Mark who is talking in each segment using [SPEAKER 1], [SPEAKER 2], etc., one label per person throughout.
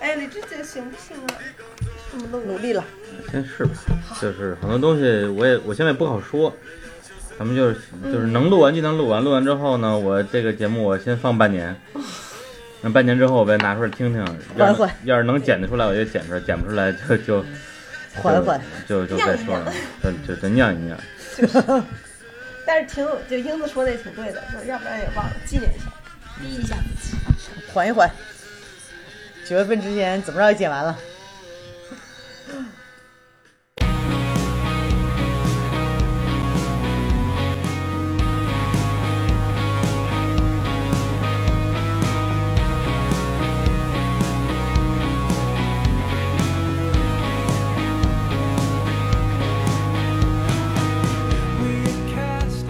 [SPEAKER 1] 哎，李志姐行不行啊？
[SPEAKER 2] 嗯，努力了。
[SPEAKER 3] 先试吧，就是很多东西我也我现在不好说，咱们就是就是能录完尽量录完，录完之后呢，我这个节目我先放半年，那半年之后我再拿出来听听，要
[SPEAKER 2] 哦缓
[SPEAKER 3] 是
[SPEAKER 2] 缓
[SPEAKER 3] 要是能剪得出来我就剪出来，剪不出来就就
[SPEAKER 2] 缓缓，
[SPEAKER 3] 就就就再说了，就就就酿一酿。
[SPEAKER 1] 但是挺有，就英子说的也挺对的，就是要不然也忘了纪念一下。
[SPEAKER 4] 逼一下自己。
[SPEAKER 2] 缓一缓。九月份之前怎么着也剪完了。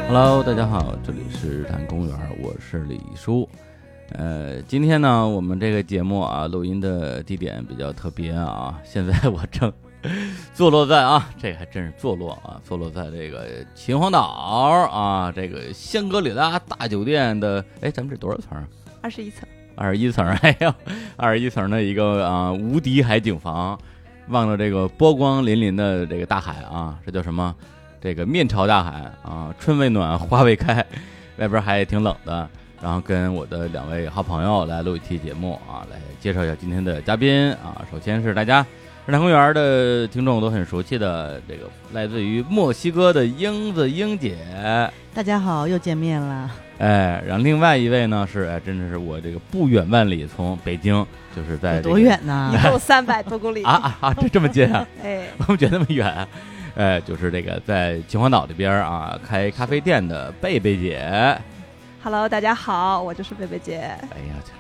[SPEAKER 5] Hello，大家好，这里是日坛公园，我是李叔。呃，今天呢，我们这个节目啊，录音的地点比较特别啊。现在我正坐落在啊，这个还真是坐落啊，坐落在这个秦皇岛啊，这个香格里拉大酒店的，哎，咱们这多少层啊？
[SPEAKER 1] 二十一层，
[SPEAKER 5] 二十一层，哎呦，二十一层的一个啊、无敌海景房，望着这个波光粼粼的这个大海啊，这叫什么？这个面朝大海啊，春未暖，花未开，外边还挺冷的。然后跟我的两位好朋友来录一期节目啊，来介绍一下今天的嘉宾啊。首先是大家日坛公园的听众都很熟悉的这个来自于墨西哥的英子英姐，
[SPEAKER 2] 大家好，又见面了。
[SPEAKER 5] 哎，然后另外一位呢是，哎，真的是我这个不远万里从北京，就是在、哎这个、
[SPEAKER 2] 多远呢
[SPEAKER 1] 一？ 共三百多公里
[SPEAKER 5] 啊！啊啊，这这么近啊？
[SPEAKER 1] 哎，
[SPEAKER 5] 我们觉得那么远，哎，就是这个在秦皇岛这边啊开咖啡店的贝贝姐，
[SPEAKER 1] Hello，大家好，我就是贝贝姐，
[SPEAKER 5] 哎呀，这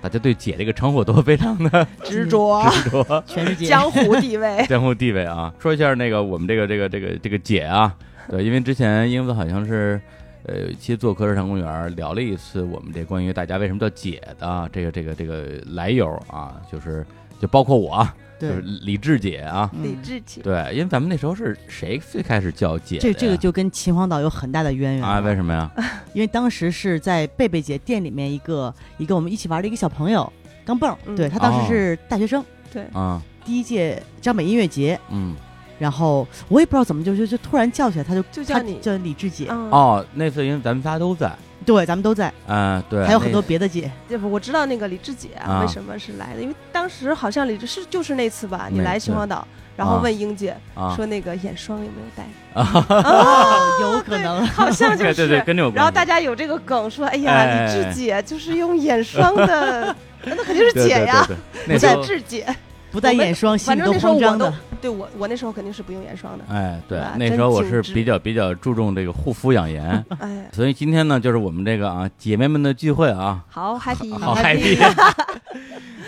[SPEAKER 5] 大家对姐这个称呼都非常 的
[SPEAKER 1] 执着，
[SPEAKER 2] 啊
[SPEAKER 5] 执着，。
[SPEAKER 2] 全世界
[SPEAKER 1] 江湖地位
[SPEAKER 5] 江湖地位啊。说一下那个我们这个这个这个这个姐啊，对，因为之前英子好像是。呃，有一期做客日常公园聊了一次我们这关于大家为什么叫姐的啊这个这个这个来由啊，就是就包括我啊，就是
[SPEAKER 2] 对，
[SPEAKER 5] 李志姐啊，
[SPEAKER 1] 李
[SPEAKER 2] 嗯
[SPEAKER 1] 志姐，
[SPEAKER 5] 对，因为咱们那时候是谁最开始叫姐的
[SPEAKER 2] 这
[SPEAKER 5] 呀？
[SPEAKER 2] 这个就跟秦皇岛有很大的渊源
[SPEAKER 5] 啊，为
[SPEAKER 2] 么？
[SPEAKER 5] 什么呀？
[SPEAKER 2] 因为当时是在贝贝姐店里面一个一个我们一起玩的一个小朋友钢镚儿，
[SPEAKER 1] 嗯
[SPEAKER 2] 对他当
[SPEAKER 5] 哦
[SPEAKER 2] 时是大学生，
[SPEAKER 5] 啊，
[SPEAKER 2] 第一届江北音乐节，
[SPEAKER 5] 嗯，
[SPEAKER 2] 然后我也不知道怎么就就就突然叫起来，他就
[SPEAKER 1] 就
[SPEAKER 2] 他
[SPEAKER 1] 叫你
[SPEAKER 2] 叫啊李志姐，
[SPEAKER 1] 嗯，
[SPEAKER 5] 哦，那次因为咱们仨都在，
[SPEAKER 2] 对，咱们都在，
[SPEAKER 5] 啊，对，
[SPEAKER 2] 还有很多
[SPEAKER 5] 那
[SPEAKER 2] 别的姐，
[SPEAKER 1] 这不我知道那个李志姐
[SPEAKER 5] 啊
[SPEAKER 1] 为什么是来的，因为当时好像李志是就是那次吧，
[SPEAKER 5] 那
[SPEAKER 1] 你来秦皇岛，然后问英姐
[SPEAKER 5] 啊
[SPEAKER 1] 说那个眼霜有没有带，
[SPEAKER 2] 哦，有可能，
[SPEAKER 1] 好像就
[SPEAKER 5] 对对对，
[SPEAKER 1] 是。
[SPEAKER 5] 跟这有关系。
[SPEAKER 1] 然后大家有这个梗说，哎
[SPEAKER 5] 哎
[SPEAKER 1] 呀，
[SPEAKER 5] 哎
[SPEAKER 1] 李
[SPEAKER 5] 哎
[SPEAKER 1] 志姐就是用眼霜 的，那肯定是
[SPEAKER 5] 对
[SPEAKER 1] 姐呀，，
[SPEAKER 5] 对对 对
[SPEAKER 1] 不
[SPEAKER 5] 那时
[SPEAKER 1] 在
[SPEAKER 5] 候。
[SPEAKER 1] 志姐。
[SPEAKER 2] 不带眼霜，心
[SPEAKER 1] 反
[SPEAKER 2] 里
[SPEAKER 1] 正
[SPEAKER 2] 都
[SPEAKER 1] 那时候
[SPEAKER 2] 慌
[SPEAKER 1] 我
[SPEAKER 2] 张
[SPEAKER 1] 都
[SPEAKER 2] 的，
[SPEAKER 1] 对我我那时候肯定是不用眼霜的
[SPEAKER 5] 哎，对
[SPEAKER 1] 对吧，
[SPEAKER 5] 那时候我
[SPEAKER 1] 啊真精
[SPEAKER 5] 是
[SPEAKER 1] 致
[SPEAKER 5] 比较比较注重这个护肤养颜，
[SPEAKER 1] 哎，
[SPEAKER 5] 所以今天呢，就是我们这个啊姐妹们的聚会啊，
[SPEAKER 1] 好 happy，
[SPEAKER 5] 好 happy。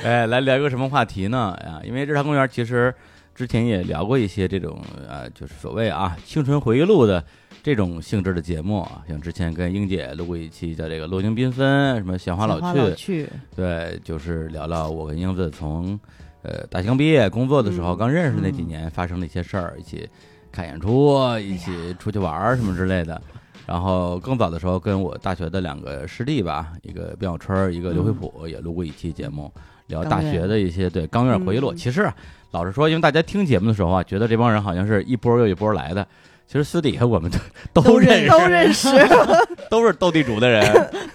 [SPEAKER 5] 哎，来聊一个什么话题呢？啊，因为日常公园其实之前也聊过一些这种呃，就是所谓啊青春回忆录的这种性质的节目啊，像之前跟英姐录过一期叫这个《落英缤纷》，什么《闲话老去》
[SPEAKER 2] 老去，
[SPEAKER 5] 对，就是聊聊我跟英子从呃大学刚毕业工作的时候，
[SPEAKER 1] 嗯
[SPEAKER 5] 刚认识那几年发生的一些事儿，一起看演出，一起出去玩儿什么之类的。然后更早的时候，跟我大学的两个师弟吧，一个卞小春儿，一个刘惠普，也录过一期节目，聊
[SPEAKER 2] 刚
[SPEAKER 5] 大
[SPEAKER 2] 院
[SPEAKER 5] 学的一些对刚院回忆录。
[SPEAKER 1] 嗯
[SPEAKER 5] 其实啊老实说，因为大家听节目的时候啊，觉得这帮人好像是一波又一波来的，其实私底下我们都
[SPEAKER 2] 都
[SPEAKER 5] 认识，
[SPEAKER 1] 都认 识，
[SPEAKER 5] 都是斗地主的人。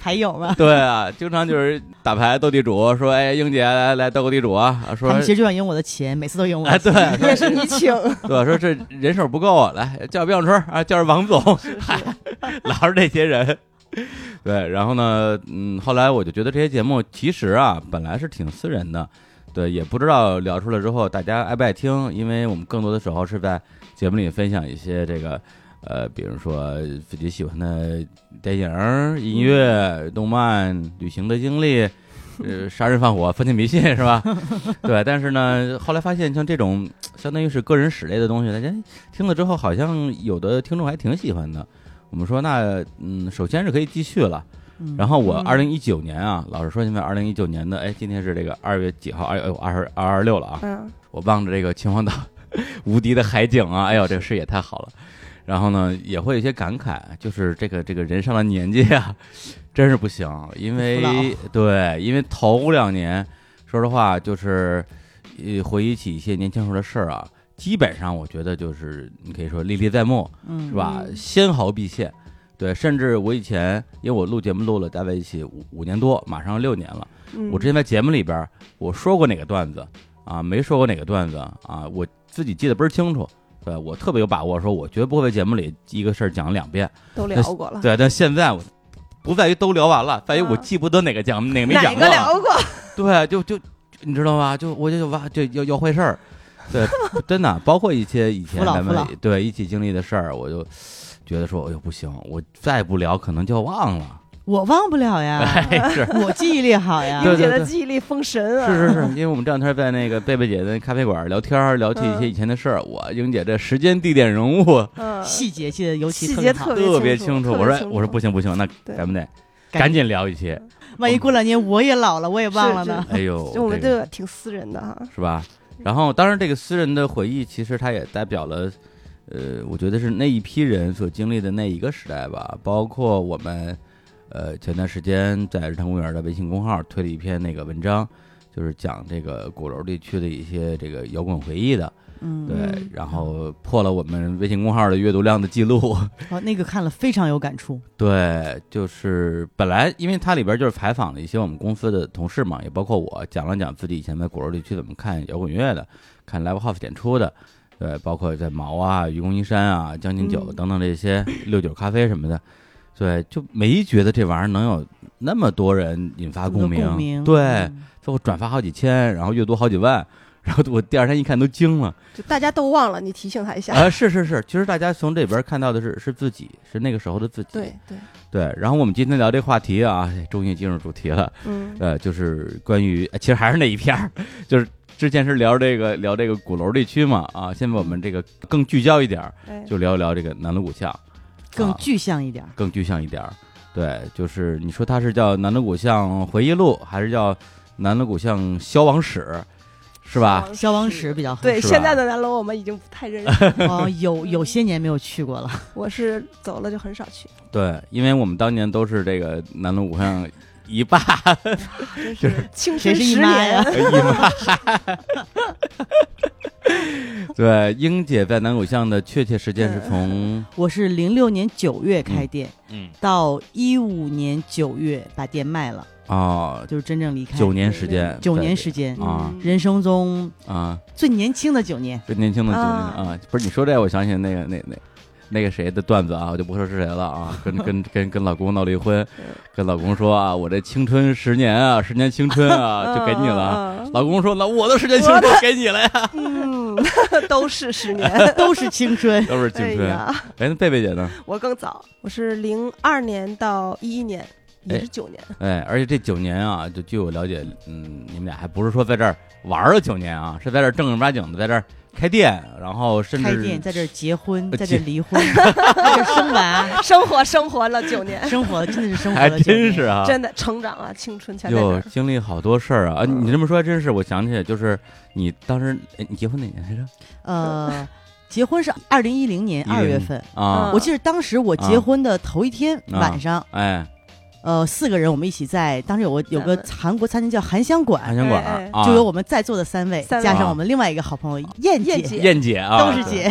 [SPEAKER 2] 还有 吗？
[SPEAKER 5] 对啊，经常就是打牌斗地主，说哎，英姐来来斗个地主啊，啊说
[SPEAKER 2] 他们其实就想赢我的钱，每次都赢我
[SPEAKER 5] 哎，
[SPEAKER 2] 的钱，
[SPEAKER 5] 对
[SPEAKER 1] 也是你请，
[SPEAKER 5] 对，说这人手不够啊，来叫卞小春啊，叫王总，嗨，老是这些人。对，然后呢，嗯，后来我就觉得这些节目其实啊，本来是挺私人的，对，也不知道聊出来之后大家爱不爱听，因为我们更多的时候是在节目里分享一些这个，呃，比如说自己喜欢的电影、音乐、动漫、旅行的经历，呃，杀人放火、封建迷信是吧？ 对，但是呢，后来发现像这种相当于是个人史类的东西，大家听了之后，好像有的听众还挺喜欢的。我们说那嗯，首先是可以继续了。
[SPEAKER 2] 嗯
[SPEAKER 5] 然后我
[SPEAKER 1] 嗯
[SPEAKER 5] 二零一九年啊，老实说，现在二零一九年的，哎，今天是这个二月几号？哎呦，二十二二六了啊！
[SPEAKER 1] 嗯，
[SPEAKER 5] 我望着这个秦皇岛 无敌的海景啊，哎呦，这个视野太好了。然后呢，也会有一些感慨，就是这个这个人上了年纪啊，真是不行，因为
[SPEAKER 2] 服
[SPEAKER 5] 对，因为头两年说实话，就是呃，回忆起一些年轻时候的事儿啊，基本上我觉得就是你可以说历历在目，
[SPEAKER 2] 嗯
[SPEAKER 5] 是吧？
[SPEAKER 1] 嗯
[SPEAKER 5] 纤毫毕现。对，甚至我以前，因为我录节目录了大概一起五五年多，马上六年了。
[SPEAKER 1] 嗯
[SPEAKER 5] 我之前在节目里边儿我说过哪个段子啊，没说过哪个段子啊，我自己记得倍儿清楚。对我特别有把握，说我绝不会在节目里一个事儿讲两遍。
[SPEAKER 1] 都聊过了，
[SPEAKER 5] 对，但现在我不在于都聊完了，在于我
[SPEAKER 1] 啊
[SPEAKER 5] 记不得哪个讲哪个没
[SPEAKER 1] 哪
[SPEAKER 5] 讲
[SPEAKER 1] 个
[SPEAKER 5] 过。
[SPEAKER 1] 聊 过？
[SPEAKER 5] 对，就就你知道吧？就我就哇，就要要坏事儿。对，真的，包括一些以前
[SPEAKER 2] 服老
[SPEAKER 5] 咱们
[SPEAKER 2] 服老
[SPEAKER 5] 对一起经历的事儿，我就觉得说，哎呦不行，我再不聊可能就 忘了。
[SPEAKER 2] 我忘不了 呀，
[SPEAKER 5] 哎，是
[SPEAKER 2] 我记忆力好 呀。
[SPEAKER 5] 对
[SPEAKER 1] 英姐的记忆力封神啊！
[SPEAKER 5] 是是是， 因为我们这两天在那个贝贝姐的咖啡馆聊天儿，聊起一些以前的事儿，我英姐这时间、地点、人物
[SPEAKER 1] 嗯，
[SPEAKER 2] 细节记得尤其
[SPEAKER 1] 细
[SPEAKER 2] 特
[SPEAKER 1] 节
[SPEAKER 2] 别好
[SPEAKER 1] 特，别
[SPEAKER 5] 别
[SPEAKER 1] 清楚
[SPEAKER 5] 我
[SPEAKER 1] 特别
[SPEAKER 5] 说哎
[SPEAKER 1] 清楚
[SPEAKER 5] 我说不行不行，那
[SPEAKER 1] 对
[SPEAKER 5] 咱们得
[SPEAKER 2] 赶
[SPEAKER 5] 赶紧聊一些。
[SPEAKER 2] 万一过两年我也老了，我也忘了呢。
[SPEAKER 5] 哎呦，
[SPEAKER 1] 就我们
[SPEAKER 5] 这个
[SPEAKER 1] 这挺私人的哈，
[SPEAKER 5] 是吧？然后，当然，这个私人的回忆，其实它也代表了，呃，我觉得是那一批人所经历的那一个时代吧。包括我们，呃，前段时间在日坛公园的微信公号推了一篇那个文章，就是讲这个鼓楼地区的一些这个摇滚回忆的，对
[SPEAKER 2] 嗯，，
[SPEAKER 1] 嗯
[SPEAKER 5] 然后破了我们微信公号的阅读量的记录。
[SPEAKER 2] 哦，那个看了非常有感触。
[SPEAKER 5] 对，就是本来因为它里边就是采访了一些我们公司的同事嘛，也包括我，讲了讲自己以前在鼓楼地区怎么看摇滚乐的，看 live house 演出的，对，包括在毛啊、愚公移山啊、将进酒
[SPEAKER 1] 嗯
[SPEAKER 5] 等等这些六九咖啡什么的，对，就没觉得这玩意儿能有那么多人引发共鸣，
[SPEAKER 2] 共鸣
[SPEAKER 5] 对，
[SPEAKER 2] 嗯
[SPEAKER 5] 最后转发好几千，然后阅读好几万，然后我第二天一看都惊了。
[SPEAKER 1] 就大家都忘了，你提醒他一下。
[SPEAKER 5] 啊，是是是，其实大家从这里边看到的是是自己，是那个时候的自己。
[SPEAKER 1] 对对，
[SPEAKER 5] 对，然后我们今天聊这话题啊，哎终于进入主题了。
[SPEAKER 1] 嗯
[SPEAKER 5] 呃，就是关于，哎其实还是那一片儿，就是之前是聊这个聊这个鼓楼地区嘛，啊，现在我们这个更聚焦一点儿，
[SPEAKER 1] 哎，
[SPEAKER 5] 就聊一聊这个南锣鼓巷，
[SPEAKER 2] 更
[SPEAKER 5] 啊
[SPEAKER 2] 具象一点儿。
[SPEAKER 5] 更具象一点儿。对，就是你说它是叫南锣鼓巷回忆录，还是叫南锣鼓巷消亡史，是吧？
[SPEAKER 2] 消亡史比较合
[SPEAKER 1] 对，
[SPEAKER 2] 适。
[SPEAKER 5] 是
[SPEAKER 1] 现
[SPEAKER 5] 吧
[SPEAKER 1] 在的南楼我们已经不太认 识，
[SPEAKER 2] 哦，有有些年没有去过了。
[SPEAKER 1] 我是走了就很少去，
[SPEAKER 5] 对，因为我们当年都是这个南锣鼓巷一霸
[SPEAKER 1] 真
[SPEAKER 5] 就是
[SPEAKER 1] 青
[SPEAKER 2] 谁
[SPEAKER 1] 春
[SPEAKER 2] 是姨
[SPEAKER 1] 十
[SPEAKER 2] 妈呀
[SPEAKER 1] 年。
[SPEAKER 5] 一妈。 对，英姐在南锣鼓巷的确切时间是从
[SPEAKER 2] 我是零六年九月开店，
[SPEAKER 5] 嗯
[SPEAKER 2] 到一五年九月把店卖了，
[SPEAKER 5] 哦
[SPEAKER 2] 就是真正离开。
[SPEAKER 5] 九年时间，
[SPEAKER 2] 九年
[SPEAKER 5] 时
[SPEAKER 2] 时间，
[SPEAKER 5] 啊
[SPEAKER 1] 嗯
[SPEAKER 2] 人生中
[SPEAKER 5] 啊，
[SPEAKER 2] 最年轻的九年。
[SPEAKER 5] 这年轻的九年
[SPEAKER 1] 啊
[SPEAKER 5] 啊，不是你说这，我想起那个那那那个谁的段子啊，我就不说是谁了啊，跟跟跟跟老公闹离婚，跟老公说啊，我这青春十年啊，十年青春啊，就给你 了啊。
[SPEAKER 1] 了。
[SPEAKER 5] 老公说：“那我的十年青春给你了呀，，
[SPEAKER 1] 嗯， 都是十年。
[SPEAKER 2] 都是青春
[SPEAKER 5] 都是青
[SPEAKER 1] 哎
[SPEAKER 5] 春。”
[SPEAKER 1] 呀，
[SPEAKER 5] 哎，那贝贝姐呢？
[SPEAKER 1] 我更早，我是零二年到一一年，也是九年。
[SPEAKER 5] 哎，而且这九年啊，就据我了解，嗯，你们俩还不是说在这儿玩儿了九年啊，是在这儿正儿八经的在这儿开店，然后 甚
[SPEAKER 2] 开
[SPEAKER 5] 至
[SPEAKER 2] 店，在这儿结婚，
[SPEAKER 5] 呃
[SPEAKER 2] 在这儿
[SPEAKER 5] 结
[SPEAKER 2] 离婚，在这儿生娃，
[SPEAKER 1] 生活生活了九年，
[SPEAKER 2] 生活真的是生活
[SPEAKER 5] 还
[SPEAKER 2] 了九
[SPEAKER 5] 真
[SPEAKER 2] 年
[SPEAKER 5] 是啊，
[SPEAKER 1] 真的成长啊，青春全在这
[SPEAKER 5] 哟，
[SPEAKER 1] 儿。
[SPEAKER 5] 经历好多事儿啊！啊，
[SPEAKER 1] 嗯
[SPEAKER 5] 你这么说还真是，我想起来，就是你当时哎你结婚哪年来着？
[SPEAKER 2] 呃，结婚是二零一零年二月份，
[SPEAKER 5] 啊
[SPEAKER 1] 嗯，
[SPEAKER 2] 我记得当时我结婚的头一天
[SPEAKER 5] 啊
[SPEAKER 2] 晚上，
[SPEAKER 5] 哎，
[SPEAKER 2] 呃，四个人我们一起在当时有个有个
[SPEAKER 1] 咱们
[SPEAKER 2] 韩国餐厅叫韩香
[SPEAKER 5] 韩
[SPEAKER 2] 馆，
[SPEAKER 5] 香馆
[SPEAKER 1] 哎哎
[SPEAKER 5] 啊，
[SPEAKER 2] 就有我们在座的三位，
[SPEAKER 1] 三位
[SPEAKER 2] 加上我们另外一个好朋友燕
[SPEAKER 1] 燕姐
[SPEAKER 2] 姐，
[SPEAKER 5] 燕姐啊，
[SPEAKER 2] 都是姐，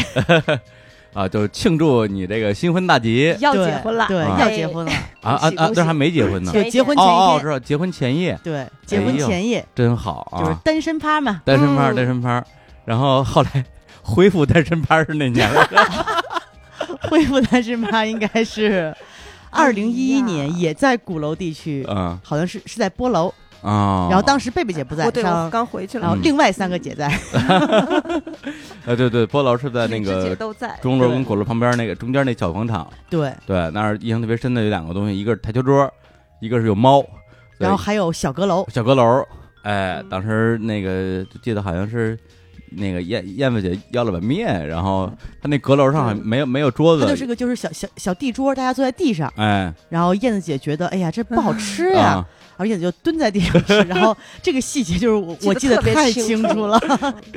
[SPEAKER 5] 啊，就是庆祝你这个新婚大吉
[SPEAKER 1] 要
[SPEAKER 2] 对
[SPEAKER 1] 结婚了，哎
[SPEAKER 2] 对，
[SPEAKER 5] 啊
[SPEAKER 2] 要结婚了，
[SPEAKER 5] 啊啊
[SPEAKER 1] 恭喜
[SPEAKER 5] 啊！
[SPEAKER 1] 恭喜
[SPEAKER 5] 这还没结婚呢，
[SPEAKER 1] 前
[SPEAKER 2] 就
[SPEAKER 1] 一
[SPEAKER 2] 结婚
[SPEAKER 5] 哦
[SPEAKER 2] 前
[SPEAKER 5] 哦，哎
[SPEAKER 2] 一
[SPEAKER 5] 我知
[SPEAKER 2] 天，
[SPEAKER 5] 道，结婚前夜
[SPEAKER 2] 对，结婚前夜
[SPEAKER 5] 真好
[SPEAKER 2] 就是
[SPEAKER 5] 啊，
[SPEAKER 2] 单身趴嘛，
[SPEAKER 5] 单身趴
[SPEAKER 1] 嗯
[SPEAKER 5] 单身趴，然后后来恢复单身趴是哪年 来着？
[SPEAKER 2] 恢复单身趴应该 是二零一一
[SPEAKER 1] 哎呀
[SPEAKER 2] 年，也在鼓楼地区，
[SPEAKER 5] 嗯
[SPEAKER 2] 好像是是在波楼，
[SPEAKER 5] 啊，
[SPEAKER 2] 然后当时贝贝姐不在
[SPEAKER 1] 哦我，对我
[SPEAKER 2] 上。
[SPEAKER 1] 刚回去
[SPEAKER 2] 然后
[SPEAKER 1] 了，
[SPEAKER 5] 嗯
[SPEAKER 2] 另外三个姐在，
[SPEAKER 5] 哎对对，波老师在那
[SPEAKER 1] 李志姐
[SPEAKER 5] 个
[SPEAKER 1] 都在，
[SPEAKER 5] 钟楼跟鼓楼旁边那个中间那小广场，
[SPEAKER 2] 对，
[SPEAKER 5] 对，那儿印象特别深的有两个东西，一个是台球桌，一个是有猫，对
[SPEAKER 2] 然后还有小阁楼，
[SPEAKER 5] 小阁楼。哎，
[SPEAKER 1] 嗯
[SPEAKER 5] 当时那个就记得好像是那个燕燕子姐要了碗面，然后她那阁楼上好像没有没有桌
[SPEAKER 2] 它就是
[SPEAKER 5] 子，
[SPEAKER 2] 个就是小小小地桌，大家坐在地上，
[SPEAKER 5] 哎，
[SPEAKER 2] 然后燕子姐觉得哎呀这不好吃呀、
[SPEAKER 5] 啊，
[SPEAKER 2] 然后燕子就蹲在地上吃，然后这个细节就是我我记
[SPEAKER 1] 记
[SPEAKER 2] 得
[SPEAKER 1] 得特别
[SPEAKER 2] 太
[SPEAKER 1] 清
[SPEAKER 2] 清
[SPEAKER 1] 楚
[SPEAKER 2] 楚了，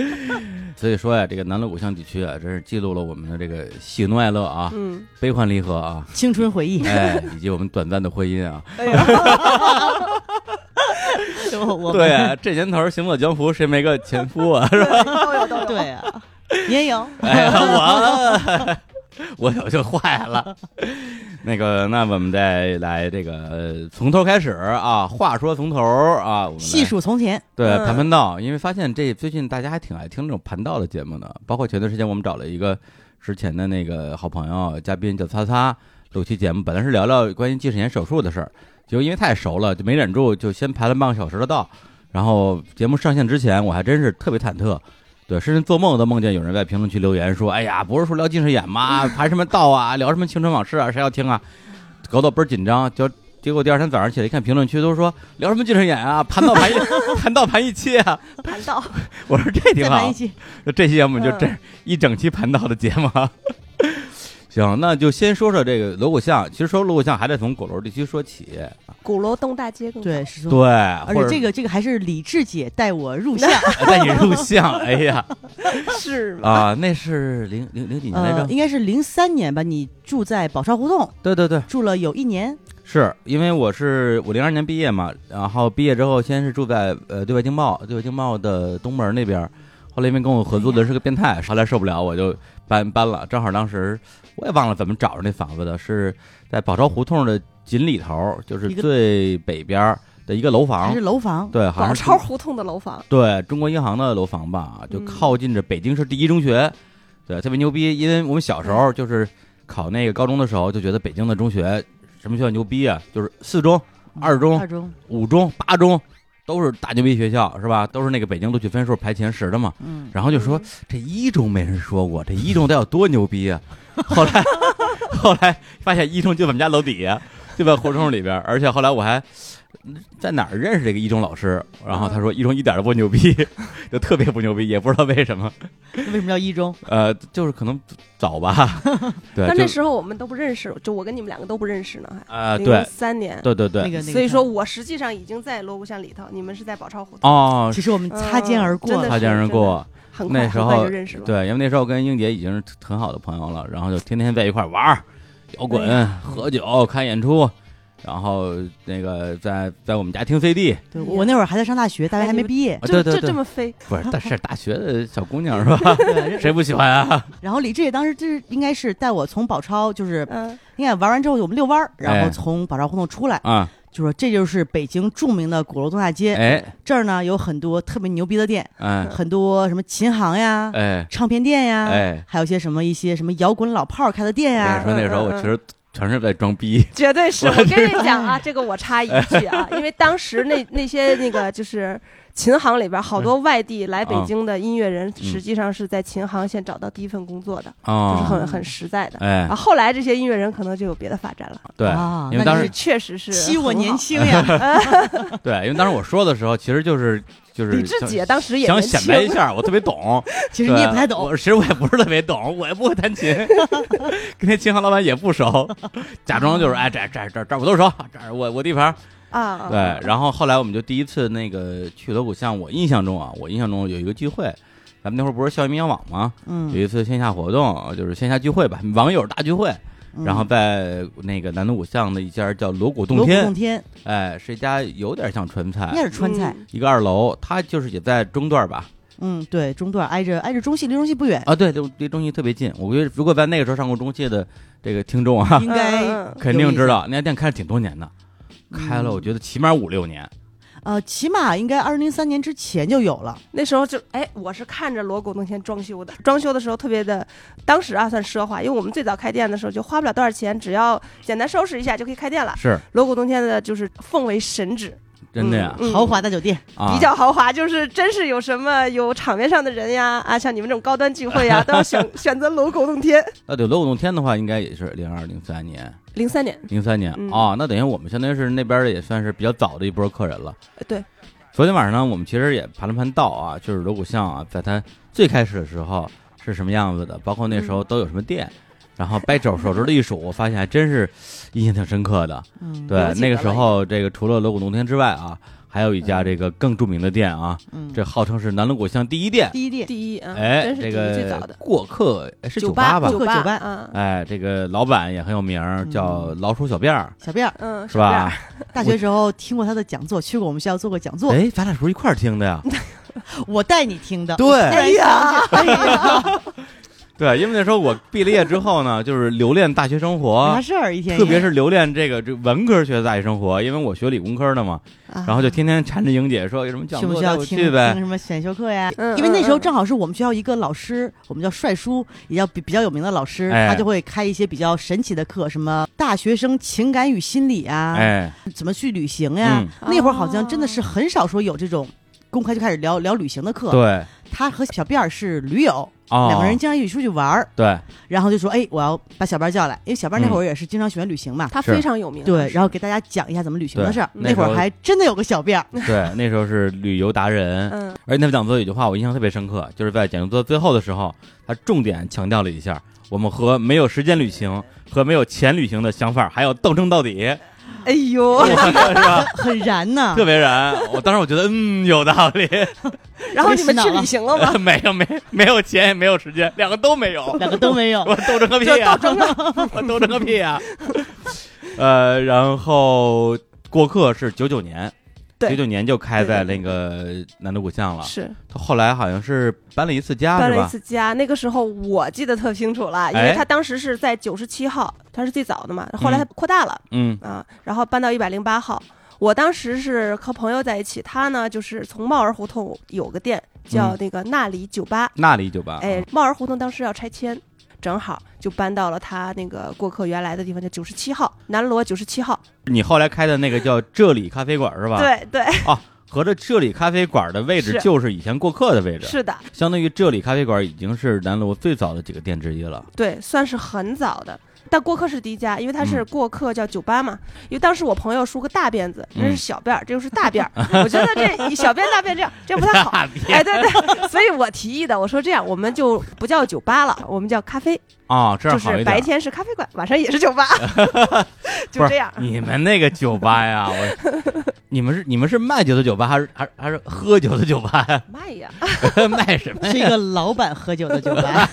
[SPEAKER 5] 所以说呀，这个南锣鼓巷地区啊，真是记录了我们的这个喜怒哀乐啊，
[SPEAKER 1] 嗯，
[SPEAKER 5] 悲欢离合啊，
[SPEAKER 2] 青春回忆，
[SPEAKER 5] 哎，以及我们短暂的婚姻啊，
[SPEAKER 1] 哎呀，
[SPEAKER 2] 就 我们
[SPEAKER 5] 对啊，这年头儿行走江湖谁没个前夫啊？ 是 吧？
[SPEAKER 1] 都有都有。
[SPEAKER 2] 对 啊，也有
[SPEAKER 5] 哎呀，我 我有就坏了。那个，那我们再来这个呃从头开始啊，话说从头啊，我们来
[SPEAKER 2] 细数从前，
[SPEAKER 5] 对
[SPEAKER 1] 嗯
[SPEAKER 5] 盘盘道，因为发现这最近大家还挺爱听这种盘道的节目呢。包括前段时间我们找了一个之前的那个好朋友嘉宾叫擦擦，录期节目本来是聊聊关于近视眼手术的事儿，结果因为太熟了，就没忍住，就先排了半个小时的道。然后节目上线之前，我还真是特别忐忑，对，甚至做梦都梦见有人在评论区留言说：“哎呀，不是说聊近视眼吗？盘什么道啊？聊什么青春往事啊？谁要听啊？”搞得倍儿紧张，就结果第二天早上起来一看评论区都说聊什么近视 眼啊，盘到盘一盘到盘一期啊，
[SPEAKER 1] 盘道，
[SPEAKER 5] 我说这挺
[SPEAKER 2] 再来
[SPEAKER 5] 好
[SPEAKER 2] 一，期，嗯
[SPEAKER 5] 就这期节目就这一整期盘道的节目 啊。行，那就先说说这个锣鼓巷。其实说锣鼓巷还得从鼓楼地区说起，
[SPEAKER 1] 鼓楼东大街更早
[SPEAKER 2] 对，是
[SPEAKER 5] 对，
[SPEAKER 2] 说。
[SPEAKER 5] 或
[SPEAKER 2] 嗯而
[SPEAKER 5] 者
[SPEAKER 2] 且
[SPEAKER 5] 呃
[SPEAKER 2] 这个这个还是李志姐带我入 巷，
[SPEAKER 5] 带你入巷，哎呀
[SPEAKER 1] 是吗？
[SPEAKER 5] 啊，那是零零零几年来着
[SPEAKER 2] 呃，？应该是零三年吧。你住在宝钞胡同，
[SPEAKER 5] 对对对，
[SPEAKER 2] 住了有一年，
[SPEAKER 5] 是因为我是我零二年毕业嘛，然后毕业之后先是住在呃对外经贸，对外经贸的东门那边儿，后来因为跟我合租的是个变态，后来受不了我就搬搬了，正好当时我也忘了怎么找着那房子的，是在宝钞胡同的锦里头儿，就是
[SPEAKER 2] 一个
[SPEAKER 5] 最北边儿的一个楼
[SPEAKER 2] 还
[SPEAKER 5] 房
[SPEAKER 2] 是，楼房，
[SPEAKER 5] 对，好
[SPEAKER 1] 宝
[SPEAKER 5] 像是
[SPEAKER 1] 钞胡同的楼房，
[SPEAKER 5] 对中国银行的楼房吧，就
[SPEAKER 1] 嗯
[SPEAKER 5] 靠近着北京市第一中学，对，特别牛逼。因为我们小时候就是考那个高中的时候，就觉得北京的中学什么学校牛逼啊，就是四中、二中、
[SPEAKER 2] 嗯二中，
[SPEAKER 5] 五中、八中都是大牛逼学校，是吧？都是那个北京录取分数排前十的嘛。
[SPEAKER 2] 嗯，
[SPEAKER 5] 然后就说这一中没人说过，这一中得有多牛逼啊！后来后来发现一中就在我们家楼底下，就在胡同里边儿，而且后来我还。在哪儿认识这个一中老师？然后他
[SPEAKER 1] 嗯
[SPEAKER 5] 说一中一点都不牛逼， 就特别不牛逼，也不知道为 什么。
[SPEAKER 2] 为什么叫一中？
[SPEAKER 5] 呃，就是可能 早吧，对，
[SPEAKER 1] 但
[SPEAKER 5] 就
[SPEAKER 1] 那时候我们都不认识，就我跟你们两个都不认识呢，
[SPEAKER 5] 啊、
[SPEAKER 1] 还
[SPEAKER 5] 对
[SPEAKER 1] 零三年，
[SPEAKER 5] 对对
[SPEAKER 2] 那
[SPEAKER 5] 对，
[SPEAKER 2] 个那个，
[SPEAKER 1] 所以说，我实际上已经在锣鼓巷里头，你们是在宝钞胡同，
[SPEAKER 5] 哦，
[SPEAKER 2] 其实我们擦肩而过
[SPEAKER 1] 嗯真的
[SPEAKER 2] 了，
[SPEAKER 5] 擦肩而过，
[SPEAKER 1] 很
[SPEAKER 5] 那
[SPEAKER 1] 快
[SPEAKER 5] 时
[SPEAKER 1] 很
[SPEAKER 5] 候
[SPEAKER 1] 快就认识了。
[SPEAKER 5] 对，因为那时候跟英姐已经是很好的朋友了，然后就天天在一块儿玩儿、摇滚、喝酒、看演出，然后那个在在我们家听 CD，
[SPEAKER 2] 对我那会儿还在上大学，大学还没毕业，
[SPEAKER 5] 啊
[SPEAKER 1] 就
[SPEAKER 5] 对对
[SPEAKER 1] 就
[SPEAKER 5] 对
[SPEAKER 1] 这，么飞，
[SPEAKER 5] 不是，但是大学的小姑娘是吧？ 谁不喜欢啊？
[SPEAKER 2] 然后李志也当时就是应该是带我从宝钞，就是
[SPEAKER 5] 呃
[SPEAKER 1] 嗯，
[SPEAKER 2] 应该玩完之后我们遛弯儿，然
[SPEAKER 5] 哎
[SPEAKER 2] 后从宝钞胡同出来，
[SPEAKER 5] 啊，
[SPEAKER 2] 就说这就是北京著名的鼓楼东大街，
[SPEAKER 5] 哎
[SPEAKER 2] 这儿呢有很多特别牛逼的店，
[SPEAKER 5] 哎
[SPEAKER 2] 很多什么琴行呀、
[SPEAKER 5] 哎
[SPEAKER 2] 唱片店呀，
[SPEAKER 5] 哎，
[SPEAKER 2] 还有一些什么一些什么摇滚老炮儿开的店
[SPEAKER 5] 我跟你
[SPEAKER 2] 呀，
[SPEAKER 5] 说，那时候我其实全是在装逼，
[SPEAKER 1] 绝对是。我跟你讲啊，这个我插一句 啊，因为当时那那些那个就是琴行里边
[SPEAKER 5] 嗯
[SPEAKER 1] 好多外地来北京的音乐人，实际上是在琴行先找到第一份工作的，就是
[SPEAKER 5] 哦，
[SPEAKER 1] 很很实在的。
[SPEAKER 5] 哎
[SPEAKER 1] 啊，，后来这些音乐人可能就有别的发展了，
[SPEAKER 5] 对
[SPEAKER 2] 啊，
[SPEAKER 5] 因
[SPEAKER 2] 那
[SPEAKER 5] 为当
[SPEAKER 2] 你
[SPEAKER 5] 时
[SPEAKER 1] 是确实是
[SPEAKER 2] 欺我
[SPEAKER 1] 很好
[SPEAKER 2] 年。轻
[SPEAKER 5] 啊
[SPEAKER 2] 呀，
[SPEAKER 5] 对，因为当时我说的时候，其实就是就是
[SPEAKER 1] 李志
[SPEAKER 5] 想
[SPEAKER 1] 姐当时也
[SPEAKER 5] 想
[SPEAKER 1] 年轻
[SPEAKER 5] 显摆一下，我特别懂。
[SPEAKER 2] 其 实你也
[SPEAKER 5] 对啊
[SPEAKER 2] 不太懂
[SPEAKER 5] 我，其实我也不是特别懂，我也不会 弹琴，跟那琴行老板也不熟，假装就是哎，这这这这我都熟，这儿我我地盘。
[SPEAKER 1] 啊，
[SPEAKER 5] 对，然后后来我们就第一次那个去锣鼓巷，我印象中啊，我印象中有一个聚会，咱们那会儿不是校园民谣网吗？有
[SPEAKER 2] 嗯，
[SPEAKER 5] 一次线下活动，就是线下聚会吧，网友大聚会，
[SPEAKER 2] 嗯
[SPEAKER 5] 然后在那个南锣鼓巷的一家叫锣鼓洞
[SPEAKER 2] 锣鼓
[SPEAKER 5] 天
[SPEAKER 2] 洞，天
[SPEAKER 5] 哎，是一家有点像川菜
[SPEAKER 2] 应，该是川菜，
[SPEAKER 5] 一个二楼，它就是也在中段吧？
[SPEAKER 2] 嗯，对，中段挨着挨着中戏，离中戏不远，
[SPEAKER 5] 啊，对，离离中戏特别近。我觉得如果在那个时候上过中戏的这个听众啊
[SPEAKER 2] 应
[SPEAKER 1] 嗯，
[SPEAKER 2] 该
[SPEAKER 1] 嗯嗯
[SPEAKER 5] 肯定知道那家店开了挺多年的，开
[SPEAKER 1] 嗯
[SPEAKER 5] 了我觉得起码五六年。
[SPEAKER 2] 呃，起码应该二零零三年之前就有了，
[SPEAKER 1] 那时候就哎，我是看着锣鼓洞天装修的，装修的时候特别的，当时啊算奢华，因为我们最早开店的时候就花不了多少钱，只要简单收拾一下就可以开店了。
[SPEAKER 5] 是
[SPEAKER 1] 锣鼓洞天的就是奉为神旨，
[SPEAKER 5] 真的呀，
[SPEAKER 1] 嗯
[SPEAKER 2] 豪华大酒店，
[SPEAKER 5] 啊
[SPEAKER 1] 比较豪华，就是真是有什么有场面上的人呀，啊，像你们这种高端聚会呀，都要 选选择锣鼓洞天。
[SPEAKER 5] 那对锣鼓洞天的话，应该也是零二零三年，
[SPEAKER 1] 零三年，
[SPEAKER 5] 零三年啊、
[SPEAKER 1] 嗯
[SPEAKER 5] 哦那等于我们相当于是那边的也算是比较早的一波客人了。
[SPEAKER 1] 呃对，
[SPEAKER 5] 昨天晚上呢，我们其实也盘了盘道啊，就是锣鼓巷啊，在它最开始的时候是什么样子的，包括那时
[SPEAKER 1] 嗯
[SPEAKER 5] 候都有什么店，然后掰手手指头一数，我发现还真是印象挺深刻的。
[SPEAKER 2] 嗯，
[SPEAKER 5] 对
[SPEAKER 1] 有，几
[SPEAKER 5] 那个
[SPEAKER 1] 个
[SPEAKER 5] 时
[SPEAKER 1] 了
[SPEAKER 5] 候这个除了锣鼓洞天之外啊，还有一家这个更著名的店啊，
[SPEAKER 2] 嗯，
[SPEAKER 5] 这号称是南锣鼓巷第一店，
[SPEAKER 2] 第一店
[SPEAKER 1] 第一啊，
[SPEAKER 5] 哎，
[SPEAKER 1] 真是第
[SPEAKER 5] 这
[SPEAKER 1] 一最早
[SPEAKER 5] 个
[SPEAKER 1] 的
[SPEAKER 5] 过客哎是
[SPEAKER 2] 酒吧
[SPEAKER 5] 吧吧
[SPEAKER 2] 过？客
[SPEAKER 1] 吧
[SPEAKER 2] 酒吧
[SPEAKER 1] 啊，
[SPEAKER 5] 哎，这个老板也很有名儿，叫老鼠小辫儿，
[SPEAKER 2] 嗯小辫儿，
[SPEAKER 1] 嗯，
[SPEAKER 5] 是吧？
[SPEAKER 2] 大学时候听过他的讲座，去过我们学校做过讲座，
[SPEAKER 5] 哎，咱俩是不是一块儿听 的呀？
[SPEAKER 2] 我带你听的。
[SPEAKER 5] 对
[SPEAKER 2] 哎呀，哎呀，
[SPEAKER 5] 对，因为那时候我毕了业之后呢，就是留恋大学生活
[SPEAKER 2] 啥，事儿一天一夜，
[SPEAKER 5] 啊特别是留恋这个这文科学的大学生活，因为我学理工科的嘛，
[SPEAKER 2] 啊，
[SPEAKER 5] 然后就天天缠着莹姐说有什么讲
[SPEAKER 2] 去我们
[SPEAKER 5] 座
[SPEAKER 2] 学
[SPEAKER 5] 带
[SPEAKER 2] 校
[SPEAKER 5] 我
[SPEAKER 2] 听
[SPEAKER 5] 去
[SPEAKER 2] 听
[SPEAKER 5] 呗。
[SPEAKER 2] 什么选修课呀？
[SPEAKER 1] 嗯
[SPEAKER 2] 因为那时候
[SPEAKER 1] 嗯
[SPEAKER 2] 正好是我们学校一个老师，我们叫帅叔，也叫比比较有名的老师，
[SPEAKER 5] 哎
[SPEAKER 2] 他就会开一些比较神奇的课，什么大学生情感与心理啊，
[SPEAKER 5] 哎，
[SPEAKER 2] 怎么去旅行呀？
[SPEAKER 1] 嗯
[SPEAKER 2] 那会儿好像真的是很少说有这种公开就开始聊聊旅行的课。
[SPEAKER 5] 对，
[SPEAKER 2] 他和小辫儿是驴友，
[SPEAKER 5] 哦，
[SPEAKER 2] 两个人经常一起出去玩儿，
[SPEAKER 5] 对，
[SPEAKER 2] 然后就说：“哎，我要把小辫儿叫来，因为小辫儿那
[SPEAKER 5] 嗯
[SPEAKER 2] 会儿也是经常喜欢旅行嘛。
[SPEAKER 1] 他
[SPEAKER 5] 是
[SPEAKER 1] 非常有名，
[SPEAKER 2] 对，然后给大家讲一下怎么旅行的事儿。
[SPEAKER 5] 对那
[SPEAKER 2] 会
[SPEAKER 5] 时候
[SPEAKER 2] 儿还真的有个小辫儿，
[SPEAKER 5] 对，那时候是旅游达人，
[SPEAKER 1] 嗯，
[SPEAKER 5] 而且那份讲座有句话我印象特别深刻，就是在讲座最后的时候，他重点强调了一下我们和没有时间旅行和没有钱旅行的想法还要斗争到 底，
[SPEAKER 1] 哎呦，
[SPEAKER 5] 是吧？
[SPEAKER 2] 很燃呢
[SPEAKER 5] 特。别燃。我当时我觉得，嗯，有道理，
[SPEAKER 1] 然后你们去
[SPEAKER 2] 别洗脑了
[SPEAKER 1] 旅行了吗？
[SPEAKER 5] 没有没没有钱也没有时间，两个都没有，
[SPEAKER 2] 两个都没有，
[SPEAKER 5] 我斗争个屁
[SPEAKER 1] 就
[SPEAKER 5] 呀、
[SPEAKER 1] 到中了，
[SPEAKER 5] 我斗争个 屁呀、呃，然后过客是九九年，
[SPEAKER 1] 对
[SPEAKER 5] 九九年就开在
[SPEAKER 1] 对
[SPEAKER 5] 那个南锣鼓巷了。
[SPEAKER 1] 是
[SPEAKER 5] 他后来好像是搬了一次家，
[SPEAKER 1] 搬
[SPEAKER 5] 啊是
[SPEAKER 1] 了一
[SPEAKER 5] 吧？
[SPEAKER 1] 次家。那个时候我记得特清楚了，因
[SPEAKER 5] 哎
[SPEAKER 1] 为他当时是在九十七号，他是最早的嘛，后来他扩大了
[SPEAKER 5] 嗯
[SPEAKER 1] 啊，然后搬到一百零八号。我当时是和朋友在一起，他呢就是从帽儿胡同有个店叫
[SPEAKER 5] 嗯啊
[SPEAKER 1] 那个那里酒吧，
[SPEAKER 5] 那里酒吧，
[SPEAKER 1] 哎，帽儿胡同当时要拆迁，正好就搬到了他那个过客原来的地方，叫九十七号南锣九十七号。
[SPEAKER 5] 你后来开的那个叫这里咖啡馆是吧？，
[SPEAKER 1] 对对，
[SPEAKER 5] 合着这里咖啡馆的位置
[SPEAKER 1] 是
[SPEAKER 5] 就是以前过客的位置，
[SPEAKER 1] 是的，
[SPEAKER 5] 相当于这里咖啡馆已经是南锣最早的几个店之一了。
[SPEAKER 1] 对，算是很早的。但过客是第一家，因为它
[SPEAKER 5] 嗯
[SPEAKER 1] 是过客叫酒吧嘛。因为当时我朋友梳个大辫子，那是
[SPEAKER 5] 嗯
[SPEAKER 1] 小辫儿，这就是大 辫儿。我觉得这小辫大辫这样这样不太好。哎，对对，所以我提议的，我说这样我们就不叫酒吧了，我们叫咖啡，
[SPEAKER 5] 啊，这
[SPEAKER 1] 就
[SPEAKER 5] 样好
[SPEAKER 1] 是
[SPEAKER 5] 一
[SPEAKER 1] 白
[SPEAKER 5] 点。
[SPEAKER 1] 天是咖啡馆，晚上也是酒 吧，
[SPEAKER 5] 不
[SPEAKER 1] 就是这样。
[SPEAKER 5] 你们那个酒 吧呀，我你们是你们是卖酒的酒吧，还是还是还是喝酒的酒吧 呀？
[SPEAKER 1] 妈呀，
[SPEAKER 5] 卖什 么
[SPEAKER 2] 是一
[SPEAKER 5] 呀？
[SPEAKER 2] 个老板喝酒的酒 吧，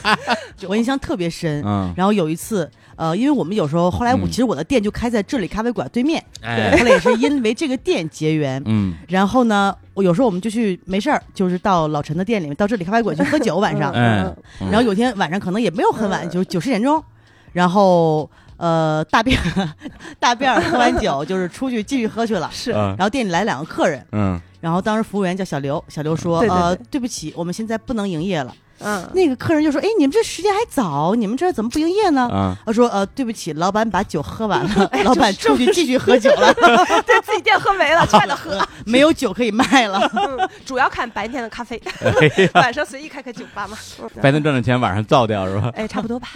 [SPEAKER 2] 我印象特别深。
[SPEAKER 5] 嗯，
[SPEAKER 2] 然后有一次，呃，因为我们有时候后来我
[SPEAKER 5] 嗯
[SPEAKER 2] 其实我的店就开在这里咖啡馆对面，
[SPEAKER 5] 哎，
[SPEAKER 2] 后来也是因为这个店结 缘。
[SPEAKER 5] 嗯
[SPEAKER 2] 然后呢，我有时候我们就去没事儿，就是到老陈的店里面，到这里咖啡馆去喝酒晚上。
[SPEAKER 5] 哎
[SPEAKER 1] 嗯
[SPEAKER 5] 嗯
[SPEAKER 2] 然后有天晚上可能也没有很晚，
[SPEAKER 1] 嗯
[SPEAKER 2] 就是九十点钟，然后呃大便 大便儿喝完 酒就是出去继续喝去了。
[SPEAKER 1] 是
[SPEAKER 5] 嗯
[SPEAKER 2] 然后店里来两个客人，
[SPEAKER 5] 嗯，
[SPEAKER 2] 然后当时服务员叫小刘，小刘说：“
[SPEAKER 1] 对对
[SPEAKER 2] 呃
[SPEAKER 1] 对，
[SPEAKER 2] 对不起，我们现在不能营业了。”
[SPEAKER 1] 嗯，
[SPEAKER 2] 那个客人就说：“哎，你们这时间还早，你们这怎么不营业呢？”
[SPEAKER 5] 啊，
[SPEAKER 2] 他说：“呃，对不起，老板把酒喝完 了，
[SPEAKER 1] 哎
[SPEAKER 2] 老板
[SPEAKER 1] 就是
[SPEAKER 2] 出去继续喝酒了，
[SPEAKER 1] 对自己店喝 没了，劝他喝。
[SPEAKER 2] 没有酒可以卖了。
[SPEAKER 1] 嗯，主要看白天的咖啡，
[SPEAKER 5] 哎呀
[SPEAKER 1] 晚上随意开开酒吧嘛。嗯
[SPEAKER 5] 白天赚的钱晚上造掉是吧？
[SPEAKER 1] 哎，差不多 吧。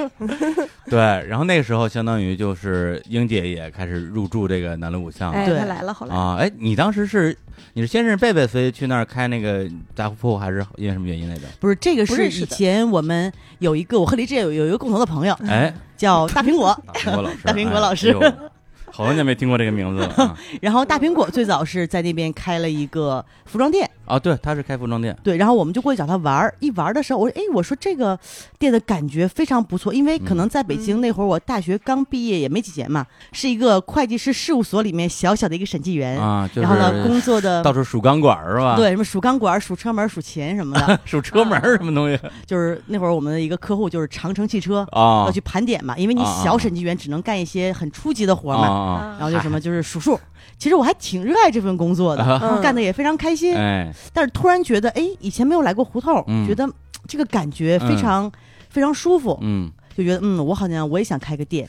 [SPEAKER 5] 对，然后那个时候相当于就是英姐也开始入驻这个南锣鼓巷了
[SPEAKER 1] 哎，
[SPEAKER 2] 对
[SPEAKER 1] 他来了，后来。
[SPEAKER 5] 啊。哎，你当时是你是先是贝贝飞去那儿开那个杂货铺，还是因为什么原因来着？”
[SPEAKER 2] 不是这个
[SPEAKER 1] 不
[SPEAKER 2] 是
[SPEAKER 1] 认识
[SPEAKER 2] 以
[SPEAKER 1] 的
[SPEAKER 2] 前我们有一个我和李志有有一个共同的朋友
[SPEAKER 5] 哎，
[SPEAKER 2] 叫大苹 果，
[SPEAKER 5] 大苹果老 师，
[SPEAKER 2] 大苹果
[SPEAKER 5] 哎
[SPEAKER 2] 老师
[SPEAKER 5] 哎呦好多年没听过这个名字 了啊！
[SPEAKER 2] 然后大苹果最早是在那边开了一个服装店，
[SPEAKER 5] 啊，对，他是开服装店，
[SPEAKER 2] 对，然后我们就过去找他玩儿。一玩儿的时候，我说：“哎，我说这个店的感觉非常不错，因为
[SPEAKER 5] 嗯
[SPEAKER 2] 可能在北京那会儿，我大学刚毕业也没几年嘛，是一个会计师事务所里面小小的一个审计员，
[SPEAKER 5] 啊，就
[SPEAKER 2] 哎
[SPEAKER 5] 是
[SPEAKER 2] 然后呢，工作的
[SPEAKER 5] 到处数钢管儿是吧？
[SPEAKER 2] 对，什么数钢管、数车门、数琴什么的
[SPEAKER 5] ，数车门儿什么东西
[SPEAKER 2] 就是那会儿我们的一个客户就是长城汽车，
[SPEAKER 5] 啊
[SPEAKER 2] 要去盘点嘛，因为你
[SPEAKER 5] 啊啊
[SPEAKER 2] 小
[SPEAKER 5] 啊
[SPEAKER 2] 审计员只能干一些很初级的活儿嘛，
[SPEAKER 5] 啊！
[SPEAKER 2] 然后就什么就是数数。其实我还挺热爱这份工作的，
[SPEAKER 5] 啊
[SPEAKER 1] 嗯
[SPEAKER 2] 干的也非常开心，
[SPEAKER 5] 哎，
[SPEAKER 2] 但是突然觉得，哎，以前没有来过胡同，
[SPEAKER 5] 嗯
[SPEAKER 2] 觉得嘖这个感觉非常、非常舒服，
[SPEAKER 5] 嗯，
[SPEAKER 2] 就觉得嗯，我好像我也想开个店，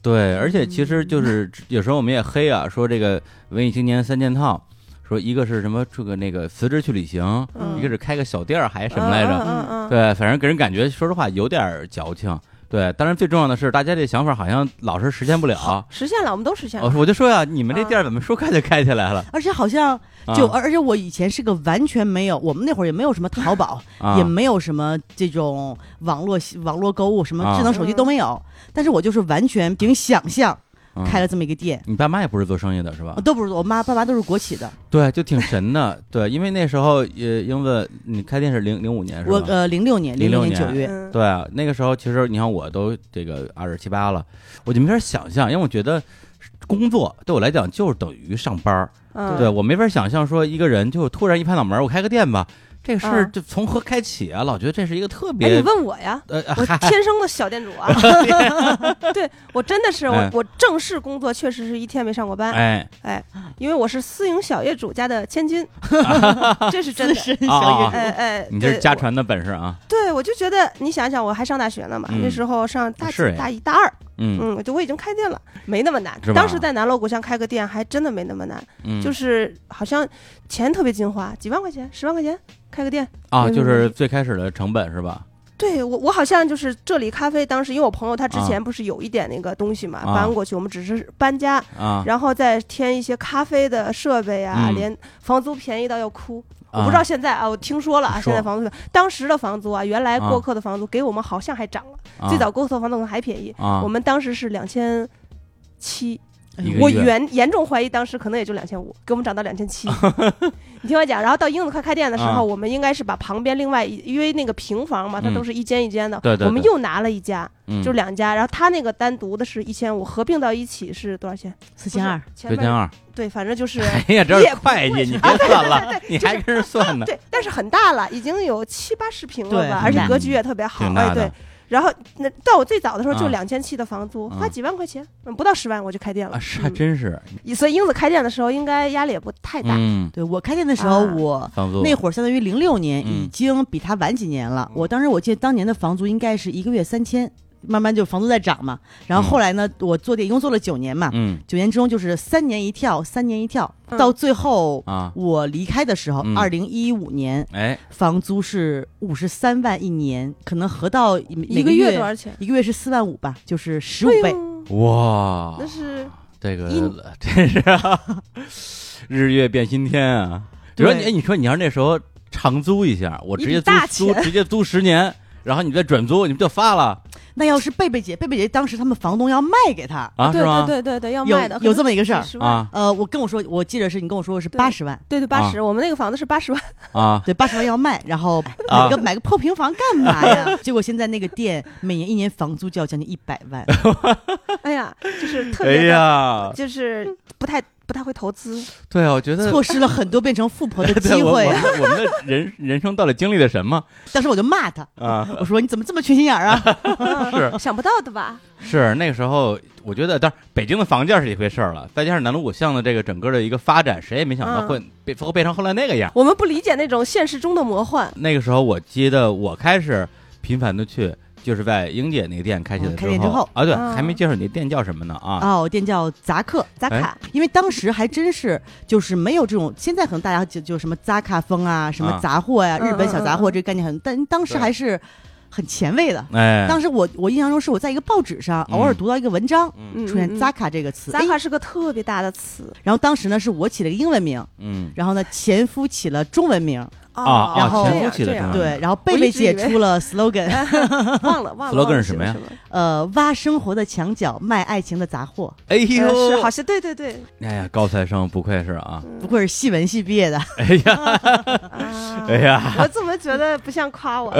[SPEAKER 5] 对，而且其
[SPEAKER 2] 嗯
[SPEAKER 5] 实就是有时候我们也黑啊，说这个文艺青年三件套，说一个是什么这个那个辞职去旅行，
[SPEAKER 1] 嗯
[SPEAKER 5] 一个是开个小店儿还是什么来着？
[SPEAKER 1] 嗯嗯嗯嗯
[SPEAKER 5] 对，反正给人感觉说实话有点儿矫情。对，当然最重要的是大家这想法好像老是实现不了。
[SPEAKER 1] 实现了，我们都实现
[SPEAKER 2] 啊
[SPEAKER 5] 我
[SPEAKER 1] 了。
[SPEAKER 5] 我哦就说呀，你们这店儿怎么说开就开起 来了？
[SPEAKER 2] 而且好像
[SPEAKER 5] 啊
[SPEAKER 2] 嗯就、而而且我以前是个完全没有，我们那会儿也没有什么淘宝，
[SPEAKER 5] 啊
[SPEAKER 2] 也没有什么这种网络网络购物，什么
[SPEAKER 5] 啊
[SPEAKER 2] 智能手机都没有，但是我就是完全凭想象。
[SPEAKER 5] 嗯
[SPEAKER 2] 开了哦这么一个店，
[SPEAKER 5] 你爸妈也不是做生意的是吧？
[SPEAKER 2] 都不是我妈爸妈都是国企的，
[SPEAKER 5] 对，就挺神的。对，因为那时候呃，英子你开店是零零五年是
[SPEAKER 2] 我
[SPEAKER 5] 吧？
[SPEAKER 2] 呃零六年
[SPEAKER 5] 06
[SPEAKER 2] 年
[SPEAKER 5] 年
[SPEAKER 2] 九月，
[SPEAKER 1] 嗯，
[SPEAKER 5] 对啊，那个时候其实你看我都这个二十七八了，我就没法想象，因为我觉得工作对我来讲就是等于上班儿，
[SPEAKER 1] 嗯
[SPEAKER 5] 对我没法想象说一个人就突然一拍脑门儿，我开个店吧，这个事儿
[SPEAKER 1] 嗯
[SPEAKER 5] 就从何开启啊？老觉得这是一个特
[SPEAKER 1] 哎，你
[SPEAKER 5] 别
[SPEAKER 1] 问我呀，
[SPEAKER 5] 呃
[SPEAKER 1] 我
[SPEAKER 5] 嗨
[SPEAKER 1] 天生的小店主啊！ 对我真的是我
[SPEAKER 5] 哎
[SPEAKER 1] 我正式工作确实是一天没上过班，
[SPEAKER 5] 哎
[SPEAKER 1] 哎，因为我是私营小业主家的千 金，这是真的。
[SPEAKER 2] 是
[SPEAKER 5] 啊
[SPEAKER 2] 小
[SPEAKER 5] 啊
[SPEAKER 2] 业
[SPEAKER 1] 哎哎，
[SPEAKER 5] 你这是
[SPEAKER 1] 对
[SPEAKER 5] 家
[SPEAKER 1] 我
[SPEAKER 5] 传的本事啊，
[SPEAKER 1] 对，我就觉得你想想，我还上大学呢嘛，
[SPEAKER 5] 嗯
[SPEAKER 1] 那时候上大
[SPEAKER 5] 是哎
[SPEAKER 1] 几大一大二，
[SPEAKER 5] 嗯
[SPEAKER 1] 嗯，我就我已经开店了，没那么难
[SPEAKER 5] 是吧。
[SPEAKER 1] 当时在南锣鼓巷开个店还真的没那么难，
[SPEAKER 5] 嗯，
[SPEAKER 1] 就是好像钱特别精花，几万块钱、十万块钱开个店。
[SPEAKER 5] 啊，就是最开始的成本是吧？
[SPEAKER 1] 对我，我好像就是这里咖啡，当时因为我朋友他之
[SPEAKER 5] 啊
[SPEAKER 1] 前不是有一点那个东西嘛，
[SPEAKER 5] 啊
[SPEAKER 1] 搬过去，我们只是搬家，
[SPEAKER 5] 啊，
[SPEAKER 1] 然后再添一些咖啡的设备啊，
[SPEAKER 5] 嗯
[SPEAKER 1] 连房租便宜到要哭。
[SPEAKER 5] 啊
[SPEAKER 1] 我不知道现在啊，我听说了啊，现
[SPEAKER 5] 说
[SPEAKER 1] 在房租当时的房租啊，原来
[SPEAKER 5] 啊
[SPEAKER 1] 过客的房租给我们好像还涨了，
[SPEAKER 5] 啊
[SPEAKER 1] 最早过客房租可能还便宜，
[SPEAKER 5] 啊
[SPEAKER 1] 我们当时是两千七。
[SPEAKER 2] 哎
[SPEAKER 5] 一个
[SPEAKER 1] 我
[SPEAKER 5] 月
[SPEAKER 1] 严严重怀疑当时可能也就两千五，给我们涨到两千 七。你听我讲，然后到英子快开店的时
[SPEAKER 5] 啊
[SPEAKER 1] 候，我们应该是把旁边另外一，因为那个平房嘛，它
[SPEAKER 5] 嗯
[SPEAKER 1] 都是一间一间的，
[SPEAKER 5] 对对对
[SPEAKER 1] 我们又拿了一家，
[SPEAKER 5] 嗯
[SPEAKER 1] 就两家，然后他那个单独的是一千五，合并到一起是多少钱？
[SPEAKER 2] 四千二，
[SPEAKER 1] 前
[SPEAKER 5] 六千
[SPEAKER 1] 面
[SPEAKER 5] 二，
[SPEAKER 1] 对，反正就是。
[SPEAKER 5] 哎呀，这是
[SPEAKER 1] 也不
[SPEAKER 5] 会计，
[SPEAKER 1] 贵
[SPEAKER 5] 你
[SPEAKER 1] 啊
[SPEAKER 5] 别
[SPEAKER 1] 对
[SPEAKER 5] 算
[SPEAKER 1] 对
[SPEAKER 5] 了
[SPEAKER 1] 对，对
[SPEAKER 5] 你还跟人算呢？
[SPEAKER 1] 对，但是很大了，已经有七八十平了
[SPEAKER 2] 对
[SPEAKER 1] 吧，
[SPEAKER 2] 很
[SPEAKER 1] 而且
[SPEAKER 2] 大
[SPEAKER 1] 格局也特别好
[SPEAKER 5] 挺，大
[SPEAKER 1] 哎，
[SPEAKER 5] 的
[SPEAKER 1] 对。然后那到我最早的时候就
[SPEAKER 5] 啊
[SPEAKER 1] 两千七的房租，
[SPEAKER 5] 啊
[SPEAKER 1] 花几万块钱，嗯，不到十万我就开店了。
[SPEAKER 5] 啊，是还
[SPEAKER 1] 嗯
[SPEAKER 5] 真是，
[SPEAKER 1] 所以英子开店的时候应该压力也不太大。
[SPEAKER 5] 嗯，
[SPEAKER 2] 对我开店的时候
[SPEAKER 1] 啊
[SPEAKER 2] 我。
[SPEAKER 5] 房租
[SPEAKER 2] 那会儿相当于零六年，
[SPEAKER 5] 嗯
[SPEAKER 2] 已经比他晚几年了。我当时我记得当年的房租应该是一个月三千，慢慢就房租在涨嘛。然后后来呢，我做店一共做了九年嘛，
[SPEAKER 5] 嗯
[SPEAKER 2] 九年之中就是三年一跳，三年一跳，
[SPEAKER 1] 嗯
[SPEAKER 2] 到最后
[SPEAKER 5] 啊，
[SPEAKER 2] 我离开的时候
[SPEAKER 5] 嗯，
[SPEAKER 2] 二零一五年
[SPEAKER 5] 哎，
[SPEAKER 2] 房租是五十三万一年，可能合到
[SPEAKER 1] 一
[SPEAKER 2] 一
[SPEAKER 1] 个
[SPEAKER 2] 月
[SPEAKER 1] 月多少哎钱？
[SPEAKER 2] 一个月是四万五吧，就是十五
[SPEAKER 1] 对
[SPEAKER 2] 倍。
[SPEAKER 5] 哦哇
[SPEAKER 1] 那，是
[SPEAKER 5] 这个
[SPEAKER 1] 一
[SPEAKER 5] 真是啊日月变新天啊！你
[SPEAKER 2] 对
[SPEAKER 5] 说你，哎你说你要是那时候长租一下，我直接
[SPEAKER 1] 一笔
[SPEAKER 5] 租
[SPEAKER 1] 大
[SPEAKER 5] 租
[SPEAKER 1] 钱
[SPEAKER 5] 直接租十年，然后你再转租，你不就发了
[SPEAKER 2] 那要是贝贝姐，贝贝姐当时他们房东要卖给她，
[SPEAKER 5] 啊？
[SPEAKER 1] 对
[SPEAKER 5] 是吗？
[SPEAKER 1] 对对对对，要
[SPEAKER 2] 有
[SPEAKER 1] 卖的
[SPEAKER 2] 有这么一个事儿。
[SPEAKER 1] 么
[SPEAKER 5] 啊
[SPEAKER 2] 呃，我跟我说，我记得是你跟我说是
[SPEAKER 1] 对
[SPEAKER 2] 八十万，
[SPEAKER 1] 对对，八十，我们那个房子是八十万，
[SPEAKER 5] 啊
[SPEAKER 2] 对，八十万要卖，然 后
[SPEAKER 5] 啊
[SPEAKER 2] 买个、买个破平房干嘛呀？结果现在那个店每年一年房租就要将近一百万，
[SPEAKER 1] 哎呀，就是 特
[SPEAKER 5] 哎
[SPEAKER 1] 别的，
[SPEAKER 5] 呀，
[SPEAKER 1] 就是不太不太会投资，
[SPEAKER 5] 对啊，我觉得
[SPEAKER 2] 错失了很多变成富婆的
[SPEAKER 5] 对
[SPEAKER 2] 机
[SPEAKER 5] 我我
[SPEAKER 2] 会啊。
[SPEAKER 5] 们我 们的人人生到底经历了什么
[SPEAKER 2] 当时我就骂他，
[SPEAKER 5] 啊？
[SPEAKER 2] 我说你怎么这么缺心眼儿啊？
[SPEAKER 5] 是
[SPEAKER 1] 想不到的吧？
[SPEAKER 5] 是那个时候，我觉得当然北京的房价是一回事儿了，再加上南锣鼓巷的这个整个的一个发展，谁也没想到
[SPEAKER 1] 嗯
[SPEAKER 5] 会变会变成后来那个样儿。
[SPEAKER 1] 我们不理解那种现实中的魔幻，
[SPEAKER 5] 那个时候我记得我开始频繁的去，就是在英姐那个店开
[SPEAKER 1] 嗯
[SPEAKER 5] 起来
[SPEAKER 2] 哦开店之后
[SPEAKER 5] 啊，对，
[SPEAKER 1] 啊
[SPEAKER 5] 还没介绍你的店叫什么呢啊？哎
[SPEAKER 2] 哦，我店叫杂客。
[SPEAKER 1] 打卡
[SPEAKER 2] 因为当时还真是就是没有这种，现在可能大家就就什么扎卡风啊，什
[SPEAKER 5] 啊
[SPEAKER 2] 么杂货呀、
[SPEAKER 1] 嗯
[SPEAKER 2] 日本小杂货
[SPEAKER 1] 嗯嗯
[SPEAKER 2] 这个概念很，但当时
[SPEAKER 5] 对
[SPEAKER 2] 还是很前卫的。
[SPEAKER 5] 哎，
[SPEAKER 2] 当时我我印象中是我在一个报纸上
[SPEAKER 5] 嗯
[SPEAKER 2] 偶尔读到一个文章，
[SPEAKER 5] 嗯
[SPEAKER 2] 出现“扎
[SPEAKER 1] 扎
[SPEAKER 2] 卡”这个词，
[SPEAKER 1] 扎
[SPEAKER 2] 哎
[SPEAKER 1] 卡是个特别大的词
[SPEAKER 2] 然后当时呢是我起了个英文名，
[SPEAKER 5] 嗯
[SPEAKER 2] 然后呢前夫起了中文名，
[SPEAKER 5] 啊
[SPEAKER 2] 然后
[SPEAKER 1] 哦这样
[SPEAKER 5] 前夫起的
[SPEAKER 1] 这样哎
[SPEAKER 5] 中
[SPEAKER 2] 对，然后贝贝姐出了 slogan，
[SPEAKER 1] 忘了忘了
[SPEAKER 5] slogan
[SPEAKER 1] 忘了
[SPEAKER 5] 是什么呀
[SPEAKER 1] 写了什么
[SPEAKER 2] 呃，挖生活的墙角，卖爱情的杂货。
[SPEAKER 5] 哎呦，
[SPEAKER 1] 呃是好像嗯对对 对，
[SPEAKER 5] 哎呀，高材生不愧是啊，
[SPEAKER 2] 不愧是戏文系毕业的，
[SPEAKER 5] 哎呀，
[SPEAKER 1] 啊
[SPEAKER 5] 哎，呀，
[SPEAKER 1] 我怎么觉得不像夸 我？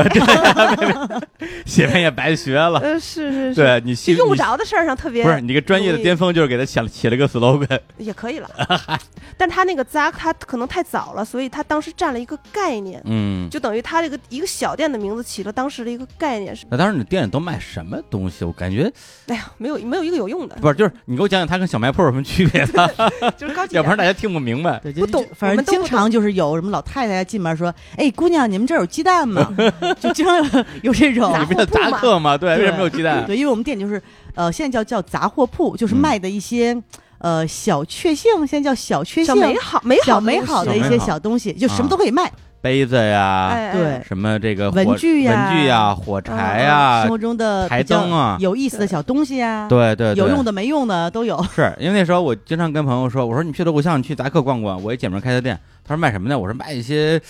[SPEAKER 5] 写完也白学了。
[SPEAKER 1] 呃，是是是，
[SPEAKER 5] 对你戏
[SPEAKER 1] 用不
[SPEAKER 5] 你
[SPEAKER 1] 着的事儿上特别
[SPEAKER 5] 不是你这专业的巅峰就是给他想起了个 slogan，
[SPEAKER 1] 也可以了， 但他那个扎他可能太早了，所以他当时占了一个概念，
[SPEAKER 5] 嗯。
[SPEAKER 1] 就等于他这个一个小店的名字起了当时的一个概念是，
[SPEAKER 5] 那当时你店里都卖什么东西？我感觉
[SPEAKER 1] 哎呀，没有没有一个有 用的，
[SPEAKER 5] 不是，就是你给我讲讲它跟小卖铺有什么区 别
[SPEAKER 1] 啊
[SPEAKER 5] 吧，
[SPEAKER 1] 就是高级点
[SPEAKER 5] 要不然大家听不明白。
[SPEAKER 2] 对，就
[SPEAKER 1] 不懂
[SPEAKER 2] 就反
[SPEAKER 1] 我
[SPEAKER 2] 正
[SPEAKER 1] 们都
[SPEAKER 2] 经
[SPEAKER 1] 不
[SPEAKER 2] 常就是有什么老太太进门说：“哎，姑娘，你们这儿有鸡蛋吗？” 就经常有有这种
[SPEAKER 1] 杂
[SPEAKER 5] 你
[SPEAKER 1] 货
[SPEAKER 5] 不叫
[SPEAKER 1] 铺
[SPEAKER 5] 杂
[SPEAKER 1] 嘛
[SPEAKER 5] 客吗？对，为
[SPEAKER 2] 对
[SPEAKER 5] 什么有鸡蛋？
[SPEAKER 2] 对，因为我们店就是呃，现在叫叫杂货铺，就是
[SPEAKER 5] 嗯
[SPEAKER 2] 卖的一些、呃小确幸，现在叫小确
[SPEAKER 1] 小。
[SPEAKER 2] 幸
[SPEAKER 1] 美好美
[SPEAKER 2] 小
[SPEAKER 1] 好
[SPEAKER 2] 美好
[SPEAKER 1] 好
[SPEAKER 2] 的一
[SPEAKER 5] 小
[SPEAKER 2] 些
[SPEAKER 5] 美好
[SPEAKER 2] 小东西，就什
[SPEAKER 5] 啊
[SPEAKER 2] 么都可以卖。
[SPEAKER 5] 杯子呀，
[SPEAKER 1] 哎
[SPEAKER 2] 啊对，
[SPEAKER 5] 什么这个火
[SPEAKER 2] 文具呀啊
[SPEAKER 5] 文具呀、火柴哎呀
[SPEAKER 2] 生，活中的
[SPEAKER 5] 台
[SPEAKER 2] 比较
[SPEAKER 5] 灯啊
[SPEAKER 2] 有意思的小东西啊，
[SPEAKER 5] 对对，对
[SPEAKER 2] 有用的没用的都有。
[SPEAKER 5] 是因为那时候我经常跟朋友说，我说你去锣鼓巷，你去杂客逛逛。我一姐们儿开的店，他说卖什么呢？我说卖一些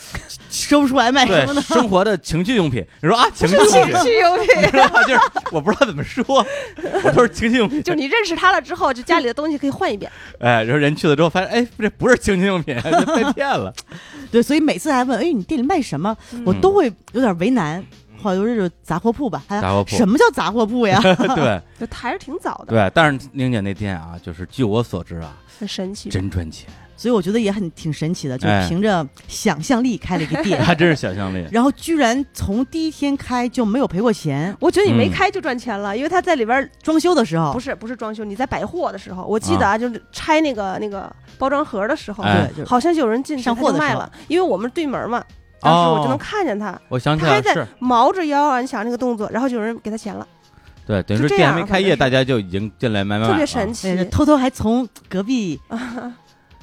[SPEAKER 2] 说不出来卖哎什么
[SPEAKER 5] 对
[SPEAKER 2] 呢？
[SPEAKER 5] 生活的情趣用品。你说啊，情趣用
[SPEAKER 1] 情
[SPEAKER 5] 品，
[SPEAKER 1] 趣用品。
[SPEAKER 5] 你知道吗？就是我不知道怎么说，我都是情趣用品。
[SPEAKER 1] 就你认识他了之后，就家里的东西可以换一遍。
[SPEAKER 5] 哎，然后人去了之后发现，哎，这不是情趣用品，被骗了。
[SPEAKER 2] 对，所以每次还问，哎，你店里卖什么？
[SPEAKER 1] 嗯
[SPEAKER 2] 我都会有点为难。好多就是杂货铺吧，还
[SPEAKER 5] 杂货铺
[SPEAKER 2] 哎什么叫杂货铺呀？
[SPEAKER 5] 对
[SPEAKER 1] 就还是挺早的，
[SPEAKER 5] 对，但是宁姐那天啊，就是据我所知啊，
[SPEAKER 1] 很神奇。
[SPEAKER 5] 真赚钱，
[SPEAKER 2] 所以我觉得也很挺神奇的，就
[SPEAKER 5] 哎
[SPEAKER 2] 凭着想象力开了一个 店，
[SPEAKER 5] 还真是想象力。
[SPEAKER 2] 然后居然从第一天开就没有赔过钱。
[SPEAKER 1] 我觉得你没
[SPEAKER 5] 嗯
[SPEAKER 1] 开就赚钱了，因为他在里边儿
[SPEAKER 2] 装修的时候
[SPEAKER 1] 不，是不是装修，你在百货的时候，我记得啊，就是拆那个那个包装盒的时候，
[SPEAKER 5] 哎
[SPEAKER 2] 对，就是
[SPEAKER 1] 好像就有人进去
[SPEAKER 2] 上
[SPEAKER 1] 他就
[SPEAKER 2] 货的时候
[SPEAKER 1] 卖了，因为我们对门嘛，当时我就能
[SPEAKER 5] 哦
[SPEAKER 1] 看见他，
[SPEAKER 5] 我想起
[SPEAKER 1] 他还
[SPEAKER 5] 来了是
[SPEAKER 1] 在毛着腰啊，你想那个动作，然后就有人给他钱了，
[SPEAKER 5] 对，等于说
[SPEAKER 1] 就这
[SPEAKER 5] 店
[SPEAKER 1] 样
[SPEAKER 5] 还没
[SPEAKER 1] 啊
[SPEAKER 5] 开
[SPEAKER 1] 反
[SPEAKER 5] 业，
[SPEAKER 1] 正
[SPEAKER 5] 大家就已经进来买买买
[SPEAKER 1] 特
[SPEAKER 5] 了，
[SPEAKER 1] 别神奇。
[SPEAKER 2] 对哎偷偷还从隔壁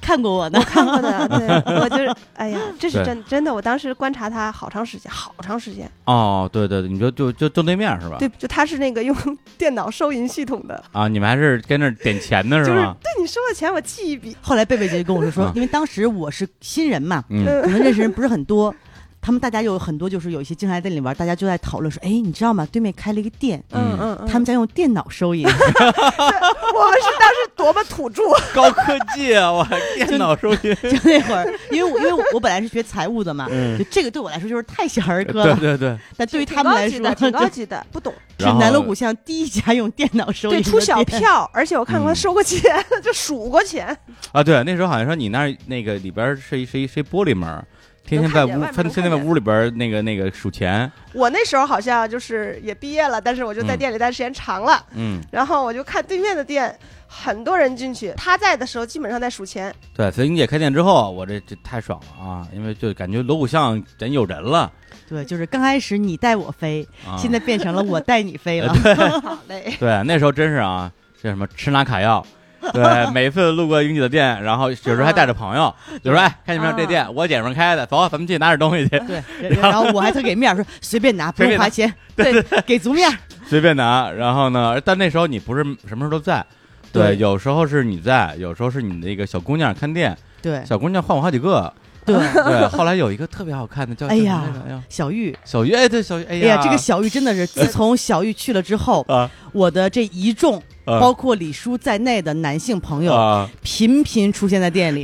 [SPEAKER 2] 看过 我呢。
[SPEAKER 1] 看过的， 对，我就是，哎呀，这是
[SPEAKER 5] 对
[SPEAKER 1] 真真的，我当时观察他好长时间，好长时间，
[SPEAKER 5] 哦，对对对，你说就就正对面是吧？
[SPEAKER 1] 对，就他是那个用 电脑收银系统的，
[SPEAKER 5] 啊，你们还是跟那儿点钱呢
[SPEAKER 1] 就是
[SPEAKER 5] 吗？
[SPEAKER 1] 对你收了钱我记一笔，
[SPEAKER 2] 后来贝贝就跟我说说
[SPEAKER 5] 啊，
[SPEAKER 2] 因为当时我是新人嘛，
[SPEAKER 5] 嗯
[SPEAKER 1] 嗯
[SPEAKER 2] 可能认识人不是很多，他们大家有很多就是有一些经常来店里玩，大家就在讨论说，哎，你知道吗？对面开了一个店，
[SPEAKER 1] 嗯嗯嗯，
[SPEAKER 2] 他们家用电脑 收银，
[SPEAKER 1] 我们是当时多么土著，
[SPEAKER 5] 高科技啊！我 电脑收银，
[SPEAKER 2] 就那会儿，因为我因为我本来是学财务的嘛，
[SPEAKER 1] 嗯
[SPEAKER 2] 就这个对我来说就是太小儿科
[SPEAKER 5] 嗯对
[SPEAKER 2] 了，
[SPEAKER 5] 对对，
[SPEAKER 2] 但 对于他们 来
[SPEAKER 1] 挺高级的
[SPEAKER 2] 说，
[SPEAKER 1] 挺高
[SPEAKER 2] 对
[SPEAKER 1] 级的，不懂，
[SPEAKER 2] 是
[SPEAKER 5] 然后
[SPEAKER 2] 南锣鼓巷第一家用电脑收银
[SPEAKER 1] 对，
[SPEAKER 2] 的
[SPEAKER 1] 出小
[SPEAKER 2] 店。
[SPEAKER 1] 票，而且我
[SPEAKER 5] 嗯
[SPEAKER 1] 看过他收过钱， 就数过钱，
[SPEAKER 5] 啊，对，那时候好像说你那儿那个里边儿是一是一是一玻璃门儿，天
[SPEAKER 1] 能
[SPEAKER 5] 天在
[SPEAKER 1] 看见
[SPEAKER 5] 屋
[SPEAKER 1] 外，面
[SPEAKER 5] 他
[SPEAKER 1] 能
[SPEAKER 5] 天天在
[SPEAKER 1] 看见
[SPEAKER 5] 屋里边儿那个那个数钱，
[SPEAKER 1] 我那时候好像就是也毕业了，但是我就在
[SPEAKER 5] 嗯
[SPEAKER 1] 店里待时间长了，
[SPEAKER 5] 嗯，
[SPEAKER 1] 然后我就看对面的店，很多人进去，他在的时候基本上在数钱，
[SPEAKER 5] 对，所以你姐开店之后，我这这太爽了啊，因为就感觉锣鼓巷真有人了，
[SPEAKER 2] 对，就是刚开始你带我飞，
[SPEAKER 5] 啊、
[SPEAKER 2] 现在变成了我带你飞了。
[SPEAKER 1] 好嘞，
[SPEAKER 5] 对那时候真是啊，这什么吃拿 卡要。对，每次路过英姐的店，然后有时候还带着朋友，
[SPEAKER 2] 嗯
[SPEAKER 5] 就说：“哎，看见没有，这店我姐们儿开的，走，咱们去拿点东西去，
[SPEAKER 2] 对，然然后我还特给面儿说随便拿，不
[SPEAKER 5] 随便
[SPEAKER 2] 用花
[SPEAKER 5] 拿
[SPEAKER 2] 钱，对，给足面儿。
[SPEAKER 5] 随便拿。”然后呢，但那时候你不是什么时候都在，对，
[SPEAKER 2] 对
[SPEAKER 5] 有时候是你在，有时候是你那个小姑娘看店，
[SPEAKER 2] 对
[SPEAKER 5] 小姑娘换我好 几个，
[SPEAKER 2] 对，
[SPEAKER 5] 对，后来有一个特别好看的叫
[SPEAKER 2] 哎呀
[SPEAKER 5] 叫什么来着哎呀，
[SPEAKER 2] 小玉，
[SPEAKER 5] 小鱼，哎，对，小鱼，哎
[SPEAKER 2] 哎
[SPEAKER 5] 呀，
[SPEAKER 2] 呀，这个小玉真的是，自从小玉去了之后，
[SPEAKER 5] 啊
[SPEAKER 2] 我的这一众，
[SPEAKER 5] 啊
[SPEAKER 2] 包括李叔在内的男性朋友，
[SPEAKER 5] 啊，
[SPEAKER 2] 频频出现在店里。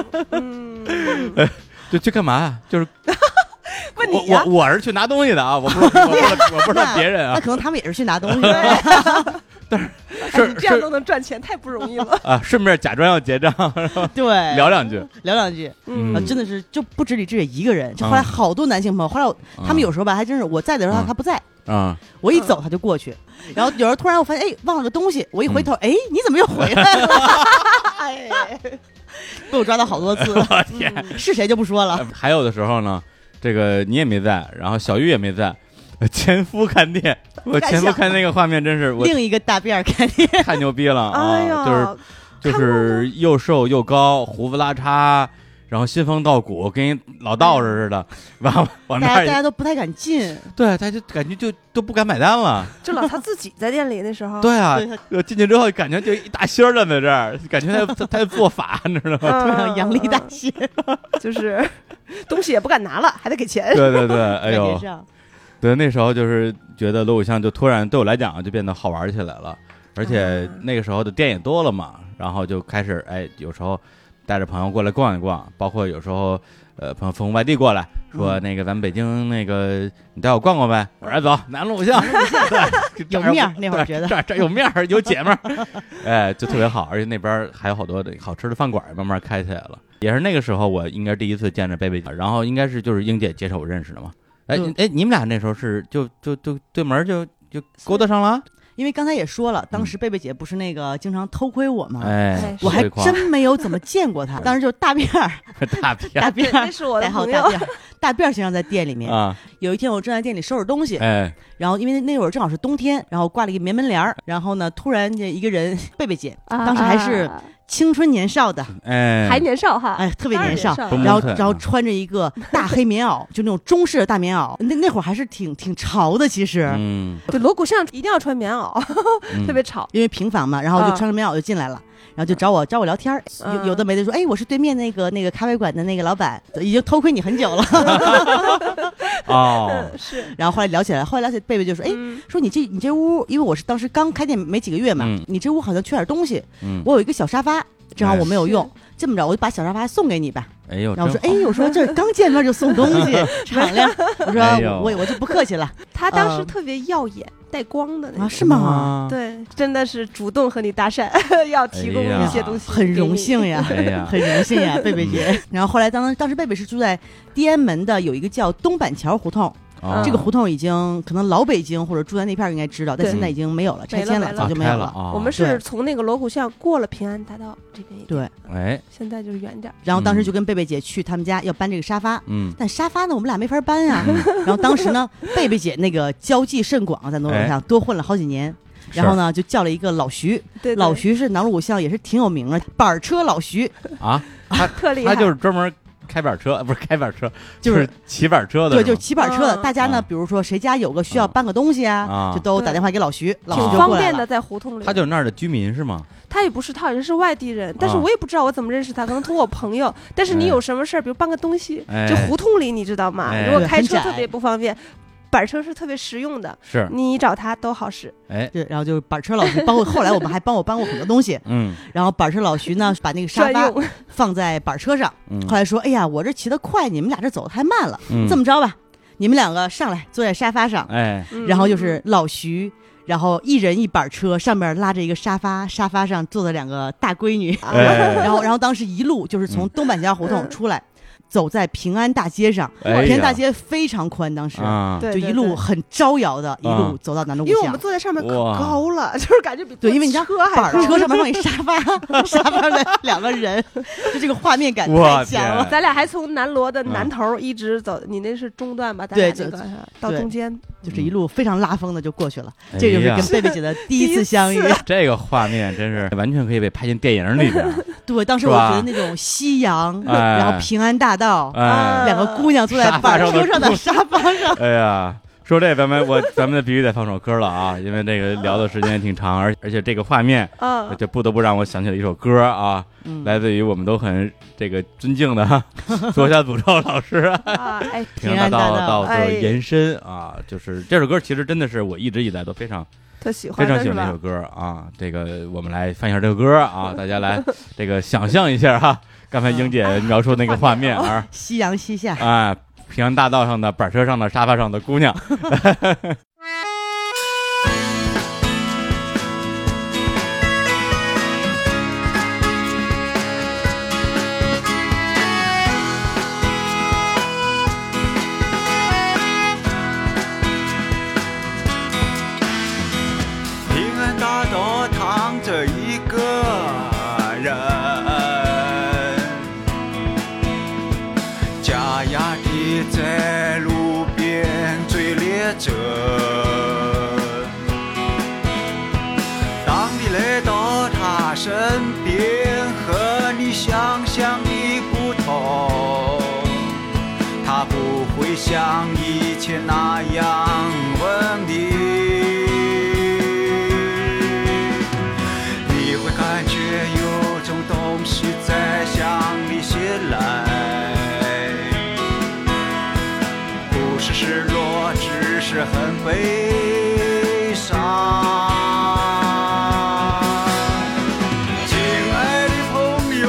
[SPEAKER 1] 嗯，
[SPEAKER 5] 就去干嘛？啊就是
[SPEAKER 2] 哎
[SPEAKER 1] 问
[SPEAKER 5] 哎我
[SPEAKER 1] 你呀
[SPEAKER 5] 我、我是去拿东西的啊，我 不是我不是我不是
[SPEAKER 2] 那
[SPEAKER 5] 别人
[SPEAKER 2] 那
[SPEAKER 5] 啊，
[SPEAKER 2] 可能他们也是去拿东西
[SPEAKER 1] 对，
[SPEAKER 2] 的。
[SPEAKER 1] 哎
[SPEAKER 5] 是
[SPEAKER 1] 你这样
[SPEAKER 5] 是
[SPEAKER 1] 都能赚钱，太不容易了。
[SPEAKER 5] 啊，顺便假装要结账
[SPEAKER 2] 对，
[SPEAKER 5] 聊两句，
[SPEAKER 2] 聊两句
[SPEAKER 5] 嗯
[SPEAKER 2] 哎啊，真的是就不止李志远一个人，就后来
[SPEAKER 5] 嗯
[SPEAKER 2] 好多男性朋友，后来我他们有时候吧，还真是我在的时候他
[SPEAKER 5] 嗯
[SPEAKER 2] 他不在，
[SPEAKER 5] 啊，
[SPEAKER 2] 我
[SPEAKER 1] 嗯
[SPEAKER 2] 一走他就过去，然后有时候突然我发现哎忘了个东西，我一回头
[SPEAKER 5] 嗯
[SPEAKER 2] 哎你怎么又回来了？
[SPEAKER 1] 哎，
[SPEAKER 2] 被我抓到好多次，
[SPEAKER 5] 哎
[SPEAKER 1] 嗯
[SPEAKER 2] 是谁就不说了。
[SPEAKER 5] 还有的时候呢，这个你也没在，然后小玉也没在。 呃前夫看店，我
[SPEAKER 2] 敢
[SPEAKER 5] 前夫
[SPEAKER 2] 想
[SPEAKER 5] 看那个画面真是我
[SPEAKER 2] 另一个大辫儿看见，
[SPEAKER 5] 太牛 逼了
[SPEAKER 1] 哎
[SPEAKER 5] 啊！就是
[SPEAKER 1] 呀，
[SPEAKER 5] 就是又瘦又高，胡子拉碴，然后仙风道骨，跟一老道士似的，往往
[SPEAKER 2] 大
[SPEAKER 5] 啊
[SPEAKER 2] 嗯家
[SPEAKER 5] 那
[SPEAKER 2] 大
[SPEAKER 5] 儿一，
[SPEAKER 2] 家都不太敢进，
[SPEAKER 5] 对，他就感觉就都不敢买单了。
[SPEAKER 1] 就老他自己在店里那时候，
[SPEAKER 5] 对啊
[SPEAKER 2] 哦对，
[SPEAKER 5] 我进去之后感觉就一大仙儿站在这儿，感觉他他他在做法，你知道
[SPEAKER 1] 嗯，
[SPEAKER 5] 吗？
[SPEAKER 2] 突 然阳历大
[SPEAKER 1] 嗯嗯
[SPEAKER 2] 谢，
[SPEAKER 1] 就是 东西也不敢拿了，还得给钱。
[SPEAKER 5] 对对对，
[SPEAKER 2] 感
[SPEAKER 5] 哎
[SPEAKER 2] 觉啊
[SPEAKER 5] 呦，
[SPEAKER 2] 上
[SPEAKER 5] 对，那时候就是觉得锣鼓巷就突然对我来讲就变得好玩起来了，而且
[SPEAKER 2] 嗯
[SPEAKER 5] 那个时候的店也多了嘛，然后就开始哎，有时候带着朋友过来逛一逛，包括有时候呃朋友从外地过来说
[SPEAKER 2] 嗯
[SPEAKER 5] 那个咱们北京那个你带我逛逛呗，我说哎走南锣鼓巷，对，
[SPEAKER 2] 有
[SPEAKER 5] 这儿
[SPEAKER 2] 面儿那会儿
[SPEAKER 5] 对
[SPEAKER 2] 觉得
[SPEAKER 5] 这儿这儿有面儿有姐们 儿，哎就特别好，而且那边儿还有好多的好吃的饭馆儿慢慢开起来了。也是那个时候，我应该第一次见着贝贝，然后应该是就是英姐介绍我认识的嘛。哎
[SPEAKER 2] 嗯
[SPEAKER 5] 哎，你们俩那时候是就就就对门儿就就勾搭上了？
[SPEAKER 2] 因为刚才也说了，当时贝贝姐不是那个经常偷窥我吗？
[SPEAKER 5] 嗯哎，
[SPEAKER 2] 我还
[SPEAKER 5] 亏夸
[SPEAKER 2] 真没有怎么见 过她，当时就是大辫儿，
[SPEAKER 5] 大片
[SPEAKER 2] 大
[SPEAKER 1] 对，
[SPEAKER 2] 辫
[SPEAKER 1] 那
[SPEAKER 2] 儿，
[SPEAKER 1] 是我的
[SPEAKER 2] 代号
[SPEAKER 1] 朋
[SPEAKER 2] 大
[SPEAKER 1] 友。
[SPEAKER 2] 辫儿，大辫儿先生在店里面。
[SPEAKER 5] 啊，
[SPEAKER 2] 有一天我正在店里收拾东西，
[SPEAKER 5] 哎，
[SPEAKER 2] 然后因为那会儿正好是冬天，然后挂了一个棉门帘儿，然后呢，突然这一个人，贝贝姐，当时还是
[SPEAKER 1] 啊
[SPEAKER 2] 青春年少的，
[SPEAKER 5] 哎，
[SPEAKER 1] 还年少哈，
[SPEAKER 2] 哎，特别
[SPEAKER 1] 当然
[SPEAKER 2] 年少。
[SPEAKER 5] 不
[SPEAKER 2] 然后，
[SPEAKER 5] 蒙特
[SPEAKER 2] 然后穿着一个大黑棉
[SPEAKER 5] 嗯
[SPEAKER 2] 袄，就那种中式的大棉袄，那那会儿还是挺挺潮的，其实，
[SPEAKER 5] 嗯，
[SPEAKER 1] 对，锣鼓巷一定要穿棉袄，
[SPEAKER 5] 嗯哦
[SPEAKER 1] 特别吵。
[SPEAKER 2] 因为平房嘛，然后就
[SPEAKER 1] 啊
[SPEAKER 5] 嗯
[SPEAKER 2] 穿着棉袄就进来了。然后就找我找我聊天儿，
[SPEAKER 1] 嗯
[SPEAKER 2] 有有的没的说，哎，我是对面那个那个咖啡馆的那个老板，已经偷窥你很 久了。
[SPEAKER 5] 哦，
[SPEAKER 1] 嗯是，
[SPEAKER 2] 然后后来聊起来，后来聊起来贝贝就说，哎，
[SPEAKER 1] 嗯
[SPEAKER 2] 说你这你这屋，因为我是当时刚开店没几个月嘛，
[SPEAKER 5] 嗯
[SPEAKER 2] 你这屋好像缺点东西，
[SPEAKER 5] 嗯，
[SPEAKER 2] 我有一个小沙发，正好我没有用，这么着我就把小沙发送给你吧。
[SPEAKER 5] 哎呦，
[SPEAKER 2] 然后我说，
[SPEAKER 5] 真好
[SPEAKER 2] 哎，我说这刚见面就送东西，敞亮。我说
[SPEAKER 5] 哎呦
[SPEAKER 2] 我我就不客气了
[SPEAKER 1] 他当时
[SPEAKER 2] 嗯
[SPEAKER 1] 特别耀眼，带光的那
[SPEAKER 2] 啊，
[SPEAKER 1] 种。
[SPEAKER 2] 是吗？？
[SPEAKER 5] 嗯
[SPEAKER 1] 对，真的是主动和你搭讪，要提供一些东西，
[SPEAKER 2] 很荣幸。呀，
[SPEAKER 5] 哎呀
[SPEAKER 2] 很荣幸呀，贝贝姐。 然后后来当当时贝贝是住在地安门的有一个叫东板桥胡同，
[SPEAKER 5] 哦
[SPEAKER 2] 这个胡同已经可能老北京或者住在那片儿应该知道，但
[SPEAKER 1] 对
[SPEAKER 2] 现在已经没有了，拆迁
[SPEAKER 1] 没了
[SPEAKER 2] 早就没有
[SPEAKER 5] 啊开了啊。
[SPEAKER 1] 我们是从那个锣鼓巷过了平安大道这边一点，
[SPEAKER 2] 对，
[SPEAKER 5] 哎，
[SPEAKER 1] 现在就是远点儿。
[SPEAKER 2] 然后当时就跟贝贝姐去他们家要搬这个沙发，
[SPEAKER 5] 嗯，
[SPEAKER 2] 但沙发呢，我们俩没法搬啊。然 后当时呢，贝贝姐那个交际甚广，在农场
[SPEAKER 5] 哎
[SPEAKER 2] 上多混了好几年。然后呢，就叫了一个老徐，
[SPEAKER 1] 对，对
[SPEAKER 2] 老徐是南锣鼓巷也是挺有名的板车老徐，
[SPEAKER 5] 啊，
[SPEAKER 1] 特厉害，
[SPEAKER 5] 他就是专门开板车，不是开板车，
[SPEAKER 2] 就是
[SPEAKER 5] 骑板车的
[SPEAKER 2] 对，
[SPEAKER 5] 是吗，
[SPEAKER 2] 就是骑板车的。
[SPEAKER 1] 嗯
[SPEAKER 2] 大家
[SPEAKER 5] 啊
[SPEAKER 2] 呢，比如说谁家有个需要搬个东西啊
[SPEAKER 5] 啊，
[SPEAKER 2] 就都打
[SPEAKER 1] 对
[SPEAKER 2] 电话给老徐，老
[SPEAKER 5] 挺
[SPEAKER 2] 徐
[SPEAKER 1] 挺
[SPEAKER 2] 就
[SPEAKER 1] 方
[SPEAKER 2] 过来
[SPEAKER 1] 便的，
[SPEAKER 2] 了。
[SPEAKER 1] 在胡同里。
[SPEAKER 5] 他就是那儿的居民是吗？
[SPEAKER 1] 他也不是，他好像是外地人，但是
[SPEAKER 5] 啊
[SPEAKER 1] 我也不知道我怎么认识他，可能通过我朋友。但是你有什么事儿，比如搬个东西
[SPEAKER 5] 哎，
[SPEAKER 1] 就胡同里你知道吗
[SPEAKER 5] 哎？
[SPEAKER 1] 如果开车
[SPEAKER 2] 对很窄
[SPEAKER 1] 特别不方便，板车是特别实用的，
[SPEAKER 5] 是，
[SPEAKER 2] 嗯
[SPEAKER 1] 你找他都好使。
[SPEAKER 5] 哎，
[SPEAKER 2] 对，然后就是板车老徐，包括后来我们还帮我搬过很多东西。
[SPEAKER 5] 嗯
[SPEAKER 2] 然后板车老徐呢，把那个沙
[SPEAKER 1] 专
[SPEAKER 2] 发
[SPEAKER 1] 用，
[SPEAKER 2] 放在板车上。
[SPEAKER 5] 嗯，
[SPEAKER 2] 后来说，哎呀，我这骑得快，你们俩这走得太慢了。
[SPEAKER 5] 嗯
[SPEAKER 2] 这么着吧，你们两个上来坐在沙发上，
[SPEAKER 5] 哎，
[SPEAKER 1] 嗯
[SPEAKER 2] 然后就是老徐，然后一人一板车，上面拉着一个沙发，沙发上坐着两个大闺女，
[SPEAKER 5] 哎
[SPEAKER 2] 然后然后当时一路就是从
[SPEAKER 5] 嗯
[SPEAKER 2] 东板桥胡同
[SPEAKER 1] 嗯
[SPEAKER 2] 出来，走在平安大街上，
[SPEAKER 5] 哎呀
[SPEAKER 2] 平安大街非常宽，当时。
[SPEAKER 5] 啊，
[SPEAKER 1] 对
[SPEAKER 2] 就一路，很招摇的，一路
[SPEAKER 5] 啊
[SPEAKER 2] 走到南锣鼓
[SPEAKER 1] 对对因为我
[SPEAKER 2] 巷
[SPEAKER 1] 们。坐在上面可
[SPEAKER 5] 哇
[SPEAKER 1] 高了， 就是感觉比
[SPEAKER 2] 对，因为你知道
[SPEAKER 1] 车还
[SPEAKER 2] 板
[SPEAKER 1] 高。
[SPEAKER 2] 车上面放一沙 发，沙发上两个人， 就这个画面感
[SPEAKER 5] 我
[SPEAKER 2] 太强
[SPEAKER 5] 天
[SPEAKER 2] 了。
[SPEAKER 1] 咱俩还从南锣的南头一直走，你那是中段吧？咱
[SPEAKER 2] 对
[SPEAKER 1] 俩那
[SPEAKER 2] 这
[SPEAKER 1] 个到
[SPEAKER 2] 对
[SPEAKER 1] 中间，
[SPEAKER 2] 就是一路非常拉风的就过去了。
[SPEAKER 5] 哎呀
[SPEAKER 2] 这就是跟贝贝姐的第一次相遇
[SPEAKER 1] 第一。
[SPEAKER 5] 这个画面真是完全可以被拍进电影里 边儿，
[SPEAKER 2] 对，当时我
[SPEAKER 5] 是吧
[SPEAKER 2] 觉得那种夕阳，
[SPEAKER 5] 哎
[SPEAKER 2] 然后平安大道，
[SPEAKER 5] 哎，
[SPEAKER 2] 两
[SPEAKER 1] 嗯
[SPEAKER 2] 个姑娘坐在
[SPEAKER 5] 沙
[SPEAKER 2] 板
[SPEAKER 5] 发上的
[SPEAKER 2] 车上的
[SPEAKER 5] 姑
[SPEAKER 2] 沙发上，
[SPEAKER 5] 哎呀，说这咱们我咱们必须得放首歌了啊，因为这个聊的时间也挺长，而而且这个画面。
[SPEAKER 1] 嗯，
[SPEAKER 5] 就不得不让我想起了一首歌啊，
[SPEAKER 2] 嗯
[SPEAKER 5] 来自于我们都很这个尊敬的 左下诅咒老师 啊，
[SPEAKER 1] 啊，哎，
[SPEAKER 5] 平安
[SPEAKER 2] 平安
[SPEAKER 5] 道
[SPEAKER 2] 大
[SPEAKER 5] 哎
[SPEAKER 2] 道
[SPEAKER 5] 道的延伸啊，就是这首歌其实真的是我一直以来都非常
[SPEAKER 1] 特喜欢
[SPEAKER 5] 非
[SPEAKER 1] 的
[SPEAKER 5] 常
[SPEAKER 1] 是
[SPEAKER 5] 喜欢
[SPEAKER 1] 吧
[SPEAKER 5] 这首歌啊。这个我们来放一下这个歌啊，大家来 这个想象一下哈，刚才英姐描述那个 画面啊，
[SPEAKER 2] 夕阳西下。
[SPEAKER 5] 啊，平安大道上的板车上的沙发上的姑娘，
[SPEAKER 4] 平安大道躺着一个人，假牙滴在路边嘴咧着。当你来到他身边，和你想象的不同。他不会像以前那样问你。你会感觉有种东西在向你袭来，不是失落，只是很悲伤。亲爱的朋友，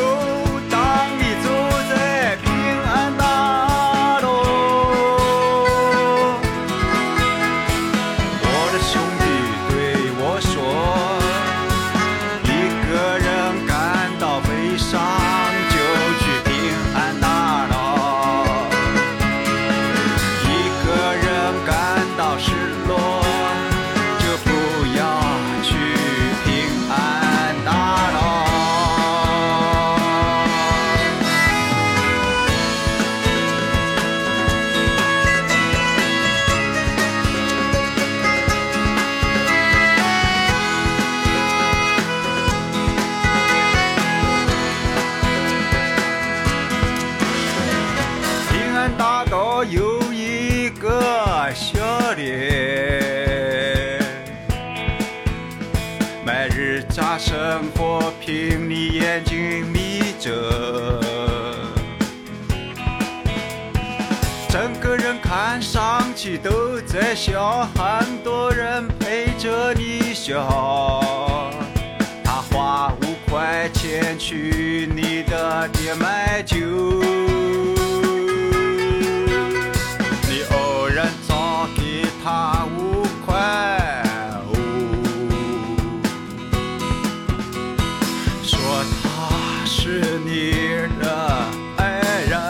[SPEAKER 4] 当你走在平安大路，我的兄弟对我说，一个人感到悲伤就去平安大道，一个人感到失落。就不要去平安大道。平安大道有一个小店，卖日杂察生活，凭你眼睛眯着，整个人看上去都在笑，很多人陪着你笑。他花五块钱去你的店买酒。你偶然找给他五块五，说他是你的爱人。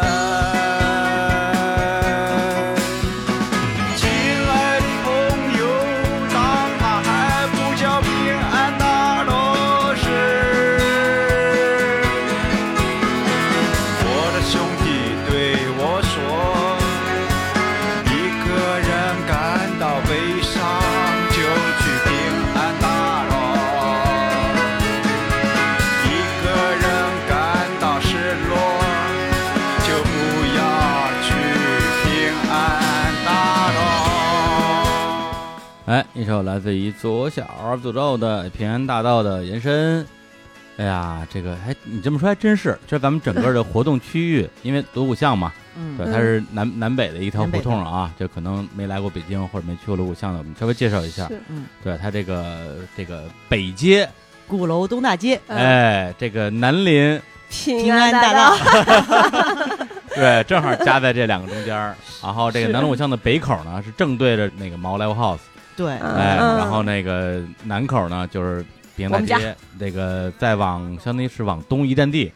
[SPEAKER 4] 亲爱的朋友，当他还不叫平安大乐时，我的兄弟对我说。一个人感到悲伤，就去平安大道；一个人感到失落，就不要去平安大道。
[SPEAKER 5] 哎，一首来自于左小诅咒的《平安大道》的延伸。哎呀，这个还你这么说还真是，这是咱们整个的活动区域，因为锣鼓巷嘛，
[SPEAKER 2] 嗯，
[SPEAKER 5] 对，
[SPEAKER 1] 嗯
[SPEAKER 5] 它是南南北的一条
[SPEAKER 2] 南北
[SPEAKER 5] 胡
[SPEAKER 2] 的
[SPEAKER 5] 同了啊。就可能没来过北京或者没去过锣鼓巷的，我们稍微介绍一下。
[SPEAKER 1] 是
[SPEAKER 5] 对，它这个这个北街，
[SPEAKER 2] 鼓楼东大街，
[SPEAKER 1] 嗯
[SPEAKER 5] 哎，这个南林，
[SPEAKER 1] 平
[SPEAKER 2] 平安
[SPEAKER 1] 大
[SPEAKER 2] 大道，
[SPEAKER 5] 对，正好夹在这两个中间 儿。然后这个
[SPEAKER 1] 是
[SPEAKER 5] 南锣鼓巷的北口呢，是正对着那个毛 Live House。
[SPEAKER 2] 对，
[SPEAKER 1] 嗯
[SPEAKER 5] 哎，然后那个南口呢，就是平
[SPEAKER 1] 我
[SPEAKER 5] 大
[SPEAKER 1] 们家
[SPEAKER 5] 街，那个再往相当于是往东一站地，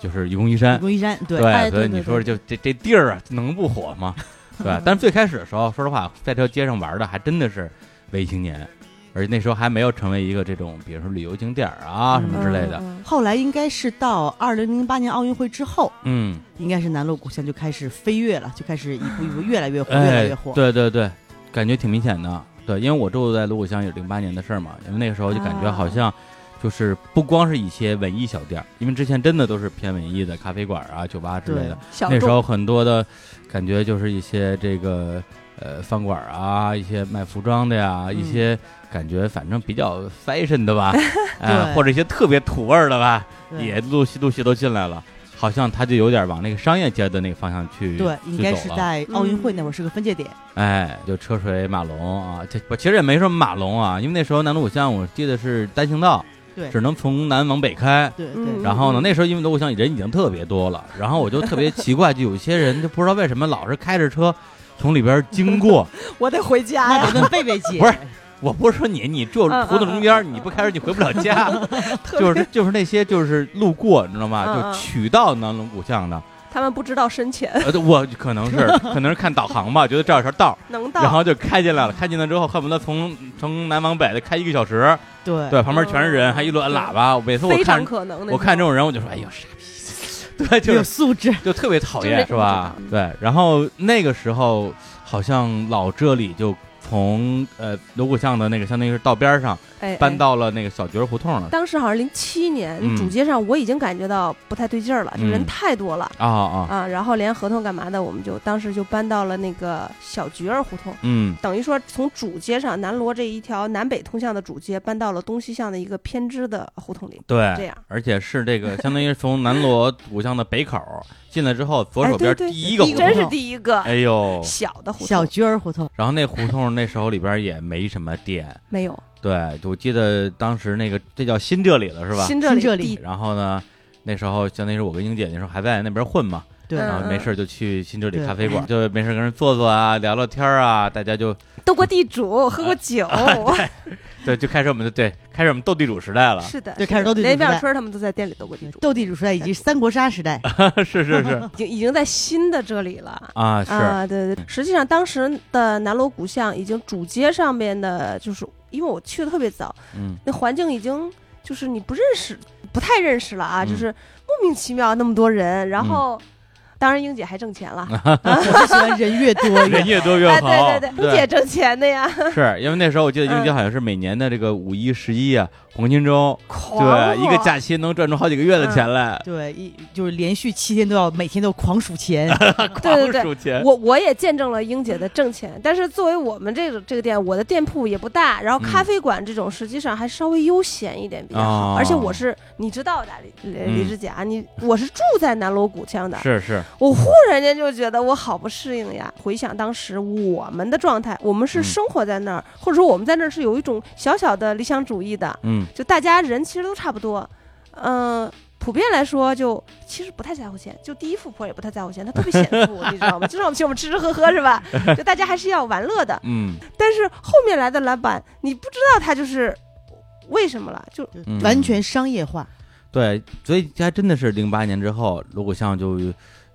[SPEAKER 5] 就是愚公移山。
[SPEAKER 2] 龙一山，对，
[SPEAKER 5] 对，
[SPEAKER 2] 哎
[SPEAKER 5] 所以
[SPEAKER 2] 对
[SPEAKER 5] 你
[SPEAKER 2] 对
[SPEAKER 5] 说
[SPEAKER 2] 对
[SPEAKER 5] 就这这地儿啊，能不火吗？对，但是最开始的时候，说实话，在这条街上玩的还真的是文艺青年，而且那时候还没有成为一个这种，比如说旅游景点儿啊
[SPEAKER 2] 嗯
[SPEAKER 5] 什么之类的。
[SPEAKER 1] 嗯
[SPEAKER 2] 后来应该是到二零零八年奥运会之后，
[SPEAKER 5] 嗯，
[SPEAKER 2] 应该是南锣鼓巷就开始飞跃了，就开始一步一步越来越火，越来
[SPEAKER 5] 哎
[SPEAKER 2] 越，火。
[SPEAKER 5] 对对对，感觉挺明显的。对，因为我住在锣鼓巷也是零八年的事儿嘛，因为那个时候就感觉
[SPEAKER 2] 啊
[SPEAKER 5] 好像就是不光是一些文艺小店儿，因为之前真的都是偏文艺的咖啡馆啊、酒吧之类的。
[SPEAKER 1] 小
[SPEAKER 5] 那时
[SPEAKER 1] 众
[SPEAKER 5] 候很多的感觉就是一些这个呃饭馆啊，一些卖服装的呀，一
[SPEAKER 2] 嗯
[SPEAKER 5] 些感觉反正比较 fashion 的 吧，啊，
[SPEAKER 2] 对
[SPEAKER 5] 或者一些特别土味儿的吧，
[SPEAKER 2] 对
[SPEAKER 5] 也陆续陆续都进来了。好像他就有点往那个商业街的那个方向去，
[SPEAKER 2] 对，应
[SPEAKER 5] 去
[SPEAKER 2] 该
[SPEAKER 5] 走
[SPEAKER 2] 是
[SPEAKER 5] 了
[SPEAKER 2] 在奥运
[SPEAKER 1] 嗯
[SPEAKER 2] 会那会儿是个分界点。
[SPEAKER 5] 哎，就车水马龙啊，这我其实也没什么马龙啊，因为那时候南锣鼓巷我记得是单行道，
[SPEAKER 2] 对
[SPEAKER 5] 只能从南往北开。
[SPEAKER 2] 对
[SPEAKER 1] 嗯
[SPEAKER 2] 对，
[SPEAKER 5] 然后呢，
[SPEAKER 1] 嗯
[SPEAKER 5] 那时候因为锣鼓巷人已经特别多了，然后我就特别奇怪，就有些人就不知道为什么老是开着车从里边 经过。
[SPEAKER 1] 我得回家
[SPEAKER 2] 那
[SPEAKER 1] 呀，
[SPEAKER 2] 得问贝贝姐，
[SPEAKER 5] 不是我不是说你，你住
[SPEAKER 1] 嗯
[SPEAKER 5] 胡同中间，你不开车你回不了家。就是就是那些就是路过，你知道
[SPEAKER 1] 嗯
[SPEAKER 5] 吗？
[SPEAKER 1] 嗯
[SPEAKER 5] 就取道南锣鼓巷的，
[SPEAKER 1] 他们不知道深浅，
[SPEAKER 5] 呃，我可能是可能是看导航吧，觉得这儿有条道儿，
[SPEAKER 1] 能
[SPEAKER 5] 然
[SPEAKER 1] 到
[SPEAKER 5] 后就开进来了。开进来之后，恨不得从从南往北的开一个小时。
[SPEAKER 2] 对
[SPEAKER 5] 对，旁边全是人，
[SPEAKER 1] 嗯
[SPEAKER 5] 还一路按喇叭。每次我
[SPEAKER 1] 非常
[SPEAKER 5] 看
[SPEAKER 1] 可能的。
[SPEAKER 5] 我看这种人，我就说：“哎呦，傻逼！” 对，
[SPEAKER 2] 有
[SPEAKER 5] 就是
[SPEAKER 2] 素质，
[SPEAKER 5] 就特别讨
[SPEAKER 1] 就是
[SPEAKER 5] 厌，
[SPEAKER 1] 那
[SPEAKER 5] 是吧？对。然后那个时候，好像老这里就从呃锣鼓巷的那个，相当于是道边上
[SPEAKER 1] 哎
[SPEAKER 5] 搬。到了那个小角胡同了
[SPEAKER 1] 哎。当时好像零七年
[SPEAKER 5] 嗯
[SPEAKER 1] 主街上，我已经感觉到不太对劲儿了，就人
[SPEAKER 5] 嗯
[SPEAKER 1] 太多了
[SPEAKER 5] 啊啊，
[SPEAKER 1] 啊。然后连合同干嘛的，我们就当时就搬到了那个小菊儿胡同，
[SPEAKER 5] 嗯
[SPEAKER 1] 等于说从主街上南锣这一条南北通向的主街搬到了东西向的一个偏支的胡同里。这
[SPEAKER 5] 对
[SPEAKER 1] 样。
[SPEAKER 5] 而且是 这个，相当于是从南锣鼓巷的北口进来之后，左手边
[SPEAKER 1] 哎对对
[SPEAKER 5] 第一个胡
[SPEAKER 2] 第一个
[SPEAKER 1] 真
[SPEAKER 5] 同，
[SPEAKER 1] 是第一个
[SPEAKER 5] 哎呦，
[SPEAKER 1] 小的胡
[SPEAKER 2] 小
[SPEAKER 1] 同，
[SPEAKER 2] 菊儿胡同，
[SPEAKER 5] 然后那胡同那时候里边也没什么店，
[SPEAKER 1] 没有
[SPEAKER 5] 对，我记得当时那个这叫新这里了是吧？
[SPEAKER 1] 新这
[SPEAKER 2] 新这
[SPEAKER 1] 里
[SPEAKER 2] 里
[SPEAKER 1] 地
[SPEAKER 5] 然后呢，那时候相当于是我跟英姐那时候还在那边混嘛，
[SPEAKER 2] 对
[SPEAKER 1] 嗯
[SPEAKER 5] 然后没事儿就去新这里
[SPEAKER 2] 对
[SPEAKER 5] 咖啡馆，就没事儿跟人坐坐啊，聊聊天儿啊，大家就
[SPEAKER 1] 斗过地主，喝过酒，
[SPEAKER 5] 哎对，就开始我们的对，开始我们斗地主时代了，
[SPEAKER 1] 是的，
[SPEAKER 2] 对
[SPEAKER 1] 是
[SPEAKER 2] 开始
[SPEAKER 1] 的
[SPEAKER 2] 斗地主
[SPEAKER 1] 连
[SPEAKER 2] 时代
[SPEAKER 1] 表春他们都在店里斗过地主，
[SPEAKER 2] 斗地主时代以及三国杀时 代，
[SPEAKER 5] 是 是是
[SPEAKER 1] 已经已经在新的这里了。
[SPEAKER 5] 啊是，
[SPEAKER 1] 啊，对对，实际上当时的南锣鼓巷已经主街上面的，就是因为我去的特别早，
[SPEAKER 5] 嗯
[SPEAKER 1] 那环境已经就是你不认识，不太认识了啊，
[SPEAKER 5] 嗯
[SPEAKER 1] 就是莫名其妙那么多人，然后当然，英姐还挣钱 了，
[SPEAKER 2] 我喜欢人越多越
[SPEAKER 5] 嗯人越多越
[SPEAKER 1] 哎，
[SPEAKER 5] 好。
[SPEAKER 1] 对对对，英姐挣钱的呀，
[SPEAKER 5] 是因为那时候我记得英姐
[SPEAKER 1] 嗯
[SPEAKER 5] 好像是每年的这个五一、十一啊，黄金周，
[SPEAKER 1] 狂
[SPEAKER 5] 对，一个
[SPEAKER 1] 火
[SPEAKER 5] 假期能赚出好几个月的钱
[SPEAKER 1] 嗯
[SPEAKER 5] 来，
[SPEAKER 2] 对，一就是连续七天都要每天都狂数钱，
[SPEAKER 5] 嗯
[SPEAKER 1] 对对对
[SPEAKER 5] 数钱。
[SPEAKER 1] 我我也见证了英姐的挣钱，但是作为我们这个这个店，我的店铺也不大，然后咖啡馆这种实际上还稍微悠闲一点比较好。
[SPEAKER 5] 哦
[SPEAKER 1] 而且我是你知道的，李李
[SPEAKER 5] 嗯
[SPEAKER 1] 李志甲，你我是住在南锣鼓巷的，
[SPEAKER 5] 是是，
[SPEAKER 1] 我忽然间就觉得我好不适应呀。回想当时我们的状态，我们是
[SPEAKER 5] 嗯
[SPEAKER 1] 生活在那儿，或者说我们在那儿是有一种小小的理想主义的，
[SPEAKER 5] 嗯，
[SPEAKER 1] 就大家人其实都差不多，嗯、普遍来说就其实不太在乎钱，就第一富婆也不太在乎钱，她特别显 富，你知道吗？就让我们请我们吃吃喝喝是吧？就大家还是要玩乐的。
[SPEAKER 5] 嗯，
[SPEAKER 1] 但是后面来的老板，你不知道他就是为什么了，就
[SPEAKER 2] 就
[SPEAKER 5] 嗯
[SPEAKER 2] 完全商业化。
[SPEAKER 5] 对，所以还真的是零八年之后，锣鼓巷就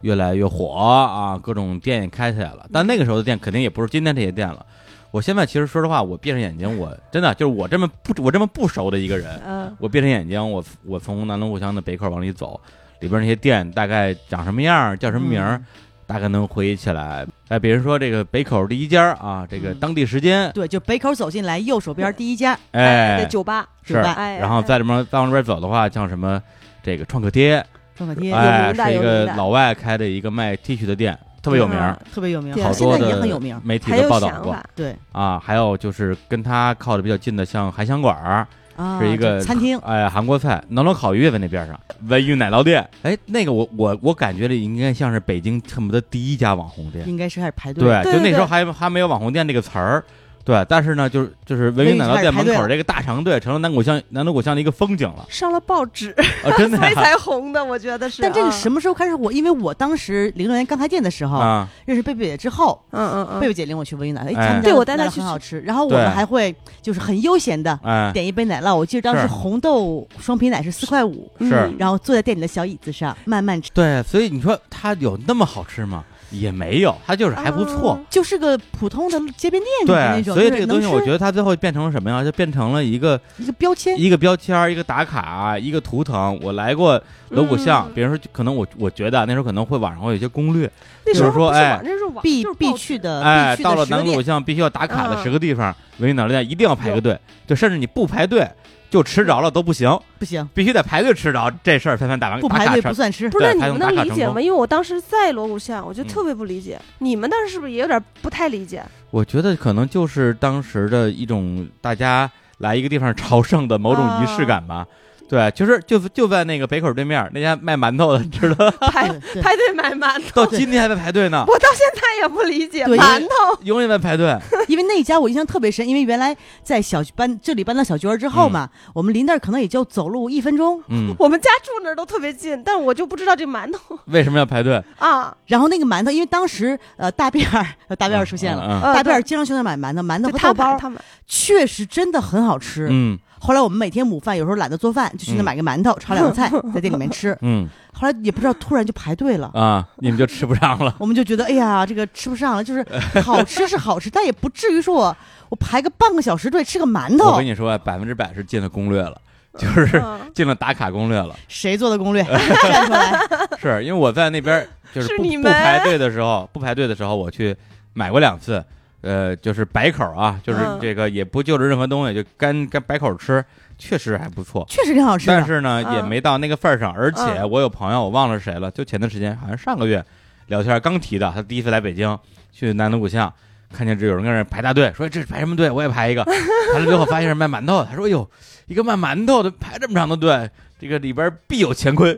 [SPEAKER 5] 越来越火啊，各种店也开起来了。但那个时候的店肯定也不是今天这些店了。我现在其实说实话，我闭上眼睛，我真的就是我这么不我这么不熟的一个人，
[SPEAKER 1] 嗯、
[SPEAKER 5] 我闭上眼睛，我我从南锣鼓巷的北口往里走，里边那些店大概长什么样儿，叫什么名儿，
[SPEAKER 2] 嗯
[SPEAKER 5] 大概能回忆起来。哎，比如说这个北口第一家啊，这个
[SPEAKER 2] 嗯
[SPEAKER 5] 当地时间，
[SPEAKER 2] 对，就北口走进来，右手边第一家
[SPEAKER 5] 哎
[SPEAKER 1] 在，酒吧，
[SPEAKER 5] 是，
[SPEAKER 2] 酒吧
[SPEAKER 1] 哎
[SPEAKER 5] 然后在里面再往里边走的话，像什么这个创可贴，
[SPEAKER 2] 创可贴，
[SPEAKER 5] 哎，
[SPEAKER 1] 有名的
[SPEAKER 5] 是一
[SPEAKER 1] 有
[SPEAKER 5] 个
[SPEAKER 1] 名的
[SPEAKER 5] 老外开的一个卖 T 恤的店， 特别有名儿，
[SPEAKER 1] 嗯
[SPEAKER 2] 特别有名
[SPEAKER 1] 对，
[SPEAKER 5] 好
[SPEAKER 2] 现
[SPEAKER 5] 多
[SPEAKER 2] 在
[SPEAKER 5] 的
[SPEAKER 2] 也很有名。
[SPEAKER 5] 媒体
[SPEAKER 1] 还
[SPEAKER 5] 都
[SPEAKER 1] 有
[SPEAKER 5] 报道
[SPEAKER 1] 想
[SPEAKER 5] 过
[SPEAKER 1] 法，
[SPEAKER 2] 对
[SPEAKER 5] 啊。还有就是跟他靠的比较近的，像韩香馆儿，
[SPEAKER 2] 啊，
[SPEAKER 5] 是一个
[SPEAKER 2] 就餐厅，
[SPEAKER 5] 哎，韩国菜，南锣烤鱼也在那边上，文裕奶酪店，哎，那个我我我感觉这应该像是北京恨不得第一家网红店，
[SPEAKER 2] 应该是开始排队。
[SPEAKER 5] 对，
[SPEAKER 1] 嗯对
[SPEAKER 5] 就
[SPEAKER 1] 对
[SPEAKER 5] 那时候
[SPEAKER 1] 对
[SPEAKER 5] 还还没有网红店这个词儿。对，但是呢，就是就是文裕奶酪店门口这个大长队，成了南鼓巷南锣鼓巷的一个风景了
[SPEAKER 1] 上了报纸，
[SPEAKER 5] 啊！真的
[SPEAKER 1] 所以
[SPEAKER 5] 呀
[SPEAKER 1] 才红的，我觉得是。
[SPEAKER 2] 但这个
[SPEAKER 1] 嗯
[SPEAKER 2] 什么时候开始火？因为我当时零六年刚开店的时候，
[SPEAKER 5] 啊，
[SPEAKER 2] 认识贝贝姐之后，
[SPEAKER 1] 嗯嗯嗯，
[SPEAKER 2] 贝贝姐领我去温云奶酪，
[SPEAKER 5] 哎
[SPEAKER 2] 哎，他们家
[SPEAKER 1] 对
[SPEAKER 2] 的
[SPEAKER 1] 我带她
[SPEAKER 2] 奶酪
[SPEAKER 1] 去
[SPEAKER 2] 很
[SPEAKER 1] 吃
[SPEAKER 2] 好吃。然后我们
[SPEAKER 5] 对
[SPEAKER 2] 还会就是很悠闲的
[SPEAKER 5] 哎，
[SPEAKER 2] 点一杯奶酪，我记得当时
[SPEAKER 5] 是
[SPEAKER 2] 红豆双皮奶是四块五，
[SPEAKER 5] 是
[SPEAKER 1] 嗯
[SPEAKER 2] 然后坐在店里的小椅子上慢慢吃，
[SPEAKER 5] 对，所以你说它有那么好吃吗？也没
[SPEAKER 2] 哦
[SPEAKER 5] 有，它就是还不错。
[SPEAKER 2] 就是个普通的街边店的哦那
[SPEAKER 5] 对，
[SPEAKER 2] 种，
[SPEAKER 5] 所以
[SPEAKER 2] 就是
[SPEAKER 5] 这个东西
[SPEAKER 2] 能
[SPEAKER 5] 我
[SPEAKER 2] 吃
[SPEAKER 5] 觉得它最后变成了什么呀？就变成了一个
[SPEAKER 2] 一个标签，
[SPEAKER 5] 一个标签儿、一个打卡、一个图腾。我来过锣鼓巷，
[SPEAKER 1] 嗯
[SPEAKER 5] 比如说，可能我我觉得啊那时候可能会网上会有一些攻略，
[SPEAKER 1] 那时候
[SPEAKER 5] 就是说
[SPEAKER 1] 不是
[SPEAKER 5] 哎
[SPEAKER 1] 网，那时候网
[SPEAKER 2] 必
[SPEAKER 1] 就是报
[SPEAKER 2] 必
[SPEAKER 1] 纸
[SPEAKER 2] 去的，
[SPEAKER 5] 哎，
[SPEAKER 2] 呃必去
[SPEAKER 5] 到
[SPEAKER 2] 的
[SPEAKER 5] 了
[SPEAKER 2] 十个
[SPEAKER 5] 南锣鼓
[SPEAKER 2] 店。
[SPEAKER 5] 巷必须要打卡的
[SPEAKER 1] 嗯
[SPEAKER 5] 十个地方，文娱脑店一定要排个队，就甚至你不排队就吃着了都不行，
[SPEAKER 2] 不行，
[SPEAKER 5] 必须得排队吃着，这事儿才算打完
[SPEAKER 2] 不
[SPEAKER 5] 嗯打
[SPEAKER 2] 排
[SPEAKER 5] 卡
[SPEAKER 2] 队
[SPEAKER 5] 成
[SPEAKER 2] 不算吃。
[SPEAKER 1] 不是
[SPEAKER 5] 对
[SPEAKER 1] 那你
[SPEAKER 5] 还
[SPEAKER 1] 们
[SPEAKER 5] 能打
[SPEAKER 1] 能
[SPEAKER 5] 卡
[SPEAKER 1] 理
[SPEAKER 5] 成
[SPEAKER 1] 解
[SPEAKER 5] 功
[SPEAKER 1] 吗？因为我当时在锣鼓巷，我就
[SPEAKER 5] 嗯
[SPEAKER 1] 特别不理解，你们那儿是不是也有点不太理解？
[SPEAKER 5] 我觉得可能就是当时的一种大家来一个地方朝圣的某种仪式感
[SPEAKER 2] 啊
[SPEAKER 5] 吧。对，就是就就在那个北口对面那家卖馒头的，知 道
[SPEAKER 1] 排
[SPEAKER 2] 对
[SPEAKER 5] 啊
[SPEAKER 2] 对
[SPEAKER 1] 排队买馒头，
[SPEAKER 5] 到今天还在排队呢，
[SPEAKER 1] 我到现在也不理解
[SPEAKER 2] 啊对
[SPEAKER 1] 馒头。
[SPEAKER 5] 永远在 排队。
[SPEAKER 2] 因为那一家我印象特别深，因为原来在小区搬这里搬到小娟儿之后嘛，我们离那儿可能也就走路一分钟。
[SPEAKER 5] 嗯，
[SPEAKER 1] 我们家住那儿都特别近，但我就不知道这馒头
[SPEAKER 5] 为什么要 排队？
[SPEAKER 1] 啊，
[SPEAKER 2] 然后那个馒头，因为当时呃大辫儿呃大辫儿出现了，
[SPEAKER 5] 嗯
[SPEAKER 1] 嗯
[SPEAKER 2] 大辫儿经常去那儿买馒头，馒头
[SPEAKER 1] 就
[SPEAKER 2] 和
[SPEAKER 1] 他
[SPEAKER 2] 豆
[SPEAKER 1] 买
[SPEAKER 2] 包
[SPEAKER 1] 他买，
[SPEAKER 2] 确实真的很好吃。
[SPEAKER 5] 嗯
[SPEAKER 2] 后来我们每天午饭有时候懒得做饭，就去那
[SPEAKER 5] 嗯
[SPEAKER 2] 买个馒头炒两 个菜，在店里面吃。
[SPEAKER 5] 嗯
[SPEAKER 2] 后来也不知道突然就排队了。
[SPEAKER 5] 嗯啊，你们就吃不上了。
[SPEAKER 2] 我们就觉得，哎呀，这个吃不上了，就是好吃是好吃，但也不至于说我我排个半个小时队吃个馒
[SPEAKER 5] 我
[SPEAKER 2] 头
[SPEAKER 5] 跟，你说，百分之百是进了攻略了，就是
[SPEAKER 1] 嗯
[SPEAKER 5] 进了打卡攻略了。
[SPEAKER 2] 谁做的攻略 站出来？
[SPEAKER 5] 是因为我在那边就是
[SPEAKER 1] 是
[SPEAKER 5] 不
[SPEAKER 1] 你
[SPEAKER 5] 不
[SPEAKER 1] 们
[SPEAKER 5] 排队的时候，不排队的时候，我去买过两次，呃，就是白口啊，就是
[SPEAKER 1] 嗯
[SPEAKER 5] 这个也不就着任何东西，就干干白口吃，确实还不错。
[SPEAKER 2] 确实挺好吃
[SPEAKER 5] 但
[SPEAKER 2] 的。
[SPEAKER 5] 是呢，
[SPEAKER 1] 嗯
[SPEAKER 5] 也没到那个份儿上，而且
[SPEAKER 1] 嗯
[SPEAKER 5] 我有朋友，我忘了谁了，就前段时间，好像上个月聊天刚提的，他第一次来北京，去南锣鼓巷，看见这有人跟人排大队，说这排什么队，我也 排一个。排了之后发现是卖馒头的，他说：“哎呦，一个卖馒头的排这么长的队，这个里边必有乾坤。”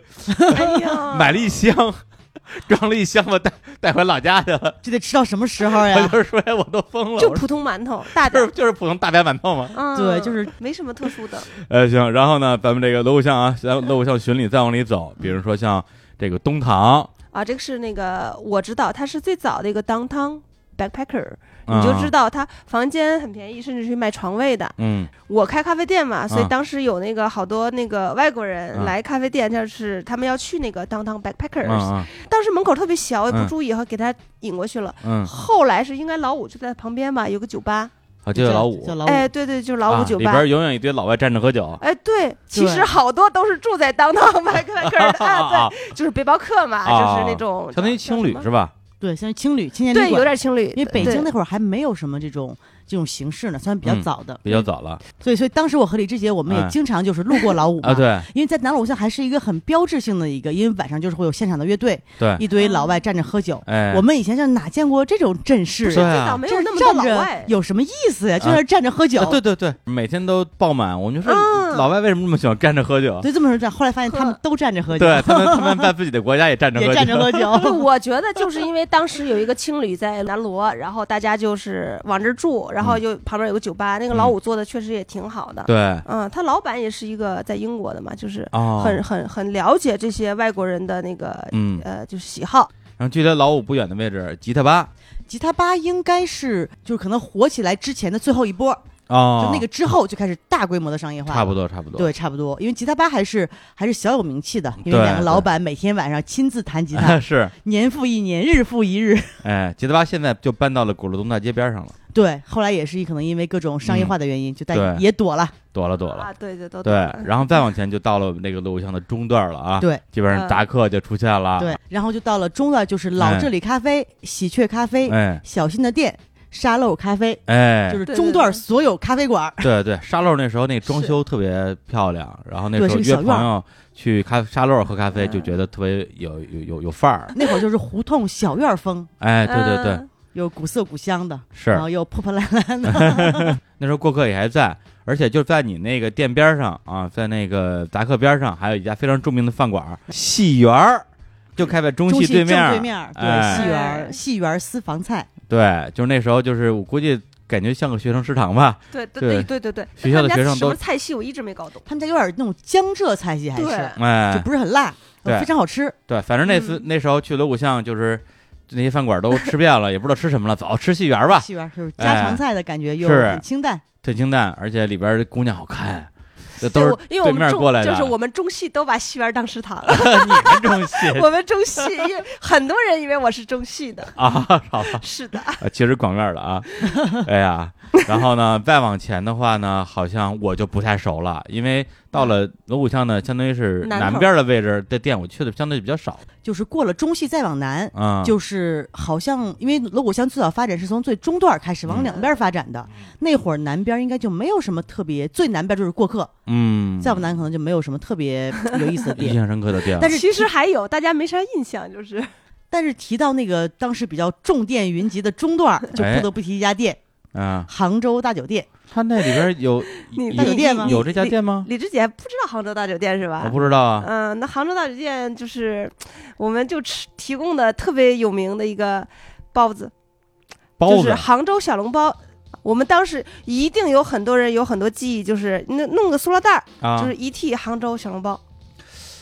[SPEAKER 1] 哎呀，
[SPEAKER 5] 买 了一箱，装了一箱子带带回老家去了。
[SPEAKER 2] 这得吃到什么时候
[SPEAKER 5] 我
[SPEAKER 2] 呀？
[SPEAKER 5] 就是说哎我都疯了，
[SPEAKER 1] 就
[SPEAKER 5] 我说
[SPEAKER 1] 普通馒头，大
[SPEAKER 5] 就是
[SPEAKER 1] 点，
[SPEAKER 5] 就是普通大白馒头嘛。
[SPEAKER 1] 嗯，
[SPEAKER 2] 对就是
[SPEAKER 1] 没什么特殊的，
[SPEAKER 5] 呃，行，然后呢，咱们这个锣鼓巷啊，咱锣鼓巷巡礼再往里走，比如说像这个东堂，
[SPEAKER 1] 啊，这个是那个我知道，他是最早的一个 downtown backpacker，你就知道
[SPEAKER 5] 道，
[SPEAKER 1] 他房间很便宜，甚至去卖床位的。
[SPEAKER 5] 嗯
[SPEAKER 1] 我开咖啡店嘛，所以
[SPEAKER 5] 嗯
[SPEAKER 1] 当时有那个好多那个外国人
[SPEAKER 5] 嗯
[SPEAKER 1] 来咖啡店，就是他们要去那个 downtown
[SPEAKER 5] 嗯
[SPEAKER 1] backpackers，
[SPEAKER 5] 嗯
[SPEAKER 1] 当时门口特别小，也
[SPEAKER 5] 嗯
[SPEAKER 1] 不注意，哈，给他引过去了。
[SPEAKER 5] 嗯
[SPEAKER 1] 后来是应该老五就在旁边吧，有个酒吧，
[SPEAKER 5] 嗯啊，就叫老五
[SPEAKER 2] 叫，老五，
[SPEAKER 1] 哎，对对，就是老
[SPEAKER 5] 啊
[SPEAKER 1] 五酒
[SPEAKER 5] 里
[SPEAKER 1] 吧。
[SPEAKER 5] 边永远一堆老外站着喝酒。
[SPEAKER 1] 哎，对，其
[SPEAKER 2] 对
[SPEAKER 1] 实好多都是住在当当 麦克克尔的，
[SPEAKER 5] 啊
[SPEAKER 1] 啊，对，嗯就是背包客嘛，
[SPEAKER 5] 啊
[SPEAKER 1] 就是那种
[SPEAKER 5] 相当于青旅是吧？
[SPEAKER 2] 对，像青旅青年旅
[SPEAKER 1] 对，
[SPEAKER 2] 馆，
[SPEAKER 1] 有点青旅，
[SPEAKER 2] 因为北京
[SPEAKER 1] 对
[SPEAKER 2] 那会儿还没有什么这种这种形式呢，算比较
[SPEAKER 5] 嗯
[SPEAKER 2] 早的，
[SPEAKER 5] 比较早了
[SPEAKER 2] 所以所以当时我和李志杰，我们
[SPEAKER 5] 哎
[SPEAKER 2] 也经常就是路过老五嘛
[SPEAKER 5] 啊，，对
[SPEAKER 2] 因为在南锣鼓巷还是一个很标志性的一个，因为晚上就是会有现场的乐队，
[SPEAKER 5] 对，
[SPEAKER 2] 一堆老外站着喝酒。
[SPEAKER 5] 哎，
[SPEAKER 2] 我们以前就哪见过这种阵势
[SPEAKER 5] 不
[SPEAKER 2] 呀？
[SPEAKER 5] 是对
[SPEAKER 1] 最
[SPEAKER 5] 啊
[SPEAKER 1] 早没
[SPEAKER 2] 就
[SPEAKER 1] 有
[SPEAKER 2] 是
[SPEAKER 1] 那么多
[SPEAKER 2] 站着
[SPEAKER 1] 老外，
[SPEAKER 2] 有什么意思呀？就
[SPEAKER 5] 啊
[SPEAKER 2] 在那站着喝酒，
[SPEAKER 5] 啊对对对，每天都爆满。我们就说
[SPEAKER 1] 嗯
[SPEAKER 5] 老外为什么那么喜欢站着喝酒？
[SPEAKER 2] 对，这么说站。后来发现他们
[SPEAKER 1] 呵
[SPEAKER 2] 都站着喝酒，
[SPEAKER 5] 对他们，他们在自己的国家也站着喝
[SPEAKER 2] 也站着
[SPEAKER 5] 酒。
[SPEAKER 1] 不，
[SPEAKER 2] 喝 酒。
[SPEAKER 1] 我觉得就是因为当时有一个青旅在南锣，然后呃大家就是往这儿住，然后就旁边有个酒吧，那个老五做的确实也挺好的。
[SPEAKER 5] 嗯对，
[SPEAKER 1] 嗯，他老板也是一个在英国的嘛，就是
[SPEAKER 5] 哦，
[SPEAKER 1] 很很很了解这些外国人的那个
[SPEAKER 5] 嗯，
[SPEAKER 1] 呃，就是喜好。
[SPEAKER 5] 然后距离老五不远的位置，吉他吧
[SPEAKER 2] 吉他吧应该是就是可能火起来之前的最后一波，
[SPEAKER 5] 哦，
[SPEAKER 2] 就那个之后就开始大规模的商业化，
[SPEAKER 5] 差不。多，差不多。
[SPEAKER 2] 对，差不多，因为吉他吧还是还是小有名气的，因为
[SPEAKER 5] 对，
[SPEAKER 2] 两个老板每天晚上亲自弹吉他
[SPEAKER 5] 是，
[SPEAKER 2] 年复一年，日复一日。
[SPEAKER 5] 哎，吉他吧现在就搬到了鼓楼东大街边上了，
[SPEAKER 2] 对，后来也是可能因为各种商业化的原因，就但
[SPEAKER 5] 嗯对
[SPEAKER 2] 也躲了。
[SPEAKER 5] 躲了躲了。
[SPEAKER 1] 啊，对对都
[SPEAKER 5] 对，
[SPEAKER 1] 懂
[SPEAKER 5] 然后再往前就到了那个录像的中段了啊，
[SPEAKER 2] 对，呃
[SPEAKER 5] 基本上达克就出现了，
[SPEAKER 2] 对，然后就到了中段，就是老这里咖啡、喜鹊咖啡、
[SPEAKER 5] 哎
[SPEAKER 2] 小新的店、沙漏咖啡，
[SPEAKER 5] 哎，
[SPEAKER 2] 就是
[SPEAKER 1] 对
[SPEAKER 2] 中
[SPEAKER 1] 对
[SPEAKER 2] 段
[SPEAKER 1] 对
[SPEAKER 2] 所有咖啡馆儿。
[SPEAKER 5] 对对，沙漏那时候那装修特别漂亮，然后那
[SPEAKER 2] 对
[SPEAKER 5] 时候
[SPEAKER 2] 是个
[SPEAKER 5] 约
[SPEAKER 2] 小院儿
[SPEAKER 5] 朋友去咖沙漏喝咖啡，
[SPEAKER 1] 嗯
[SPEAKER 5] 就觉得特别有有有有范儿。
[SPEAKER 2] 那会儿就是胡同小院儿风，
[SPEAKER 5] 哎，对对对，
[SPEAKER 1] 嗯
[SPEAKER 2] 有古色古香的，
[SPEAKER 5] 是
[SPEAKER 2] 然后又破破烂烂 的。
[SPEAKER 5] 那时候过客也还在，而且就在你那个店边上啊，在那个达克边上，还有一家非常著名的饭馆——戏园儿，就开在中
[SPEAKER 2] 中
[SPEAKER 5] 戏
[SPEAKER 2] 戏
[SPEAKER 5] 面
[SPEAKER 2] 正
[SPEAKER 5] 儿。
[SPEAKER 2] 对面儿，对，
[SPEAKER 5] 哎
[SPEAKER 2] 戏园儿
[SPEAKER 1] 哎
[SPEAKER 2] 戏园儿私房菜，
[SPEAKER 5] 对，就是那时候，就是我估计感觉像个学生食堂吧。
[SPEAKER 1] 对对
[SPEAKER 5] 对
[SPEAKER 1] 对对对对，
[SPEAKER 5] 学校的
[SPEAKER 1] 他们家
[SPEAKER 5] 学生
[SPEAKER 1] 什
[SPEAKER 5] 都
[SPEAKER 1] 么菜系我一直没搞懂。
[SPEAKER 2] 他们家有点那种江浙菜系，还
[SPEAKER 1] 对
[SPEAKER 2] 是就
[SPEAKER 5] 哎，
[SPEAKER 2] 不是嗯很辣，呃
[SPEAKER 5] 对
[SPEAKER 2] 非常好吃。
[SPEAKER 5] 对，反正那次、那时候去锣鼓巷，就是那些饭馆都吃遍了，也不知道吃什么了，走吃戏园儿吧。
[SPEAKER 2] 戏园儿就是家常
[SPEAKER 5] 啊哎
[SPEAKER 2] 菜的感觉，又
[SPEAKER 5] 是
[SPEAKER 2] 很清淡。
[SPEAKER 5] 特清淡，而且里边儿的姑娘好看，这都是
[SPEAKER 1] 对我因为我
[SPEAKER 5] 对面
[SPEAKER 1] 们中
[SPEAKER 5] 过来的
[SPEAKER 1] 就是我们中戏都把戏园当食 堂了。
[SPEAKER 5] 你们这 种戏
[SPEAKER 1] 我们中戏，因为很多人以为我是中戏 的，
[SPEAKER 5] 啊，好吧，
[SPEAKER 1] 是 的，
[SPEAKER 5] 啊其实广院儿 的啊，哎呀，然后呢，再往前的话呢，好像我就不太熟了，因为到了锣鼓巷呢，相当于是
[SPEAKER 1] 嗯南
[SPEAKER 5] 南
[SPEAKER 1] 头
[SPEAKER 5] 边儿的位置的店，我去的相对比较少
[SPEAKER 2] 就是过了中戏再往南，
[SPEAKER 5] 啊，
[SPEAKER 2] 就是好像因为锣鼓巷最早发展是从最中段开始
[SPEAKER 5] 嗯
[SPEAKER 2] 往两边发展的，那会儿南边应该就没有什么特别，最南边就是过客，
[SPEAKER 5] 嗯，
[SPEAKER 2] 再往南可能就没有什么特别有意思的
[SPEAKER 5] 印
[SPEAKER 2] 店。
[SPEAKER 5] 象深刻的店，
[SPEAKER 2] 但是
[SPEAKER 1] 其实还有大家没啥印象， 就是
[SPEAKER 2] 但是提到那个当时比较重店云集的中段
[SPEAKER 5] 哎
[SPEAKER 2] 儿，就不得不提一家店
[SPEAKER 5] 啊，
[SPEAKER 2] ——杭州大酒店。
[SPEAKER 5] 他那里边儿有
[SPEAKER 1] 你
[SPEAKER 2] 大酒店吗
[SPEAKER 5] 有有这家店吗？
[SPEAKER 1] 李志姐不知道杭州大酒店是吧？
[SPEAKER 5] 我不知道啊，
[SPEAKER 1] 嗯、那杭州大酒店就是我们就吃提供的特别有名的一个包子，
[SPEAKER 5] 包
[SPEAKER 1] 就是
[SPEAKER 5] 子
[SPEAKER 1] 杭州小笼包。我们当时一定有很多人有很多记忆，就是弄弄个塑料袋儿，
[SPEAKER 5] 啊
[SPEAKER 1] 就，是一屉杭州小笼包。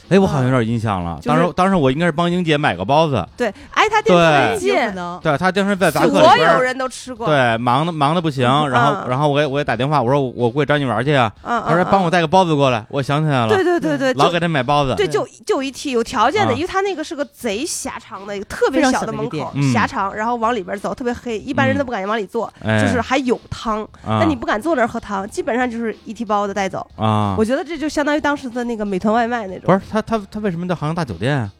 [SPEAKER 5] 哎，我好像有点印象了，
[SPEAKER 1] 就是
[SPEAKER 5] 当时当时我应该是帮英姐买个包子。
[SPEAKER 1] 对，挨他店特别
[SPEAKER 5] 对
[SPEAKER 2] 有可
[SPEAKER 1] 近，
[SPEAKER 2] 能
[SPEAKER 5] 对他啊当时在达克里
[SPEAKER 1] 所
[SPEAKER 5] 边儿
[SPEAKER 1] 有人都吃过。
[SPEAKER 5] 对，忙的忙的不行，
[SPEAKER 1] 嗯
[SPEAKER 5] 然后
[SPEAKER 1] 嗯
[SPEAKER 5] 然后我给我给打电话，我说我我过去找你玩去啊，
[SPEAKER 1] 嗯，嗯，
[SPEAKER 5] 他说
[SPEAKER 1] 嗯
[SPEAKER 5] 帮我。带个包子过来，我想起来了
[SPEAKER 1] 对，对对对，
[SPEAKER 5] 老
[SPEAKER 1] 就
[SPEAKER 5] 给他买包子，
[SPEAKER 2] 嗯
[SPEAKER 1] 对，就就一屉有条件的，
[SPEAKER 5] 啊
[SPEAKER 1] 因为它那个是个贼狭长的一个特别
[SPEAKER 2] 非常小
[SPEAKER 1] 的
[SPEAKER 2] 的一
[SPEAKER 1] 门
[SPEAKER 2] 个
[SPEAKER 1] 口，
[SPEAKER 5] 店
[SPEAKER 1] 狭
[SPEAKER 5] 嗯
[SPEAKER 1] 长，然后往里边走，特别黑，一般人都不敢往里坐，
[SPEAKER 5] 哎
[SPEAKER 1] 就是还有汤，
[SPEAKER 5] 啊
[SPEAKER 1] 但你不敢坐那儿喝汤，基本上就是一屉包子带走。
[SPEAKER 5] 啊
[SPEAKER 1] 我，觉得这就相当于当时的那个美团外卖那种。
[SPEAKER 5] 不是他他他为什么叫杭州大酒店啊？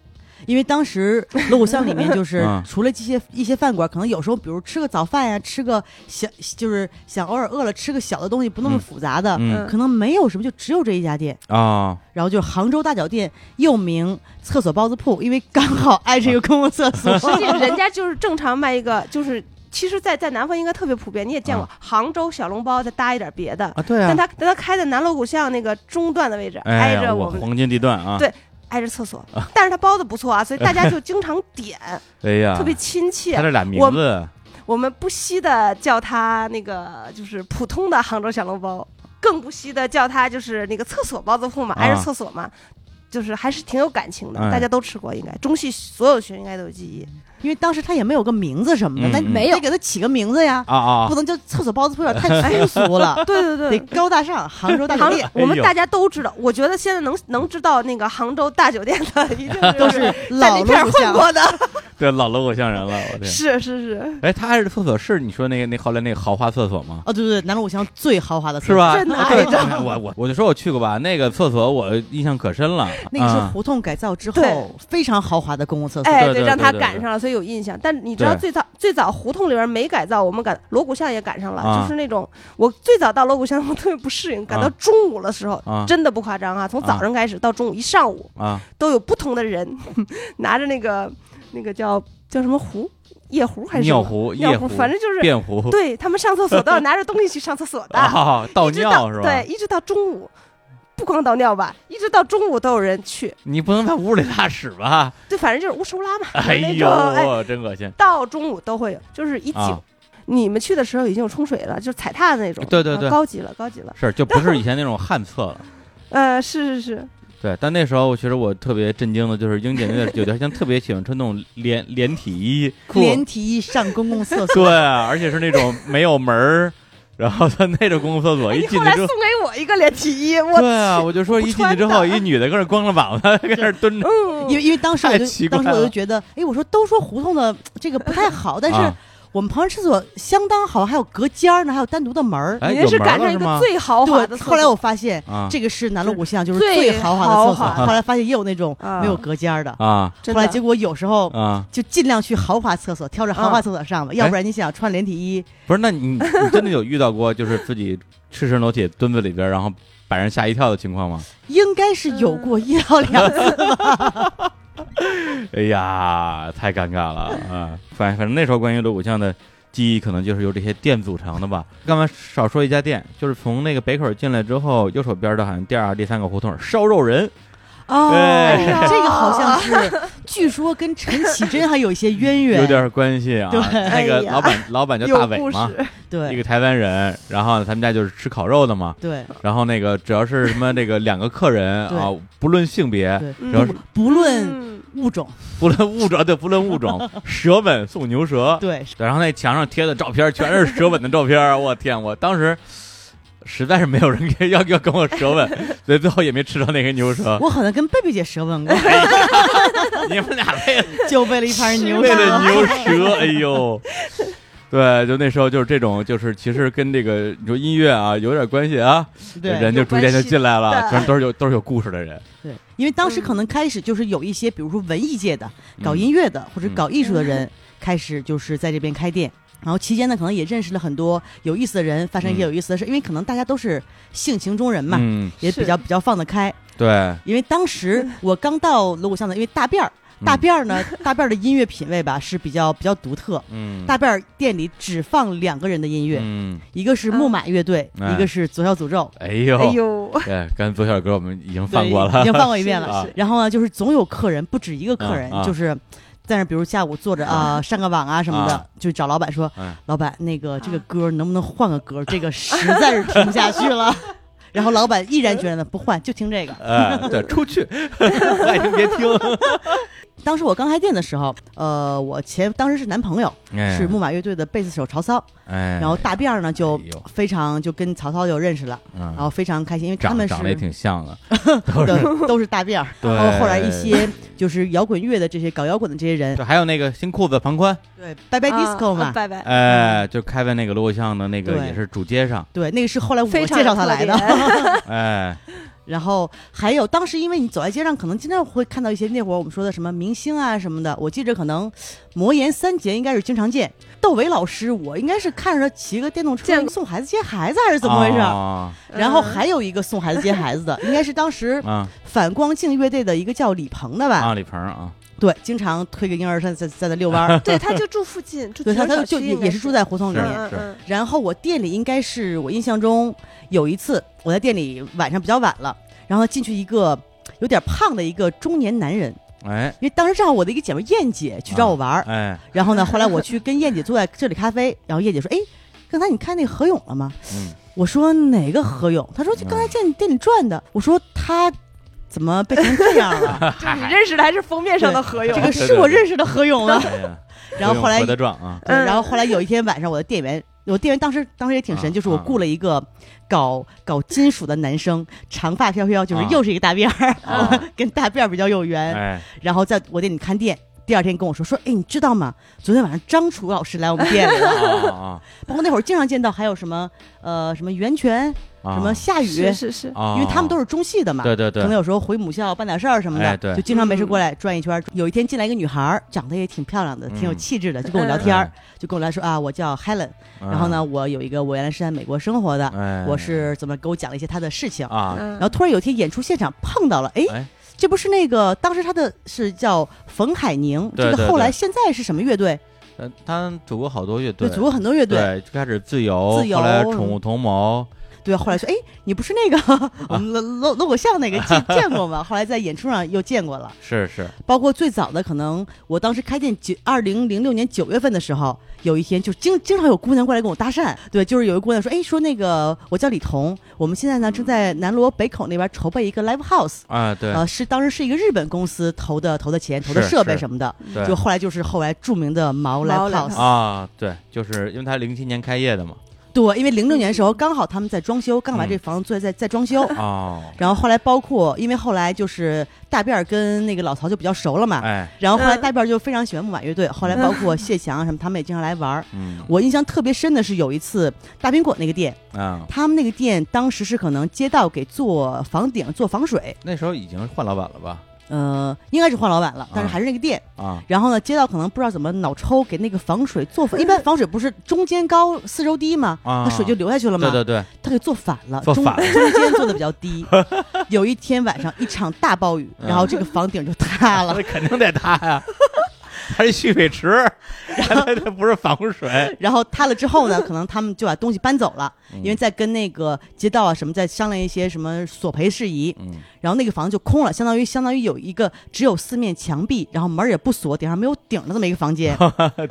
[SPEAKER 2] 因为当时锣鼓巷里面就是
[SPEAKER 5] 嗯
[SPEAKER 2] 除了这些一些饭馆，可能有时候比如吃个早饭呀、吃个 小就是想偶尔饿了吃个小的东西，不那么
[SPEAKER 5] 嗯
[SPEAKER 2] 复杂
[SPEAKER 1] 呃
[SPEAKER 2] 的，
[SPEAKER 5] 嗯
[SPEAKER 2] 可能没有什么，就只有这一家店。
[SPEAKER 1] 嗯
[SPEAKER 5] 啊，
[SPEAKER 2] 然后就是杭州大酒店，又名厕所包子铺，因为刚好挨着一个公共厕 所。
[SPEAKER 1] 实际人家就是正常卖一个，就是其实在，在南方应该特别普遍，你也见过、
[SPEAKER 5] 嗯
[SPEAKER 1] 杭州小笼包，再搭一点别的，
[SPEAKER 5] 啊，对啊
[SPEAKER 1] 但，它但它开在南锣鼓巷那个中段的位置，
[SPEAKER 5] 哎
[SPEAKER 1] 挨
[SPEAKER 5] 呀，
[SPEAKER 1] 着
[SPEAKER 5] 我
[SPEAKER 1] 们。
[SPEAKER 5] 黄金地段啊，
[SPEAKER 1] 对挨着厕所，但是它包的不错啊，所以大 家就经常点，
[SPEAKER 5] 哎呀，
[SPEAKER 1] 特别亲切
[SPEAKER 5] 他。这俩名
[SPEAKER 1] 我
[SPEAKER 5] 字
[SPEAKER 1] 我们不惜的叫它那个就是普通的杭州小笼包，更不惜的叫它就是那个厕所包子铺嘛，
[SPEAKER 5] 啊
[SPEAKER 1] 挨着厕所嘛，就是还是挺有感情的，
[SPEAKER 5] 哎
[SPEAKER 1] 大家都吃过，应该中戏所有学应该都有记忆。，
[SPEAKER 2] 因为当时他也没有个名字什么的，
[SPEAKER 5] 嗯
[SPEAKER 2] 但
[SPEAKER 5] 嗯
[SPEAKER 2] 没有得给他起个名字呀，
[SPEAKER 5] 啊啊
[SPEAKER 2] 不，能叫厕所包子铺，有点太粗俗了
[SPEAKER 1] 对对
[SPEAKER 2] 得
[SPEAKER 1] 对。
[SPEAKER 2] 高大上。杭州大
[SPEAKER 1] 嗯
[SPEAKER 2] 酒
[SPEAKER 1] 杭
[SPEAKER 2] 店，
[SPEAKER 1] 我们
[SPEAKER 5] 哎呦
[SPEAKER 1] 大家都知道，我觉得现在能能知道那个杭州大酒店的，一定
[SPEAKER 2] 都是
[SPEAKER 1] 在
[SPEAKER 2] 老
[SPEAKER 1] 那
[SPEAKER 2] 锣
[SPEAKER 1] 片
[SPEAKER 2] 鼓
[SPEAKER 1] 混
[SPEAKER 2] 巷，
[SPEAKER 1] 过的，
[SPEAKER 5] 对，老了我像人了，我天！
[SPEAKER 1] 是是是，
[SPEAKER 5] 哎，他爱的厕所是你说那个那后来那个豪华厕所吗？
[SPEAKER 2] 哦，对对对，南锣鼓巷最豪华的厕
[SPEAKER 5] 是
[SPEAKER 2] 所？
[SPEAKER 5] 吧？
[SPEAKER 1] 真的
[SPEAKER 5] 啊对我我我就说我去过吧，那个厕所我印象可深了。
[SPEAKER 2] 那个是
[SPEAKER 5] 啊
[SPEAKER 2] 胡同改造之
[SPEAKER 1] 对
[SPEAKER 2] 后非常豪华的公共厕所。
[SPEAKER 1] 哎，
[SPEAKER 5] 对对
[SPEAKER 1] 让他
[SPEAKER 5] 对对
[SPEAKER 1] 赶
[SPEAKER 5] 对
[SPEAKER 1] 上了，所以有印象。但你知道
[SPEAKER 5] 对
[SPEAKER 1] 最早最早胡同里边没改造，我们赶锣鼓巷也赶上了，
[SPEAKER 5] 啊
[SPEAKER 1] 就是那种我最早到锣鼓巷，我特别不适应，赶到
[SPEAKER 5] 啊
[SPEAKER 1] 中午的时候，
[SPEAKER 5] 啊
[SPEAKER 1] 真的不夸张啊，从早上开始到中午一上午，
[SPEAKER 5] 啊，
[SPEAKER 1] 都有不同的人 拿着那个那个叫叫什么壶，夜壶还是什
[SPEAKER 5] 尿
[SPEAKER 1] 么
[SPEAKER 5] 壶、夜
[SPEAKER 1] 尿
[SPEAKER 5] 壶、
[SPEAKER 1] 反正就是
[SPEAKER 5] 便壶，
[SPEAKER 1] 对他们上厕所都要拿着东西去上厕所的，
[SPEAKER 5] 啊，倒
[SPEAKER 1] 一直到
[SPEAKER 5] 尿是吧？
[SPEAKER 1] 对，，一直到中午。不光倒尿吧，一直到中午都有人去，
[SPEAKER 5] 你不能在屋里拉屎吧？
[SPEAKER 1] 对，反正就是无手拉嘛，
[SPEAKER 5] 哎
[SPEAKER 1] 那
[SPEAKER 5] 呦，
[SPEAKER 1] 种哎，
[SPEAKER 5] 真恶心！
[SPEAKER 1] 到中午都会有，就是一
[SPEAKER 5] 啊
[SPEAKER 1] 井。你们去的时候已经有冲水了，就是踩踏的那种，
[SPEAKER 5] 对对
[SPEAKER 1] 啊
[SPEAKER 5] 对
[SPEAKER 1] 高级了，高级了。
[SPEAKER 5] 是，就不是以前那种旱厕 了。
[SPEAKER 1] 呃，是是是，
[SPEAKER 5] 对，但那时候其实我特别震惊的就是，英姐那有条像特别喜欢穿那种连连体衣，
[SPEAKER 2] 连体衣上公 共厕所，
[SPEAKER 5] 对，啊而且是那种没有门儿，然后他那种公共厕所一
[SPEAKER 1] 哎你
[SPEAKER 5] 进
[SPEAKER 1] 后
[SPEAKER 5] 去
[SPEAKER 1] 来
[SPEAKER 5] 之
[SPEAKER 1] 送
[SPEAKER 5] 后，
[SPEAKER 1] 给我一个连体衣，我
[SPEAKER 5] 对啊，我就说一进去之后，一女的跟那光着膀子跟那 蹲着，
[SPEAKER 1] 嗯，
[SPEAKER 2] 因为因为当时我
[SPEAKER 5] 太
[SPEAKER 2] 就
[SPEAKER 5] 奇怪
[SPEAKER 2] 当
[SPEAKER 5] 了
[SPEAKER 2] 时我就觉得，哎，我说都说胡同的这个不太好，但是
[SPEAKER 5] 啊
[SPEAKER 2] 我们旁边厕所相当好，还有隔间儿呢，还有单独的门儿。
[SPEAKER 5] 哎，
[SPEAKER 1] 你
[SPEAKER 5] 有
[SPEAKER 1] 那是
[SPEAKER 5] 门儿
[SPEAKER 1] 赶上
[SPEAKER 5] 了
[SPEAKER 1] 一
[SPEAKER 5] 是
[SPEAKER 1] 个
[SPEAKER 5] 吗？
[SPEAKER 1] 最豪华的
[SPEAKER 2] 对，
[SPEAKER 1] 厕所。
[SPEAKER 2] 后来我发现
[SPEAKER 5] 啊
[SPEAKER 2] 这个是南锣鼓巷就是
[SPEAKER 1] 最
[SPEAKER 2] 最豪华的厕
[SPEAKER 1] 豪
[SPEAKER 2] 所，
[SPEAKER 1] 华
[SPEAKER 2] 后来发现也有那种
[SPEAKER 1] 啊
[SPEAKER 2] 没有隔间儿的。
[SPEAKER 5] 啊
[SPEAKER 1] 真
[SPEAKER 2] 后来结
[SPEAKER 1] 的，
[SPEAKER 2] 果有时候
[SPEAKER 5] 啊，
[SPEAKER 2] 就尽量去豪华厕所，挑着豪华
[SPEAKER 1] 啊
[SPEAKER 2] 厕所上吧，要不
[SPEAKER 5] 哎
[SPEAKER 2] 然你想穿连体衣，
[SPEAKER 5] 不是，那你你真的有遇到过就是自己赤身裸体蹲在里边，然后把人吓一跳的情况吗？
[SPEAKER 2] 应该是有过
[SPEAKER 1] 嗯
[SPEAKER 2] 一到两 次。
[SPEAKER 5] 哎呀，太尴尬了啊！反反正那时候关于锣鼓巷的记忆，可能就是由这些店组成的吧。刚才少说一家店，就是从那个北口进来之后，右手边的好像第二、第三个胡同烧肉人，
[SPEAKER 2] 哦
[SPEAKER 5] 对
[SPEAKER 2] 这个好像 是，据说跟陈绮贞还有一些渊源。
[SPEAKER 5] 有点关系啊。
[SPEAKER 2] 对
[SPEAKER 5] 那个老板，老板叫大
[SPEAKER 1] 有
[SPEAKER 5] 伟
[SPEAKER 1] 故
[SPEAKER 5] 嘛，
[SPEAKER 1] 事，
[SPEAKER 5] 一
[SPEAKER 2] 对
[SPEAKER 5] 个台湾人，然后他们家就是吃烤肉的嘛。
[SPEAKER 2] 对
[SPEAKER 5] 然后那个只要是什么那个两个客人
[SPEAKER 2] 对
[SPEAKER 5] 啊，不论性别，
[SPEAKER 2] 对，
[SPEAKER 1] 嗯
[SPEAKER 5] 主要是
[SPEAKER 2] 不论
[SPEAKER 1] 嗯
[SPEAKER 2] 物种，
[SPEAKER 5] 不论物种，对，不论物种，舌吻送牛舌，
[SPEAKER 2] 对，
[SPEAKER 5] 对，然后那墙上贴的照片全是舌吻的照片儿，我天！我当时实在是没有人给要要跟我舌吻， 所以最后也没吃到那个牛舌。
[SPEAKER 2] 我好像跟贝贝姐舌吻 过，
[SPEAKER 5] 你们俩为了
[SPEAKER 2] 就为了一盘牛
[SPEAKER 5] 为了
[SPEAKER 2] 舌。
[SPEAKER 5] 牛舌， 哎呦！对，就那时候就是这种，就是其实跟这个你说音乐啊有点关系啊，
[SPEAKER 2] 对
[SPEAKER 5] 人就逐渐就进来
[SPEAKER 1] 有
[SPEAKER 5] 了，
[SPEAKER 1] 关系
[SPEAKER 5] 全都是有都是有故事的人，
[SPEAKER 2] 对，因为当时可能开始就是有一些，比如说文艺界的、
[SPEAKER 5] 嗯
[SPEAKER 2] 搞音乐的或者搞艺术的人，开始就是在这边开店。然后期间呢，可能也认识了很多有意思的人，发生一些
[SPEAKER 5] 嗯
[SPEAKER 2] 有意思的事，因为可能大家都是性情中人嘛，
[SPEAKER 5] 嗯，
[SPEAKER 2] 也
[SPEAKER 1] 是
[SPEAKER 2] 比较比较放得开。
[SPEAKER 5] 对，
[SPEAKER 2] 因为当时我刚到锣鼓巷的，因为大辫儿，
[SPEAKER 5] 嗯
[SPEAKER 2] 大辫 儿呢，大辫儿的音乐品味吧是比较比较独特。
[SPEAKER 5] 嗯，
[SPEAKER 2] 大辫儿店里只放两个人的音乐，
[SPEAKER 5] 嗯，
[SPEAKER 2] 一个是木马乐队，
[SPEAKER 5] 嗯
[SPEAKER 2] 一个是左小诅咒。
[SPEAKER 5] 哎呦，
[SPEAKER 1] 哎呦，
[SPEAKER 5] 对，刚才左小哥我们已经
[SPEAKER 2] 对
[SPEAKER 5] 放过
[SPEAKER 2] 已
[SPEAKER 5] 了
[SPEAKER 2] 经，放过一遍了
[SPEAKER 5] 是。
[SPEAKER 2] 然后呢，就是总有客人，不止一个客人
[SPEAKER 5] 嗯嗯，
[SPEAKER 2] 就是。在那，比如下午坐着啊，上个网啊什么
[SPEAKER 5] 啊
[SPEAKER 2] 的，就找老板说
[SPEAKER 5] 嗯：“
[SPEAKER 2] 老板，那个这个歌能不能换个歌？这个实在是听不下去了。” 然后老板毅然决然的不换，就听这个。
[SPEAKER 5] 哎，对，出去， 爱听别听，
[SPEAKER 2] 当时我刚开店的时候，呃，我前当时是男朋友，
[SPEAKER 5] 哎
[SPEAKER 2] 是木马乐队的贝斯手曹操，
[SPEAKER 5] 哎，
[SPEAKER 2] 然后大辫儿呢就
[SPEAKER 5] 哎呦
[SPEAKER 2] 非常就跟曹操就认识了，
[SPEAKER 5] 嗯
[SPEAKER 2] 然后非常开心，因为他
[SPEAKER 5] 长
[SPEAKER 2] 们是
[SPEAKER 5] 长得也挺 像的，都 是
[SPEAKER 2] 对都是大辫儿，
[SPEAKER 5] 对
[SPEAKER 2] 然后后来一些就是摇滚乐的这些搞摇滚的这些人，
[SPEAKER 5] 对，还有那个新裤子庞宽，
[SPEAKER 2] 对，拜嗯拜
[SPEAKER 1] 啊
[SPEAKER 2] disco 嘛
[SPEAKER 1] 啊，拜拜，
[SPEAKER 5] 哎，就开在那个录像的那个
[SPEAKER 2] 嗯对，
[SPEAKER 5] 也是主街上
[SPEAKER 2] 对，那个是后来我
[SPEAKER 1] 非
[SPEAKER 2] 介
[SPEAKER 1] 常有
[SPEAKER 2] 绍他来
[SPEAKER 1] 特
[SPEAKER 2] 的，
[SPEAKER 1] 点
[SPEAKER 5] 哎，
[SPEAKER 2] 然后还有当时因为你走在街上，可能经常会看到一些那会儿我们说的什么明星啊什么的，我记着可能魔岩三杰应该是经常见，窦唯老师我应该是看着他骑个电动
[SPEAKER 1] 见
[SPEAKER 2] 车
[SPEAKER 1] 过。
[SPEAKER 2] 送孩子接孩子还是怎么回事儿？
[SPEAKER 5] 啊
[SPEAKER 2] 然后还有一个送孩子接孩子的， 应该是当时
[SPEAKER 5] 啊
[SPEAKER 2] 反光镜乐队的一个叫李鹏的吧？
[SPEAKER 5] 啊，李鹏啊，
[SPEAKER 2] 对，经常推个婴儿在在在那遛弯 儿
[SPEAKER 1] 对，他就住附近，住
[SPEAKER 2] 对他，
[SPEAKER 1] 九
[SPEAKER 2] 他
[SPEAKER 1] 小
[SPEAKER 2] 就
[SPEAKER 1] 区
[SPEAKER 2] 也
[SPEAKER 1] 应该
[SPEAKER 2] 也是住在胡同里
[SPEAKER 5] 是
[SPEAKER 2] 面。
[SPEAKER 1] 嗯嗯
[SPEAKER 2] 然后我店里应该是我印象中有一次我在店里晚上比较晚了，然后进去一个有点胖的一个中年男人，
[SPEAKER 5] 哎
[SPEAKER 2] 因为当时正好我的一个姐妹燕姐去找我玩儿，
[SPEAKER 5] 哎，
[SPEAKER 2] 然后呢，后来我去跟燕姐坐在这里咖啡，然后燕姐说：“哎，刚才你看那个何勇了吗？”
[SPEAKER 5] 嗯
[SPEAKER 2] 我说哪个何勇？他说就刚才见你店里转的。我说他怎么变成这样了？
[SPEAKER 1] 嗯，就你认识的还是封面上的何勇
[SPEAKER 2] 这，个是我认识的何勇吗？
[SPEAKER 5] 哎呀，
[SPEAKER 2] 然后后来，
[SPEAKER 5] 回
[SPEAKER 2] 对，
[SPEAKER 5] 得撞啊，
[SPEAKER 1] 嗯
[SPEAKER 2] 然后后来有一天晚上，我的店员，我店员当时当时也挺
[SPEAKER 5] 啊
[SPEAKER 2] 神，就是我雇了一个搞搞金属的男生，长发飘飘，就是
[SPEAKER 5] 啊
[SPEAKER 2] 又是一个大辫儿，
[SPEAKER 5] 啊
[SPEAKER 2] 跟大辫儿比较有缘。
[SPEAKER 5] 哎
[SPEAKER 2] 然后在我店里看店，第二天跟我说说，哎，你知道吗？昨天晚上张楚老师来我们店里了，
[SPEAKER 5] 啊
[SPEAKER 2] 包括那会儿经常见到，还有什么呃什么袁泉，
[SPEAKER 5] 啊
[SPEAKER 2] 什么夏雨，
[SPEAKER 1] 是是是，
[SPEAKER 5] 啊，
[SPEAKER 2] 因为他们都是中戏的嘛，
[SPEAKER 5] 对对对
[SPEAKER 2] 可能有时候回母校办点事儿什么的，
[SPEAKER 5] 哎对
[SPEAKER 2] 就经常没事过来转一圈儿。有一天进来一个女孩儿，长得也挺漂亮的，挺有
[SPEAKER 5] 嗯
[SPEAKER 2] 气质的，就跟我聊天儿，
[SPEAKER 5] 嗯
[SPEAKER 2] 就跟我来说啊，我叫 Helen，、然后呢，我有一个我原来是在美国生活的，
[SPEAKER 5] 哎
[SPEAKER 2] 我是怎么给我讲了一些她的事情。
[SPEAKER 5] 啊，
[SPEAKER 1] 嗯
[SPEAKER 2] 然后突然有一天演出现场碰到了，哎，
[SPEAKER 5] 哎
[SPEAKER 2] 这不是那个当时她的是叫冯海宁，
[SPEAKER 5] 对
[SPEAKER 2] 这
[SPEAKER 5] 对
[SPEAKER 2] 个后来
[SPEAKER 5] 对
[SPEAKER 2] 现在是什么乐队？
[SPEAKER 5] 呃他组过好多乐队，
[SPEAKER 2] 组过很多乐队，
[SPEAKER 5] 对，就开始自由，
[SPEAKER 2] 自由
[SPEAKER 5] 后来宠物同谋，
[SPEAKER 2] 对，后来说，哎，你不是那个 我们露露露过像那个 见见过吗？后来在演出上又见过了，
[SPEAKER 5] 是是，
[SPEAKER 2] 包括最早的可能，我当时开店九二零零六年九月份的时候，有一天就经经常有姑娘过来跟我搭讪，对，就是有一个姑娘说，哎，说那个我叫李彤，我们现在呢正在南锣北口那边筹备一个 live house。
[SPEAKER 5] 啊，对，
[SPEAKER 2] 呃，是当时是一个日本公司投的投的钱、投的
[SPEAKER 5] 是
[SPEAKER 2] 设备
[SPEAKER 5] 是
[SPEAKER 2] 什么的，
[SPEAKER 5] 对
[SPEAKER 2] 就后来就是后来著名的毛
[SPEAKER 1] 毛
[SPEAKER 2] Live
[SPEAKER 1] Live
[SPEAKER 2] House，、
[SPEAKER 5] 啊，对，就是因为他零七年开业的 嘛，
[SPEAKER 2] 对，因为零六年的时候刚好他们在装修，刚把这房子在在在装修，
[SPEAKER 5] 哦，
[SPEAKER 2] 然后后来包括，因为后来就是大辫儿跟那个老曹就比较熟了嘛，
[SPEAKER 5] 哎，
[SPEAKER 2] 然后后来
[SPEAKER 1] 嗯
[SPEAKER 2] 大辫儿就非常喜欢木马乐队，后来包括谢翔啊什么，他们也经常来玩儿。
[SPEAKER 5] 嗯
[SPEAKER 2] 我印象特别深的是有一次大宾馆那个店，
[SPEAKER 5] 啊，
[SPEAKER 2] 他们那个店当时是可能街道给做房顶做防水，
[SPEAKER 5] 那时候已经换老板了吧？
[SPEAKER 2] 呃，应该是换老板了，但是
[SPEAKER 5] 啊
[SPEAKER 2] 还是那个店。
[SPEAKER 5] 啊，
[SPEAKER 2] 然后呢，街道可能不知道怎么脑抽给那个防水做反，一般防水不是中间高四周低吗？
[SPEAKER 5] 嗯啊
[SPEAKER 2] 它水就流下去了吗？
[SPEAKER 5] 对对对，
[SPEAKER 2] 他给做反了，
[SPEAKER 5] 做
[SPEAKER 2] 中
[SPEAKER 5] 反了
[SPEAKER 2] 中间做的比较低。有一天晚上一场大暴雨，
[SPEAKER 5] 嗯
[SPEAKER 2] 然后这个房顶就塌了，
[SPEAKER 5] 那肯定得塌 呀，它是蓄水池，它它不是防 水，
[SPEAKER 2] 然后塌了之后 呢，可能他们就把东西搬走了，
[SPEAKER 5] 嗯
[SPEAKER 2] 因为在跟那个街道啊什么在商量一些什么索赔事宜，
[SPEAKER 5] 嗯
[SPEAKER 2] 然后那个房子就空了，相当于相当于有一个只有四面墙壁，然后门儿也不锁，顶上没有顶的这么一个房 间。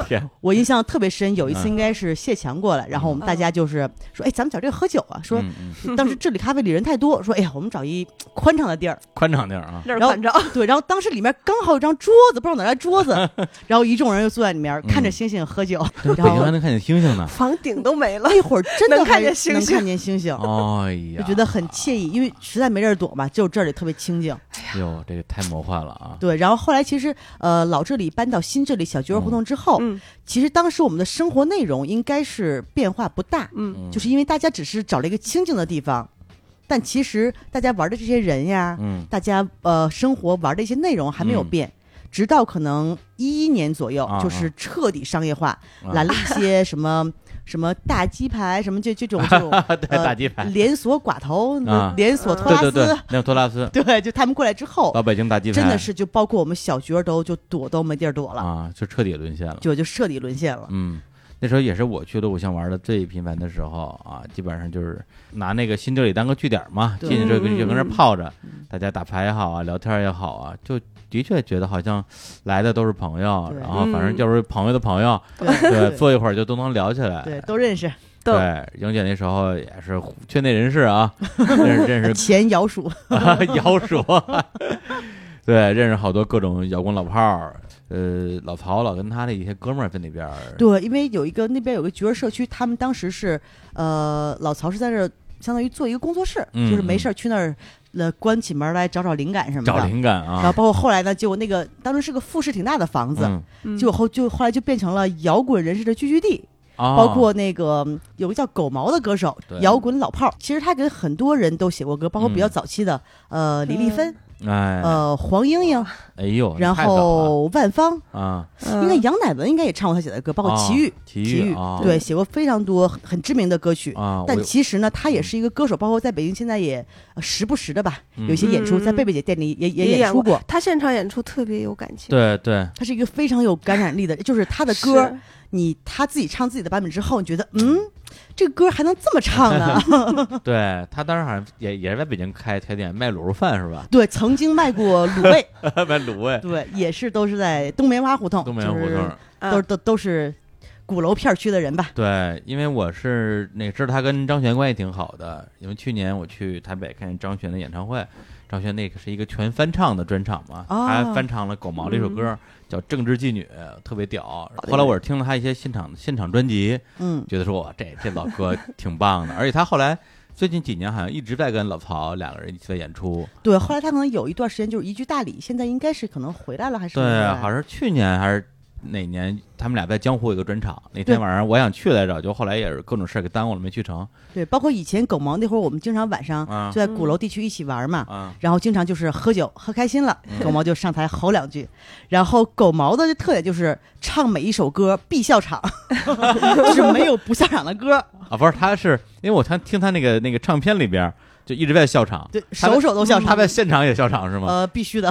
[SPEAKER 5] 天，
[SPEAKER 2] 我印象特别深，有一次
[SPEAKER 5] 嗯
[SPEAKER 2] 应该是谢强过来，然后我们大家就是说，哎，咱们找这个喝酒啊，说
[SPEAKER 5] 嗯 嗯
[SPEAKER 2] 当时这里咖啡里人太多，说哎呀，我们找一宽敞的地儿。
[SPEAKER 5] 宽敞点儿啊，
[SPEAKER 1] 那儿
[SPEAKER 2] 然后
[SPEAKER 1] 反正
[SPEAKER 2] 对，然后当时里面刚好有张桌子，不知道哪来桌 子，然后一众人就坐在里面看着星星喝酒，
[SPEAKER 5] 嗯北
[SPEAKER 2] 然
[SPEAKER 5] 京还
[SPEAKER 2] 后
[SPEAKER 5] 能看见星星 呢，
[SPEAKER 1] 房顶都没 了。
[SPEAKER 2] 那会儿真的
[SPEAKER 1] 能看
[SPEAKER 2] 还
[SPEAKER 1] 见星
[SPEAKER 2] 能
[SPEAKER 1] 星
[SPEAKER 2] 看见星星，
[SPEAKER 5] 哎
[SPEAKER 2] 就
[SPEAKER 5] 呀，
[SPEAKER 2] 觉得很惬意，因为实在没地儿躲嘛，就这里特别清静。
[SPEAKER 5] 哟，这个太魔幻了啊，
[SPEAKER 2] 哎对，然后后来其实呃老这里搬到新这里小菊儿胡同之后，
[SPEAKER 1] 嗯
[SPEAKER 2] 其实当时我们的生活内容应该是变化不大，
[SPEAKER 1] 嗯，
[SPEAKER 5] 嗯
[SPEAKER 2] 就是因为大家只是找了一个清静的地方，但其实大家玩的这些人呀，
[SPEAKER 5] 嗯
[SPEAKER 2] 大家呃生活玩的一些内容还没有
[SPEAKER 5] 嗯
[SPEAKER 2] 变，直到可能一一年左右，
[SPEAKER 5] 啊
[SPEAKER 2] 就是彻底商业化，
[SPEAKER 5] 啊
[SPEAKER 2] 来了一些什么什么大鸡排，什么这这种这种、
[SPEAKER 5] 啊， 对，
[SPEAKER 2] 呃
[SPEAKER 5] 大鸡排，
[SPEAKER 2] 连锁寡头、
[SPEAKER 5] 啊
[SPEAKER 2] 连锁托
[SPEAKER 5] 对
[SPEAKER 2] 拉
[SPEAKER 5] 对
[SPEAKER 2] 斯，
[SPEAKER 5] 对，那个托拉斯，
[SPEAKER 2] 对就他们过来之后
[SPEAKER 5] 老，北京大鸡排，
[SPEAKER 2] 真的是就包括我们小角儿都就躲都没地儿躲了，
[SPEAKER 5] 啊，就彻底沦陷了。
[SPEAKER 2] 就就彻底沦陷了。
[SPEAKER 5] 嗯，那时候也是我去的偶像玩的最频繁的时候啊，基本上就是拿那个新这里当个据点嘛，
[SPEAKER 2] 对
[SPEAKER 5] 进去之后就
[SPEAKER 1] 嗯嗯
[SPEAKER 5] 就跟那儿
[SPEAKER 1] 嗯
[SPEAKER 5] 泡着，大家打牌也好啊，聊天也好啊，就的确觉得好像来的都是朋友，
[SPEAKER 2] 对
[SPEAKER 5] 然后反正
[SPEAKER 1] 嗯
[SPEAKER 5] 就是朋友的朋友，对，
[SPEAKER 2] 对
[SPEAKER 5] 坐一会儿就都能聊起来。
[SPEAKER 2] 对，都认识
[SPEAKER 1] 都
[SPEAKER 5] 对，莹姐那时候也是圈内人士啊， 认识认识
[SPEAKER 2] 前摇鼠，
[SPEAKER 5] 啊， 摇鼠，啊 对，认识好多各种摇滚老炮儿，呃，老曹老跟他的一些哥们儿在那边儿，
[SPEAKER 2] 对，因为有一个那边有个角儿社区，他们当时是呃老曹是在这儿相当于做一个工作室，
[SPEAKER 5] 嗯
[SPEAKER 2] 就是没事儿去那儿呃关起门来找找灵感什么的。
[SPEAKER 5] 找灵感
[SPEAKER 2] 然后
[SPEAKER 5] 啊，
[SPEAKER 2] 包括后来呢，结果那个当时是个复式挺大的房子，
[SPEAKER 5] 嗯，
[SPEAKER 1] 嗯
[SPEAKER 2] 结果后就后来就变成了摇滚人士的聚居地，
[SPEAKER 5] 啊
[SPEAKER 2] 包括那个嗯有个叫狗毛的歌手
[SPEAKER 5] 对，嗯
[SPEAKER 2] 摇滚老炮儿，其实他给很多人都写过歌，包括比较早期的、呃李丽芬、
[SPEAKER 5] 哎，
[SPEAKER 2] 呃黄莺莺，
[SPEAKER 5] 哎呦，
[SPEAKER 2] 然
[SPEAKER 5] 太早了
[SPEAKER 2] 后万芳，
[SPEAKER 5] 啊，
[SPEAKER 2] 应该
[SPEAKER 1] 嗯
[SPEAKER 2] 杨乃文应该也唱过他写的歌，包括
[SPEAKER 5] 啊
[SPEAKER 2] 齐豫，
[SPEAKER 5] 齐豫
[SPEAKER 2] 豫，
[SPEAKER 5] 啊
[SPEAKER 2] 对，写过非常多很很知名的歌曲。
[SPEAKER 5] 啊，我
[SPEAKER 2] 但
[SPEAKER 5] 有
[SPEAKER 2] 其实呢，他也是一个歌手，包括在北京现在也呃时不时的吧，
[SPEAKER 5] 嗯
[SPEAKER 2] 有一些演出，
[SPEAKER 1] 嗯
[SPEAKER 2] 在贝贝姐店里也
[SPEAKER 1] 也
[SPEAKER 2] 也演出过。
[SPEAKER 1] 他现场演出特别有感情。
[SPEAKER 5] 对 对，
[SPEAKER 2] 他是一个非常有感染力的，就是他的歌，你他自己唱自己的版本之后，你觉得嗯，这个歌还能这么唱呢？
[SPEAKER 5] 对他当时好像也也是在北京开开店卖卤肉饭是吧？
[SPEAKER 2] 对，曾经卖过卤味，
[SPEAKER 5] 卖卤味，
[SPEAKER 2] 对，也是都是在东棉花胡同，
[SPEAKER 5] 东北胡
[SPEAKER 2] 就
[SPEAKER 5] 同嗯
[SPEAKER 2] 是
[SPEAKER 5] 儿。
[SPEAKER 2] 都都都是鼓楼片区的人吧？
[SPEAKER 5] 对，因为我是那知道他跟张悬关系挺好的，因为去年我去台北看张悬的演唱会，张悬那个是一个全翻唱的专场嘛，
[SPEAKER 2] 哦嗯
[SPEAKER 5] 他翻唱了狗毛的一首歌、叫《政治妓女》，特别屌。后来我是听了他一些现场现场专辑，
[SPEAKER 2] 嗯，
[SPEAKER 5] 觉得说哇，这这老哥挺棒的，而且他后来最近几年好像一直在跟老曹两个人一起在演出。
[SPEAKER 2] 对，后来他可能有一段时间就是移居大理，现在应该是可能回来了还是没
[SPEAKER 5] 对
[SPEAKER 2] 回，来
[SPEAKER 5] 好像是去年还是哪年，他们俩在江湖有个专场，那天
[SPEAKER 2] 对
[SPEAKER 5] 晚上我想去来着，就后来也是各种事儿给耽误了，没去成。
[SPEAKER 2] 对，包括以前狗毛那会儿，我们经常晚上
[SPEAKER 5] 啊
[SPEAKER 2] 就在鼓楼地区一起玩嘛，
[SPEAKER 5] 啊，
[SPEAKER 2] 然后经常就是喝酒喝开心了，
[SPEAKER 5] 嗯
[SPEAKER 2] 狗毛就上台吼两句，然后狗毛的特点就是唱每一首歌必笑场， 就是没有不笑场的歌，
[SPEAKER 5] 啊，不是，他是因为我看听他那个那个唱片里边儿就一直在笑场，
[SPEAKER 2] 对，
[SPEAKER 5] 他在
[SPEAKER 2] 首首都笑
[SPEAKER 5] 他
[SPEAKER 2] 场。
[SPEAKER 5] 在现场也笑场是吗？
[SPEAKER 2] 呃，必 须的，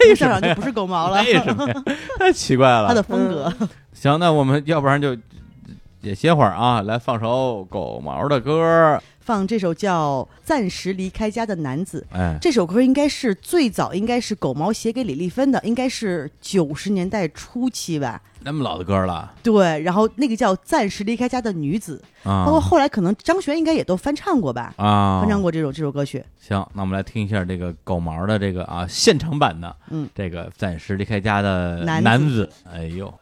[SPEAKER 2] 为笑场就不是狗毛呃了，
[SPEAKER 5] 嗯为什么呀？ 太奇怪 了。
[SPEAKER 2] 他的风格。
[SPEAKER 5] 行，那我们要不然就也歇会儿啊，来放首狗毛的歌儿。
[SPEAKER 2] 放这首叫《暂时离开家的男子》，
[SPEAKER 5] 哎，
[SPEAKER 2] 这首歌应该是最早应该是狗毛写给李丽芬的，应该是九十年代初期吧。
[SPEAKER 5] 那么老的歌儿了
[SPEAKER 2] 对，然后那个叫《暂时离开家的女子》，
[SPEAKER 5] 啊
[SPEAKER 2] 包括后来可能张悬应该也都翻唱过吧，
[SPEAKER 5] 啊
[SPEAKER 2] 翻，唱过这首这首歌曲。
[SPEAKER 5] 行，那我们来听一下这个狗毛的这个啊现场版的，
[SPEAKER 2] 嗯，
[SPEAKER 5] 这个暂时离开家的
[SPEAKER 2] 男子
[SPEAKER 5] 子哎呦，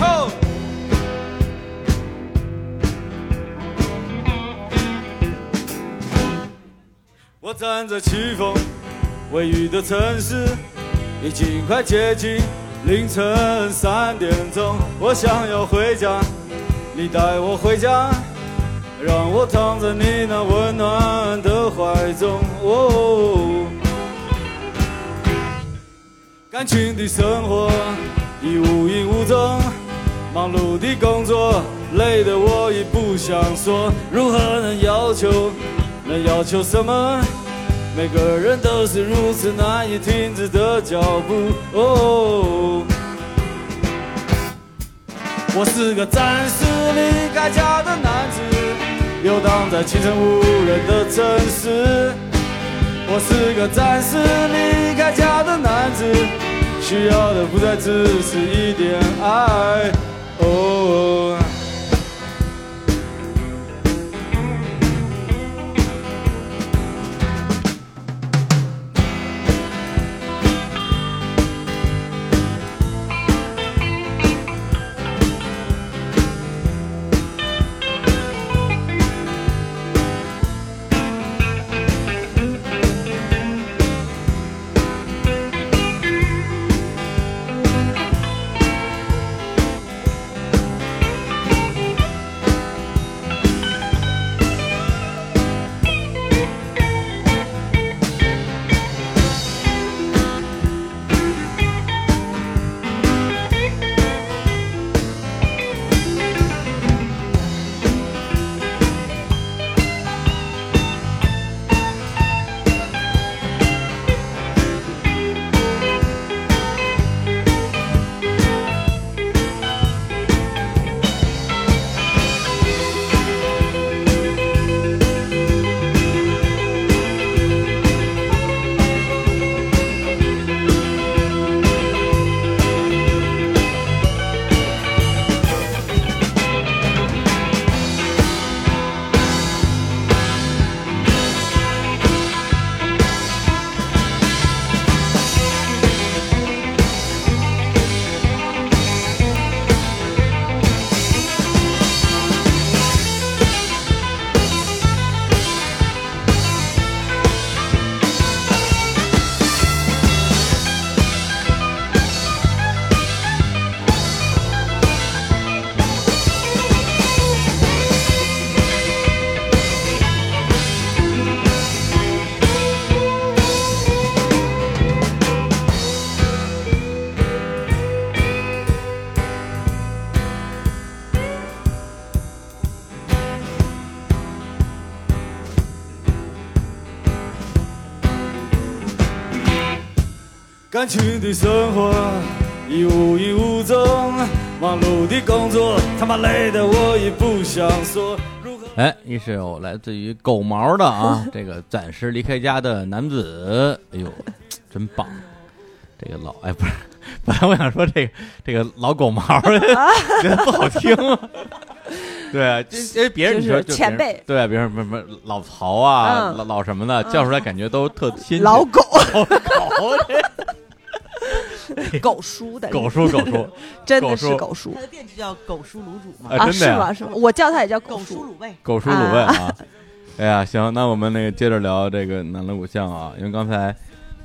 [SPEAKER 6] 吼！我站在起风微雨的城市，已经快接近凌晨三点钟。我想要回家，你带我回家，让我躺在你那温暖的怀中。哦。感情的生活已无影无踪，忙碌的工作累得我已不想说，如何能要求，能要求什么？每个人都是如此难以停止的脚步。哦，我是个暂时离开家的男子，游荡在清晨无人的城市。我是个暂时离开家的男子，需要的不再只是一点爱。哦。感情的生活已无影无踪，忙碌的工作他妈累得我也不想说。如何
[SPEAKER 5] 哎，一首来自于狗毛的啊，这个暂时离开家的男子，哎呦，真棒！这个老哎，不是，本来我想说这个这个老狗毛，觉得不好听。 对啊，这这别人
[SPEAKER 1] 就
[SPEAKER 5] 你
[SPEAKER 1] 是
[SPEAKER 5] 说就别
[SPEAKER 1] 前
[SPEAKER 5] 人
[SPEAKER 1] 辈
[SPEAKER 5] 对啊，别人什么什么老曹啊，
[SPEAKER 1] 嗯
[SPEAKER 5] 老老什么的，叫出来感觉都特亲切。
[SPEAKER 2] 老狗，
[SPEAKER 5] 老 狗，
[SPEAKER 1] 狗叔的，
[SPEAKER 5] 这狗叔狗叔，
[SPEAKER 1] 真的是
[SPEAKER 5] 狗
[SPEAKER 1] 狗叔
[SPEAKER 2] 他的店就叫狗叔卤煮嘛，
[SPEAKER 5] 啊，
[SPEAKER 1] 啊，
[SPEAKER 5] 真的
[SPEAKER 1] 是
[SPEAKER 5] 呀
[SPEAKER 1] 吗？是吗？我叫他也叫狗
[SPEAKER 2] 狗叔
[SPEAKER 1] 叔，
[SPEAKER 2] 卤味。
[SPEAKER 5] 狗叔卤味啊。哎呀，行，那我们那个接着聊这个南锣鼓巷啊，因为刚才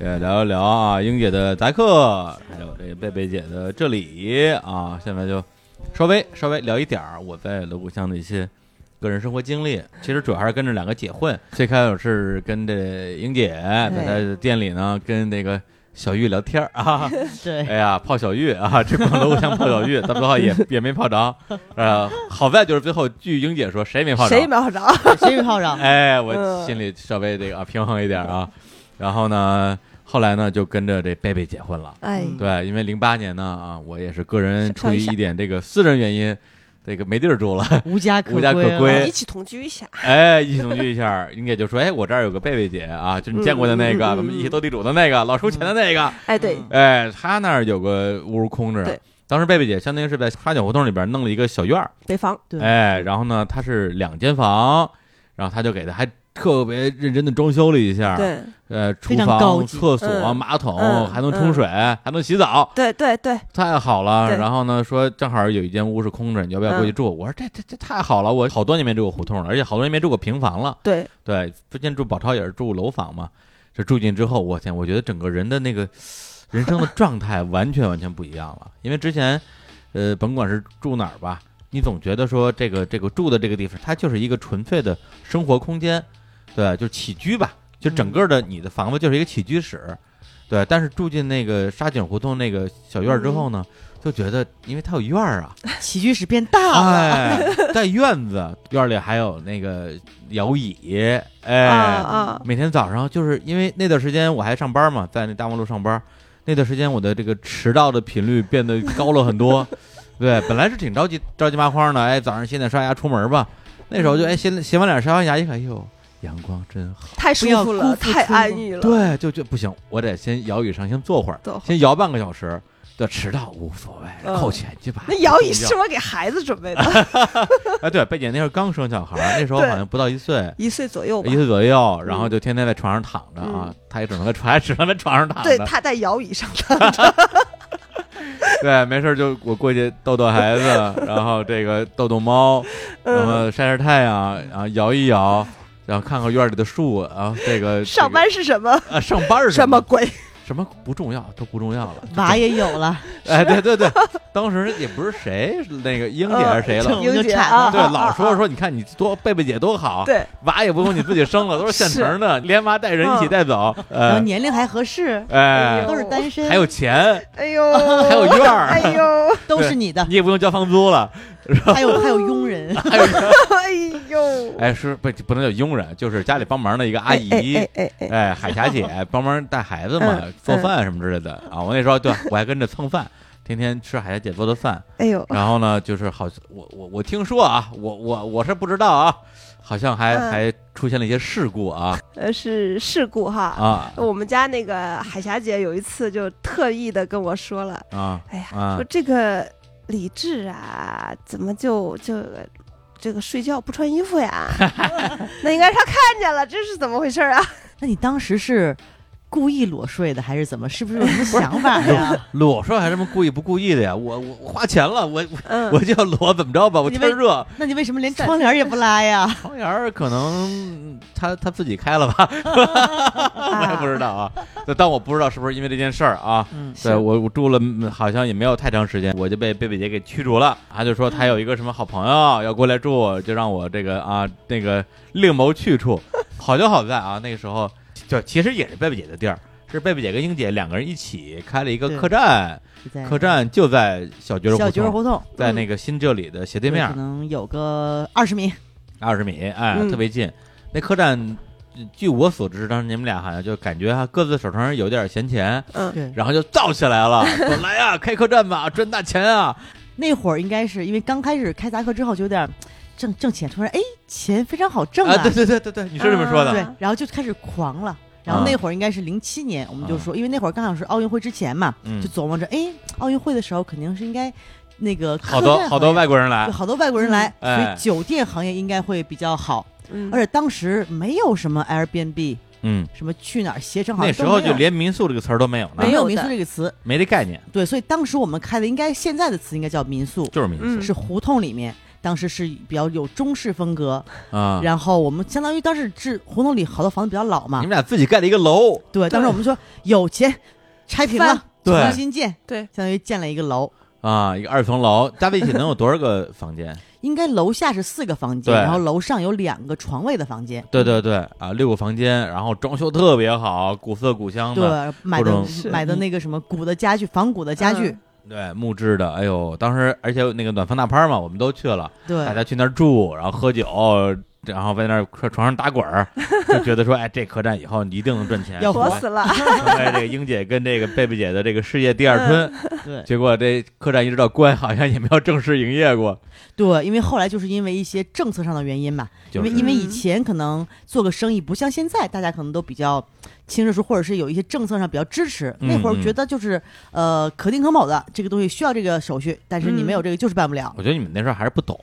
[SPEAKER 5] 也聊一聊啊，英姐的达克，还有这个贝贝姐的这里啊，现在就稍微稍微聊一点儿我在锣鼓巷的一些个人生活经历。其实主要还是跟着两个姐混，最开始是跟这英姐在她店里呢，跟那个小玉聊天儿啊。
[SPEAKER 2] 对，
[SPEAKER 5] 哎呀，泡小玉啊， 这广楼像泡小 玉，到最后也也没泡着，呃，好在就是最后据英姐说，谁也没泡着，
[SPEAKER 1] 谁也没有 着？
[SPEAKER 2] 谁与炮仗？
[SPEAKER 5] 哎，我
[SPEAKER 1] 嗯
[SPEAKER 5] 心里稍微这个啊平衡一点啊，然后呢，后来呢就跟着这贝贝结婚了，
[SPEAKER 1] 哎，
[SPEAKER 5] 对，因为零八年呢啊，我也是个人出
[SPEAKER 1] 上
[SPEAKER 5] 于
[SPEAKER 1] 一下
[SPEAKER 5] 一点这个私人原因，这个没地儿住了，
[SPEAKER 2] 无家可
[SPEAKER 5] 无家可
[SPEAKER 2] 归啊
[SPEAKER 5] 归哎
[SPEAKER 1] 一起同居一下，
[SPEAKER 5] 哎，一起同居一下，英姐就说，哎，我这儿有个贝贝姐啊，就是你见过的那个，
[SPEAKER 1] 嗯嗯嗯
[SPEAKER 5] 咱们一起斗地主的那个，老收钱的那个，
[SPEAKER 1] 哎，对，
[SPEAKER 5] 哎，他那儿有个屋空着
[SPEAKER 1] 对。
[SPEAKER 5] 当时贝贝姐相当于是在花九胡同里边弄了一个小院儿，
[SPEAKER 1] 北方，
[SPEAKER 2] 对
[SPEAKER 5] 哎，然后呢，它是两间房，然后她就给它还特别认真的装修了一下，，
[SPEAKER 1] 对，
[SPEAKER 5] 呃，厨
[SPEAKER 2] 非常高
[SPEAKER 5] 房、
[SPEAKER 2] 级
[SPEAKER 5] 厕所、
[SPEAKER 1] 嗯
[SPEAKER 5] 马桶、
[SPEAKER 1] 嗯
[SPEAKER 5] 还能冲水，还能洗澡，
[SPEAKER 1] 对对对，
[SPEAKER 5] 太好了。
[SPEAKER 1] 对嗯
[SPEAKER 5] 然后呢，说正好有一间屋是空着，你要不要过去住？我说这这这太好了，我好多年没住过胡同了，而且好多年没住过平房了。
[SPEAKER 1] 对，
[SPEAKER 5] 对，之前住宝钞也是住楼房嘛，这住进之后，我天，我觉得整个人的那个人生的状态完全完全不一样了。因为之前，呃，甭管是住哪儿吧，你总觉得说这个这个住的这个地方，它就是一个纯粹的生活空间，对，就起居吧，就整个的你的房子就是一个起居室，对。但是住进那个沙井胡同那个小院儿之后呢，就觉得因为它有院儿啊，
[SPEAKER 2] 起居室变大了。
[SPEAKER 5] 哎，在院子院儿里还有那个摇椅，哎，
[SPEAKER 1] 啊啊，
[SPEAKER 5] 每天早上就是因为那段时间我还上班嘛，在那大望路上班，那段时间我的这个迟到的频率变得高了很多。对，本来是挺着急着急麻慌的，哎，早上洗脸刷牙出门吧，那时候就哎洗洗完脸刷完牙一看，哎呦，阳光真好。
[SPEAKER 1] 太舒服
[SPEAKER 2] 不要
[SPEAKER 1] 了，
[SPEAKER 2] 辜负
[SPEAKER 1] 太
[SPEAKER 2] 春
[SPEAKER 1] 安
[SPEAKER 2] 光
[SPEAKER 1] 逸了，
[SPEAKER 5] 对，就就不行，我得先摇椅上先坐会儿，
[SPEAKER 1] 坐会儿
[SPEAKER 5] 先摇半个小时。对，迟到无所谓，
[SPEAKER 1] 嗯
[SPEAKER 5] 扣钱去吧。
[SPEAKER 1] 那摇椅
[SPEAKER 5] 不重要
[SPEAKER 1] 是我给孩子准备的，
[SPEAKER 5] 哎，对，贝姐那时候刚生小孩儿，那时候好
[SPEAKER 1] 对
[SPEAKER 5] 像不到一岁，
[SPEAKER 1] 一岁左右吧
[SPEAKER 5] 一。岁左右，然后就天天在床上躺着啊
[SPEAKER 1] 嗯，
[SPEAKER 5] 她也只能在床，还 只能在床上躺
[SPEAKER 1] 对，
[SPEAKER 5] 着。
[SPEAKER 1] 他在摇椅上的，
[SPEAKER 5] 对，没事儿就我过去逗逗孩子，然后这个逗逗猫，然
[SPEAKER 1] 嗯，
[SPEAKER 5] 后晒晒太阳，然后摇一摇，然后看看院里的树，然后这 个
[SPEAKER 1] 上班是什么
[SPEAKER 5] 这个啊，上班是
[SPEAKER 1] 什么
[SPEAKER 5] 么
[SPEAKER 1] 鬼？
[SPEAKER 5] 什么不重要，都不重要了。
[SPEAKER 2] 娃也有了，
[SPEAKER 5] 哎，对对对，当时也不是谁那个英姐还是谁
[SPEAKER 2] 嗯
[SPEAKER 5] 了。
[SPEAKER 2] 我们
[SPEAKER 1] 英
[SPEAKER 2] 就
[SPEAKER 1] 姐
[SPEAKER 2] 产
[SPEAKER 1] 啊，
[SPEAKER 2] 了
[SPEAKER 5] 对，
[SPEAKER 1] 啊
[SPEAKER 5] 老说，
[SPEAKER 1] 啊
[SPEAKER 5] 说，你看你多贝贝姐多好，
[SPEAKER 1] 啊对，
[SPEAKER 5] 娃也不用你自己生了，都是现成的，连娃带人
[SPEAKER 1] 嗯
[SPEAKER 5] 一起带走，
[SPEAKER 2] 然后
[SPEAKER 5] 呃，
[SPEAKER 2] 年龄还合适，
[SPEAKER 5] 哎，
[SPEAKER 2] 都是单身，
[SPEAKER 5] 还有钱，
[SPEAKER 1] 哎呦，
[SPEAKER 5] 还有院儿
[SPEAKER 1] 哎呦，
[SPEAKER 2] 都是你的，
[SPEAKER 5] 你也不用交房租了，
[SPEAKER 2] 还有还有佣 人，
[SPEAKER 1] 哎呦，
[SPEAKER 5] 哎，是不不能叫佣人，就是家里帮忙的一个阿姨，
[SPEAKER 1] 哎哎哎哎，
[SPEAKER 5] 哎，海霞姐 帮忙带孩子嘛，
[SPEAKER 1] 嗯
[SPEAKER 5] 做饭什么之类的啊。我那时候对我还跟着蹭饭，天天吃海霞姐做的饭。
[SPEAKER 1] 哎呦，
[SPEAKER 5] 然后呢，就是好，我我我听说啊，我我我是不知道啊，好像还、
[SPEAKER 1] 嗯
[SPEAKER 5] 还出现了一些事故啊
[SPEAKER 1] 呃，是事故哈。
[SPEAKER 5] 啊
[SPEAKER 1] 呃我们家那个海霞姐有一次就特意的跟我说了，
[SPEAKER 5] 啊
[SPEAKER 1] 哎呀，
[SPEAKER 5] 啊
[SPEAKER 1] 说！这个李志啊，怎么就就这个睡觉不穿衣服 呀？那应该是他看见了，这是怎么回事啊？
[SPEAKER 2] 那你当时是故意裸睡的，还是怎么？是不是有什么想法 呀？
[SPEAKER 5] 裸说还是什么故意不故意的呀？我我我花钱 了，我我
[SPEAKER 1] 嗯，
[SPEAKER 5] 我就要裸，怎么着吧？我
[SPEAKER 2] 你
[SPEAKER 5] 天
[SPEAKER 2] 为
[SPEAKER 5] 热，
[SPEAKER 2] 那你为什么连窗帘也不拉 呀？
[SPEAKER 5] 窗帘儿可能他他自己开了吧， 我也不知道 啊。就但我不知道是不是因为这件事儿啊。
[SPEAKER 2] 嗯，
[SPEAKER 5] 对我我住了嗯好像也没有太长时间，我就被贝贝姐给驱逐了。她就说她有一个什么好朋友要过来住，就让我这个啊那个另谋去处。好就好在啊，那个时候就其实也是贝贝姐的地儿，是贝贝姐跟英姐两个人一起开了一个
[SPEAKER 2] 对
[SPEAKER 5] 客栈，
[SPEAKER 2] 在
[SPEAKER 5] 客栈就在小角儿
[SPEAKER 2] 小
[SPEAKER 5] 胡
[SPEAKER 2] 角儿
[SPEAKER 5] 同，
[SPEAKER 2] 胡同
[SPEAKER 5] 在那个新这里的斜
[SPEAKER 2] 嗯
[SPEAKER 5] 对面
[SPEAKER 2] 可能有个二十米，
[SPEAKER 5] 二十米，哎，
[SPEAKER 1] 嗯
[SPEAKER 5] 特别近。那客栈据我所知，当时你们俩好像就感觉还各自手头上有点闲钱，
[SPEAKER 1] 嗯，
[SPEAKER 2] 对，
[SPEAKER 5] 然后就造起 来了，说来呀、开客栈吧，赚大钱啊！
[SPEAKER 2] 那会儿应该是因为刚开始开杂课之后就有点儿挣挣钱，突然哎钱非常好挣啊
[SPEAKER 5] 啊，对对对对对，你是这么说的，
[SPEAKER 2] 对，然后就开始狂了。然
[SPEAKER 5] 啊
[SPEAKER 2] 后那会儿应该是零七年，我们就说，因为那会儿刚好是奥运会之前嘛，
[SPEAKER 5] 嗯
[SPEAKER 2] 就琢磨着，哎，奥运会的时候肯定是应该那个
[SPEAKER 5] 好
[SPEAKER 2] 客
[SPEAKER 5] 多
[SPEAKER 2] 栈
[SPEAKER 5] 好
[SPEAKER 2] 行
[SPEAKER 5] 多
[SPEAKER 2] 业
[SPEAKER 5] 外国人来
[SPEAKER 2] 对，好多外国人来，
[SPEAKER 5] 嗯
[SPEAKER 2] 所
[SPEAKER 5] 哎
[SPEAKER 2] 以酒店行业应该会比较好。
[SPEAKER 1] 嗯，
[SPEAKER 2] 而且当时没有什么 Airbnb，
[SPEAKER 5] 嗯，
[SPEAKER 2] 什么去哪儿携程，好
[SPEAKER 5] 那
[SPEAKER 2] 像
[SPEAKER 5] 时
[SPEAKER 2] 都
[SPEAKER 5] 候
[SPEAKER 2] 没
[SPEAKER 5] 就
[SPEAKER 2] 有
[SPEAKER 5] 连啊民宿这个词儿都没有呢
[SPEAKER 2] 没，有
[SPEAKER 1] 没有
[SPEAKER 2] 民
[SPEAKER 1] 的
[SPEAKER 2] 宿这个词，
[SPEAKER 5] 没这概念，
[SPEAKER 2] 对，所以当时我们开的应该现在的词应该叫民宿，
[SPEAKER 5] 就是民宿
[SPEAKER 1] 嗯
[SPEAKER 2] 是胡同里面。当时是比较有中式风格，
[SPEAKER 5] 啊。
[SPEAKER 2] 嗯然后我们相当于当时是胡同里好多房子比较老嘛
[SPEAKER 5] 你，们俩自己盖了一个楼，
[SPEAKER 2] 对，当时我们说有钱拆平了
[SPEAKER 1] 翻，
[SPEAKER 5] 对
[SPEAKER 2] 重新建，
[SPEAKER 1] 对，
[SPEAKER 2] 相当于建了一个楼。
[SPEAKER 5] 啊，一个二层楼，加在一起能有多少个房 间？
[SPEAKER 2] 应该楼下是四个房间，
[SPEAKER 5] 对
[SPEAKER 2] 然后楼上有两个床位的房间，
[SPEAKER 5] 对对对，啊，六个房间，然后装修特别好，古色古香的，
[SPEAKER 2] 对，买
[SPEAKER 5] 各种
[SPEAKER 2] 的
[SPEAKER 1] 是
[SPEAKER 2] 买的那个什么古的家具，仿古的家具，
[SPEAKER 1] 嗯
[SPEAKER 5] 对，木质的，哎呦，当时而且那个暖房大趴嘛，我们都去了，大
[SPEAKER 2] 对，
[SPEAKER 5] 家去那儿住，然后喝酒，然后在那儿床上打 滚儿，就觉得说，哎，这客栈以后你一定能赚钱，
[SPEAKER 2] 要
[SPEAKER 5] 成为
[SPEAKER 1] 火死了，
[SPEAKER 5] 成为这个英姐跟这个贝贝姐的这个事业第二春。
[SPEAKER 2] 对
[SPEAKER 5] 结果这客栈一直到关，好像也没有正式营业过。
[SPEAKER 2] 对，因为后来就是因为一些政策上的原因嘛，
[SPEAKER 5] 就
[SPEAKER 2] 因为
[SPEAKER 5] 是
[SPEAKER 2] 因为以
[SPEAKER 1] 嗯
[SPEAKER 2] 前可能做个生意不像现在，大家可能都比较亲热，说或者是有一些政策上比较支持。
[SPEAKER 5] 嗯
[SPEAKER 2] 那会
[SPEAKER 5] 嗯
[SPEAKER 2] 儿觉得就是呃可丁可卯的这个东西需要这个手续，但是你
[SPEAKER 1] 嗯
[SPEAKER 2] 没有这个就是办不了。
[SPEAKER 5] 我觉得你们那时候还是不懂，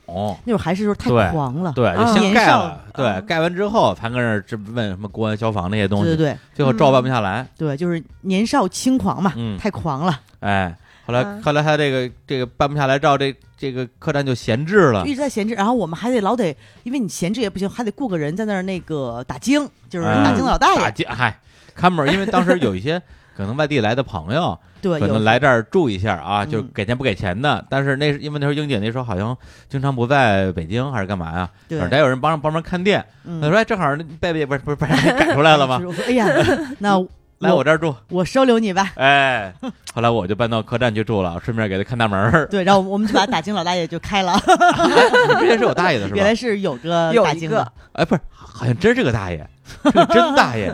[SPEAKER 2] 那会儿还是说太
[SPEAKER 5] 对
[SPEAKER 2] 狂了，
[SPEAKER 5] 对，就
[SPEAKER 1] 啊
[SPEAKER 5] 先
[SPEAKER 2] 啊哦年
[SPEAKER 5] 盖
[SPEAKER 2] 少啊
[SPEAKER 5] 了，对，盖完之后才跟那儿这问什么公安、消防那些东
[SPEAKER 2] 对对嗯
[SPEAKER 5] 西，
[SPEAKER 2] 对
[SPEAKER 5] 最后照办不下来。
[SPEAKER 2] 对，就是年少轻狂嘛，
[SPEAKER 5] 嗯
[SPEAKER 2] 太狂了，
[SPEAKER 5] 哎，后来
[SPEAKER 1] 嗯
[SPEAKER 5] 后来他这个这个办不下来照，这这个客栈就闲置了
[SPEAKER 2] 一。直在闲置，然后我们还得老得，因为你闲置也不行，还得雇个人在那儿那个打更，就是
[SPEAKER 5] 哎
[SPEAKER 2] 打更的老大爷，
[SPEAKER 5] 打架，嗨，看门儿，因为当时有一些 可能外地来的朋友，
[SPEAKER 2] 对，
[SPEAKER 5] 可能
[SPEAKER 2] 呃有
[SPEAKER 5] 来这儿住一下啊，
[SPEAKER 2] 嗯
[SPEAKER 5] 就给钱不给钱的。但是那是因为那时候英姐那时候好像经常不在北京还是干嘛呀？
[SPEAKER 2] 对
[SPEAKER 5] 反正得有人帮帮忙看店。
[SPEAKER 2] 嗯
[SPEAKER 5] 他说哎正好那贝贝不是不是不是 赶出来了吗
[SPEAKER 2] 就？是我说哎呀，那
[SPEAKER 5] 来我这儿住，
[SPEAKER 2] 我收留你吧。
[SPEAKER 5] 哎，后来我就搬到客栈去住了，顺便给他看大门儿。
[SPEAKER 2] 对，然后我们就把打更老大爷就开了，
[SPEAKER 5] 你之前是有大爷的是吧
[SPEAKER 2] 原？来是有 个
[SPEAKER 1] 有
[SPEAKER 2] 打
[SPEAKER 1] 一
[SPEAKER 2] 更
[SPEAKER 1] 个
[SPEAKER 2] 的，，
[SPEAKER 5] 哎，不是，好像真是个大爷，是个真大爷，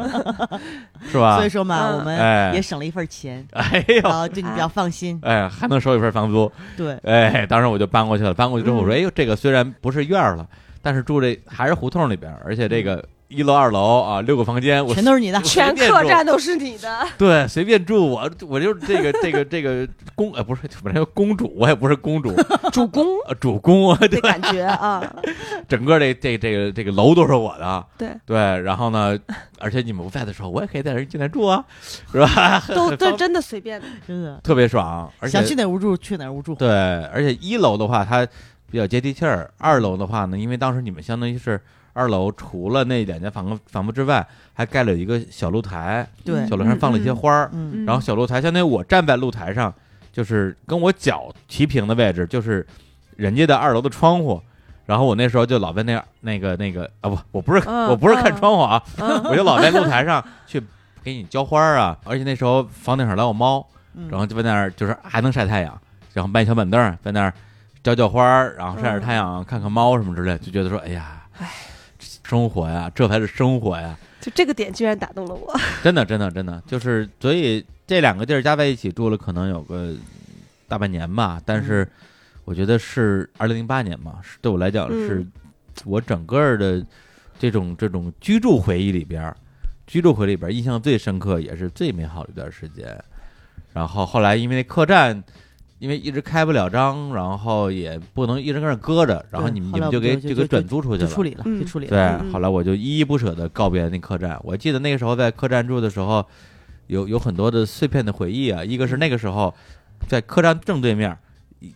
[SPEAKER 5] 是吧
[SPEAKER 2] 所以？说嘛，
[SPEAKER 1] 嗯
[SPEAKER 2] 我
[SPEAKER 5] 哎
[SPEAKER 2] 们也省了一份钱，
[SPEAKER 5] 哎呦，
[SPEAKER 2] 啊，对你比较放心。
[SPEAKER 5] 哎，还能收一份房租。
[SPEAKER 2] 对，
[SPEAKER 5] 哎，当时我就搬过去了。搬过去之后，我说：“
[SPEAKER 1] 嗯
[SPEAKER 5] 哎呦，这个虽然不是院儿了，但是住这还是胡同里边儿，而且这个一楼、二楼啊，六个房间，我
[SPEAKER 2] 嗯全都是你的
[SPEAKER 5] 我，
[SPEAKER 1] 全
[SPEAKER 5] 随便
[SPEAKER 1] 客
[SPEAKER 5] 住
[SPEAKER 1] 栈都是你的，
[SPEAKER 5] 对随便住。我我就是这个这个这个公呃不是，本来叫公主，我也不是公 主，
[SPEAKER 1] 主公
[SPEAKER 5] 呃 主公，
[SPEAKER 1] 这
[SPEAKER 5] 对，
[SPEAKER 1] 感觉啊，
[SPEAKER 5] 整个这这这个这个楼都是我的。
[SPEAKER 1] 对
[SPEAKER 5] 对，然后呢， 而且你们不在的时候，我也可以带人进来住啊，是吧？
[SPEAKER 1] 都都真的随便的，
[SPEAKER 2] 真的，
[SPEAKER 5] 特别爽，而且
[SPEAKER 2] 想去哪儿屋住去哪儿屋住。
[SPEAKER 5] 对，而且一楼的话它比较接地气儿，二楼的话呢，因为当时你们相当于是二楼除了那两间房子房子之外，还盖了有一个小露台，
[SPEAKER 2] 对
[SPEAKER 5] 小露台上放了一些花儿，
[SPEAKER 2] 嗯，
[SPEAKER 1] 嗯
[SPEAKER 5] 然后小露台相当于我站在露台上，就是跟我脚齐平的位置，就是人家的二楼的窗户。然后我那时候就老在那那个那个啊不，我不是、
[SPEAKER 1] 嗯
[SPEAKER 5] 我不是看
[SPEAKER 1] 嗯
[SPEAKER 5] 窗户啊，
[SPEAKER 1] 嗯
[SPEAKER 5] 我就老在露台上去给你浇花儿啊，而且那时候房顶上老有猫，
[SPEAKER 2] 嗯
[SPEAKER 5] 然后就在那儿就是还能晒太阳，然后搬一小板凳儿在那儿浇浇花儿，然后晒晒太阳，看看猫什么之类，就觉得说哎呀，生活呀，这才是生活呀，
[SPEAKER 1] 就这个点居然打动了我，
[SPEAKER 5] 真的真的真的就是，所以这两个地儿加在一起住了可能有个大半年吧，但
[SPEAKER 2] 嗯
[SPEAKER 5] 是我觉得是二零零八年嘛，是对我来讲
[SPEAKER 1] 嗯
[SPEAKER 5] 是我整个儿的这种这种居住回忆里边儿，居住回忆里边儿印象最深刻也是最美好的一段时间。然后后来因为那客栈，因为一直开不了张，然后也不能一直跟那儿搁着，然后
[SPEAKER 2] 对
[SPEAKER 5] 你们
[SPEAKER 2] 后
[SPEAKER 5] 你
[SPEAKER 2] 来
[SPEAKER 5] 们
[SPEAKER 2] 我
[SPEAKER 5] 就
[SPEAKER 2] 们
[SPEAKER 5] 给
[SPEAKER 2] 就
[SPEAKER 5] 就给
[SPEAKER 2] 就
[SPEAKER 5] 转租出去
[SPEAKER 2] 就
[SPEAKER 5] 了，
[SPEAKER 2] 处理了，
[SPEAKER 1] 嗯
[SPEAKER 2] 就处理了。
[SPEAKER 5] 对，
[SPEAKER 1] 嗯
[SPEAKER 5] 后来我就依依不舍的告别那客栈。我记得那个时候在客栈住的时候，有有很多的碎片的回忆啊。一个是那个时候，在客栈正对面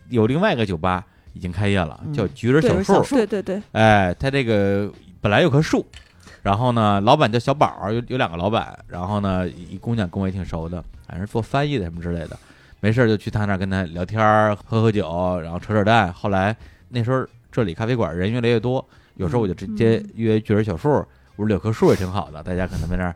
[SPEAKER 5] 有另外一个酒吧已经开业了，
[SPEAKER 2] 嗯
[SPEAKER 5] 叫橘儿
[SPEAKER 1] 对
[SPEAKER 5] 小
[SPEAKER 2] 橘儿
[SPEAKER 5] 树
[SPEAKER 2] 小。
[SPEAKER 1] 对对对，
[SPEAKER 5] 哎，他这个本来有棵树，然后呢，老板叫小宝儿，有有两个老板，然后呢，一姑娘跟我也挺熟的，反正做翻译的什么之类的，没事儿就去他那儿跟他聊天儿，喝喝酒，然后扯扯淡。后来那时候这里咖啡馆人越来越多，有时候我就直接约巨人小树，我说有棵树也挺好的，大家可能在那儿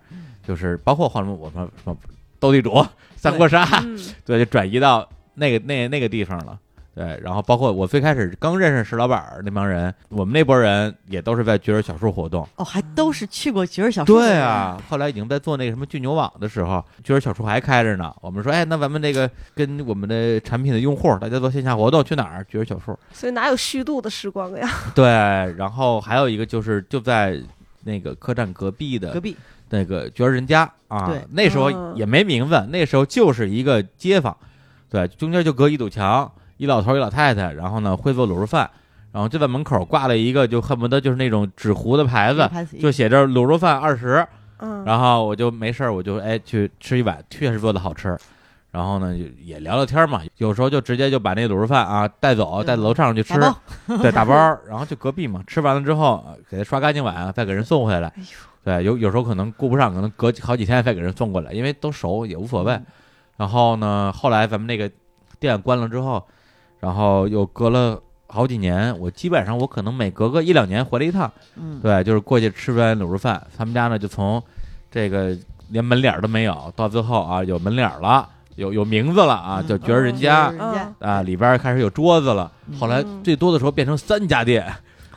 [SPEAKER 5] 就是包括换什么我们什么斗地主、三国杀，
[SPEAKER 1] 嗯，
[SPEAKER 5] 对，就转移到那个那那个地方了。对，然后包括我最开始刚认识石老板儿那帮人，我们那波人也都是在角儿小树活动。
[SPEAKER 2] 哦，还都是去过角儿小树。
[SPEAKER 5] 对，啊，后来已经在做那个什么巨牛网的时候，角儿小树还开着呢。我们说，哎，那咱们这个跟我们的产品的用户，大家做线下活动，去哪儿？角儿小树。
[SPEAKER 1] 所以哪有虚度的时光呀？
[SPEAKER 5] 对，然后还有一个就是就在那个客栈隔壁
[SPEAKER 2] 隔
[SPEAKER 5] 的
[SPEAKER 2] 壁
[SPEAKER 5] 那个角儿人家啊
[SPEAKER 2] 对，
[SPEAKER 5] 那时候
[SPEAKER 1] 嗯
[SPEAKER 5] 也没名字，那时候就是一个街坊，对，中间就隔一堵墙，一老头儿一老太太，然后呢会做卤肉饭，然后就在门口挂了一个就恨不得就是那种纸糊的牌子，
[SPEAKER 2] 盘子
[SPEAKER 5] 就写着卤肉饭二十，
[SPEAKER 1] 嗯，
[SPEAKER 5] 然后我就没事儿我就哎去吃一碗，确实做的好吃。然后呢，就也聊聊天儿嘛，有时候就直接就把那卤肉饭啊带走，
[SPEAKER 2] 对
[SPEAKER 5] 带到楼上去吃
[SPEAKER 2] 打，包
[SPEAKER 5] 对，打包儿，然后就隔壁嘛，吃完了之后呃给他刷干净碗，再给人送回来。
[SPEAKER 1] 哎呦
[SPEAKER 5] 对，有有时候可能顾不上，可能隔几好几天再给人送过来，因为都熟也无所
[SPEAKER 1] 嗯
[SPEAKER 5] 谓。然后呢，后来咱们那个店关了之后，然后又隔了好几年，我基本上我可能每隔个一两年回来一趟，
[SPEAKER 2] 嗯，
[SPEAKER 5] 对，就是过去吃顿卤肉饭。他们家呢就从这个连门脸儿都没有，到最后啊有门脸儿了，有有名字了啊，
[SPEAKER 2] 嗯
[SPEAKER 5] 叫角儿人
[SPEAKER 1] 哦
[SPEAKER 5] 家。
[SPEAKER 2] 人家
[SPEAKER 5] 啊，里边儿开始有桌子了，后来
[SPEAKER 1] 嗯
[SPEAKER 5] 最多的时候变成三家店，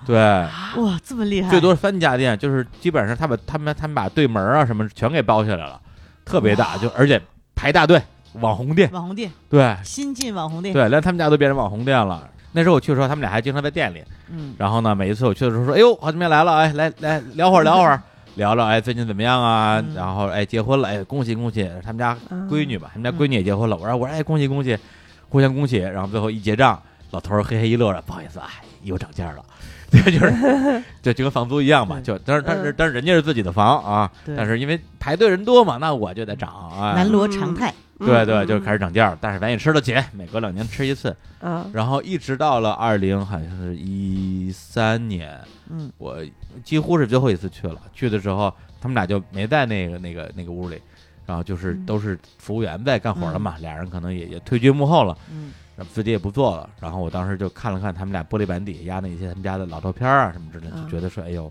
[SPEAKER 5] 对，
[SPEAKER 2] 哇，这么厉害，
[SPEAKER 5] 嗯最多三家店，就是基本上他把他们他们把对门儿啊什么全给包起来了，特别大，就而且排大队，网红店，
[SPEAKER 2] 网红店，
[SPEAKER 5] 对
[SPEAKER 2] 新进网红店，
[SPEAKER 5] 对，连他们家都变成网红店了。那时候我去的时候，他们俩还经常在店里，
[SPEAKER 2] 嗯，
[SPEAKER 5] 然后呢，每一次我去的时候说，哎呦，好久没来了，哎，来来聊会儿聊会儿，聊聊，哎，最近怎么样啊？
[SPEAKER 2] 嗯
[SPEAKER 5] 然后哎，结婚了，哎，恭喜恭喜，他们家
[SPEAKER 1] 嗯
[SPEAKER 5] 闺女吧，他们家闺女也结婚了。我说我说哎，恭喜恭喜，互相恭喜。然后最后一结账，老头儿嘿嘿一乐着，不好意思啊，又涨价了。 对，就是，就就跟房租一样嘛，
[SPEAKER 2] 对
[SPEAKER 5] 就但是但是
[SPEAKER 1] 嗯
[SPEAKER 5] 但是人家是自己的房啊，
[SPEAKER 2] 对
[SPEAKER 5] 但是因为排队人多嘛，那我就得涨啊。
[SPEAKER 2] 南锣常态，
[SPEAKER 1] 嗯
[SPEAKER 5] 对对，就开
[SPEAKER 1] 始
[SPEAKER 5] 始涨价了，但是咱也吃得起，每隔两年吃一次，
[SPEAKER 2] 嗯
[SPEAKER 1] 啊，
[SPEAKER 5] 然后一直到了二零好像是一三年，
[SPEAKER 2] 嗯，
[SPEAKER 5] 我几乎是最后一次去了。去的时候，他们俩就没在那个那个那个屋里，然后就是
[SPEAKER 2] 嗯
[SPEAKER 5] 都是服务员在干活了嘛，俩人可能也也退居幕后了，
[SPEAKER 2] 嗯，
[SPEAKER 5] 然后自己也不做了。然后我当时就看了看他们俩玻璃板底压那些他们家的老照片啊什么之类的，
[SPEAKER 1] 嗯
[SPEAKER 5] 就觉得说，哎呦。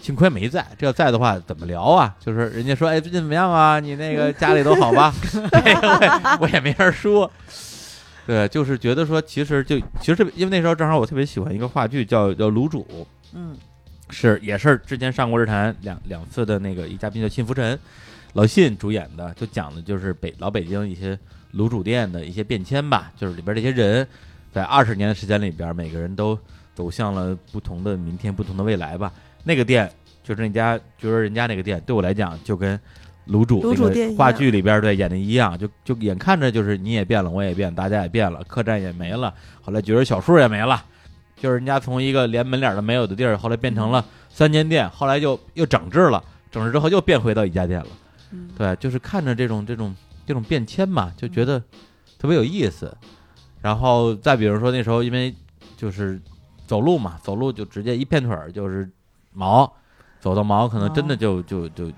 [SPEAKER 5] 幸亏没在，这要在的话怎么聊啊？就是人家说，哎，最近怎么样啊？你那个家里都好 吧？这个我也我也没法说。对，就是觉得说，其实就其实因为那时候正好我特别喜欢一个话剧叫叫《卤煮》，
[SPEAKER 2] 嗯，
[SPEAKER 5] 是也是之前上过日坛两两次的那个一嘉宾叫信福臣，老信主演的，就讲的就是北老北京一些卤煮店的一些变迁吧，就是里边这些人在二十年的时间里边，每个人都走向了不同的明天、不同的未来吧。那个店就是那家，就是人家那个店，对我来讲就跟。卤煮
[SPEAKER 1] 卤
[SPEAKER 5] 那
[SPEAKER 1] 煮
[SPEAKER 5] 个
[SPEAKER 1] 店一
[SPEAKER 5] 话
[SPEAKER 1] 样
[SPEAKER 5] 剧里边对演的一样，就就眼看着就是你也变了，我也变，大家也变了，客栈也没了，后来觉得小树也没了，就是人家从一个连门脸都没有的地儿，后来变成了三间店，后来又又整治了，整治之后又变回到一家店了。
[SPEAKER 1] 嗯
[SPEAKER 5] 对，就是看着这种这种这种变迁嘛，就觉得特别有意思。然后再比如说那时候因为就是走路嘛，走路就直接一片腿儿就是毛，走到毛可能真的就、就就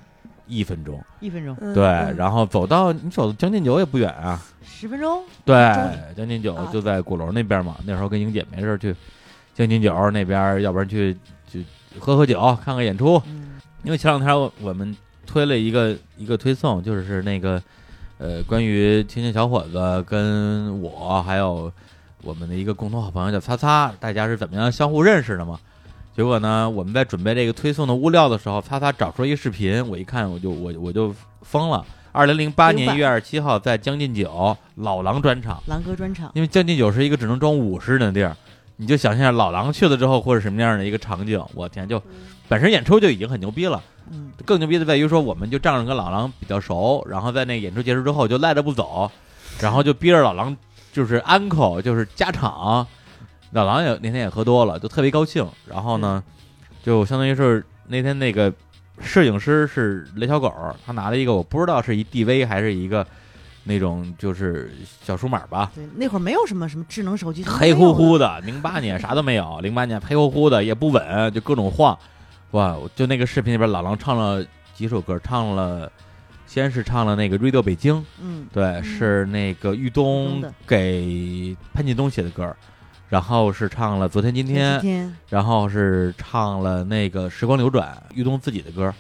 [SPEAKER 5] 一分钟。
[SPEAKER 2] 一分钟，
[SPEAKER 1] 哦嗯
[SPEAKER 5] 对，
[SPEAKER 1] 嗯
[SPEAKER 5] 然后走到你走到将近九也不远啊，
[SPEAKER 2] 十分钟，
[SPEAKER 5] 对
[SPEAKER 2] 中，
[SPEAKER 5] 将近九
[SPEAKER 1] 啊
[SPEAKER 5] 就在鼓楼那边嘛。那时候跟英姐没事儿去将近九那边，要不然去去喝喝酒，看看演出。
[SPEAKER 2] 嗯，
[SPEAKER 5] 因为前两天我我们推了一个一个推送，就是那个呃，关于青年小伙子跟我还有我们的一个共同好朋友叫擦擦，大家是怎么样相互认识的嘛？结果呢，我们在准备这个推送的物料的时候，擦擦找出一个视频，我一看我就我我就疯了。二零零八年一月二十七号，在将近九老狼专场。
[SPEAKER 2] 狼哥专场，
[SPEAKER 5] 因为将近九是一个只能装五十人的地儿，你就想象老狼去了之后或者什么样的一个场景，我天，就本身演出就已经很牛逼了，
[SPEAKER 2] 嗯，
[SPEAKER 5] 更牛逼的在于说我们就仗着跟老狼比较熟，然后在那个演出结束之后就赖着不走，然后就逼着老狼就是 uncle 就是加场，老狼也那天也喝多了，就特别高兴，然后呢，就相当于是那天那个摄影师是雷小狗，他拿了一个我不知道是一 DV 还是一个那种就是小数码吧，
[SPEAKER 2] 对，那会儿没有什么什么智能手机，
[SPEAKER 5] 黑乎
[SPEAKER 2] 的，
[SPEAKER 5] 乎的，零八年啥都没有，零八年黑乎乎的也不稳，就各种晃，哇！我就那个视频里边，老狼唱了几首歌，唱了，先是唱了那个《Radio 北京》，
[SPEAKER 2] 嗯，
[SPEAKER 5] 对，是那个玉
[SPEAKER 2] 东
[SPEAKER 5] 东
[SPEAKER 2] 的
[SPEAKER 5] 给潘劲东写的歌，然后是唱了《昨天今
[SPEAKER 2] 前》，
[SPEAKER 5] 天
[SPEAKER 2] 几天
[SPEAKER 5] 然后是唱了那个《时光流转》，玉东自己的歌。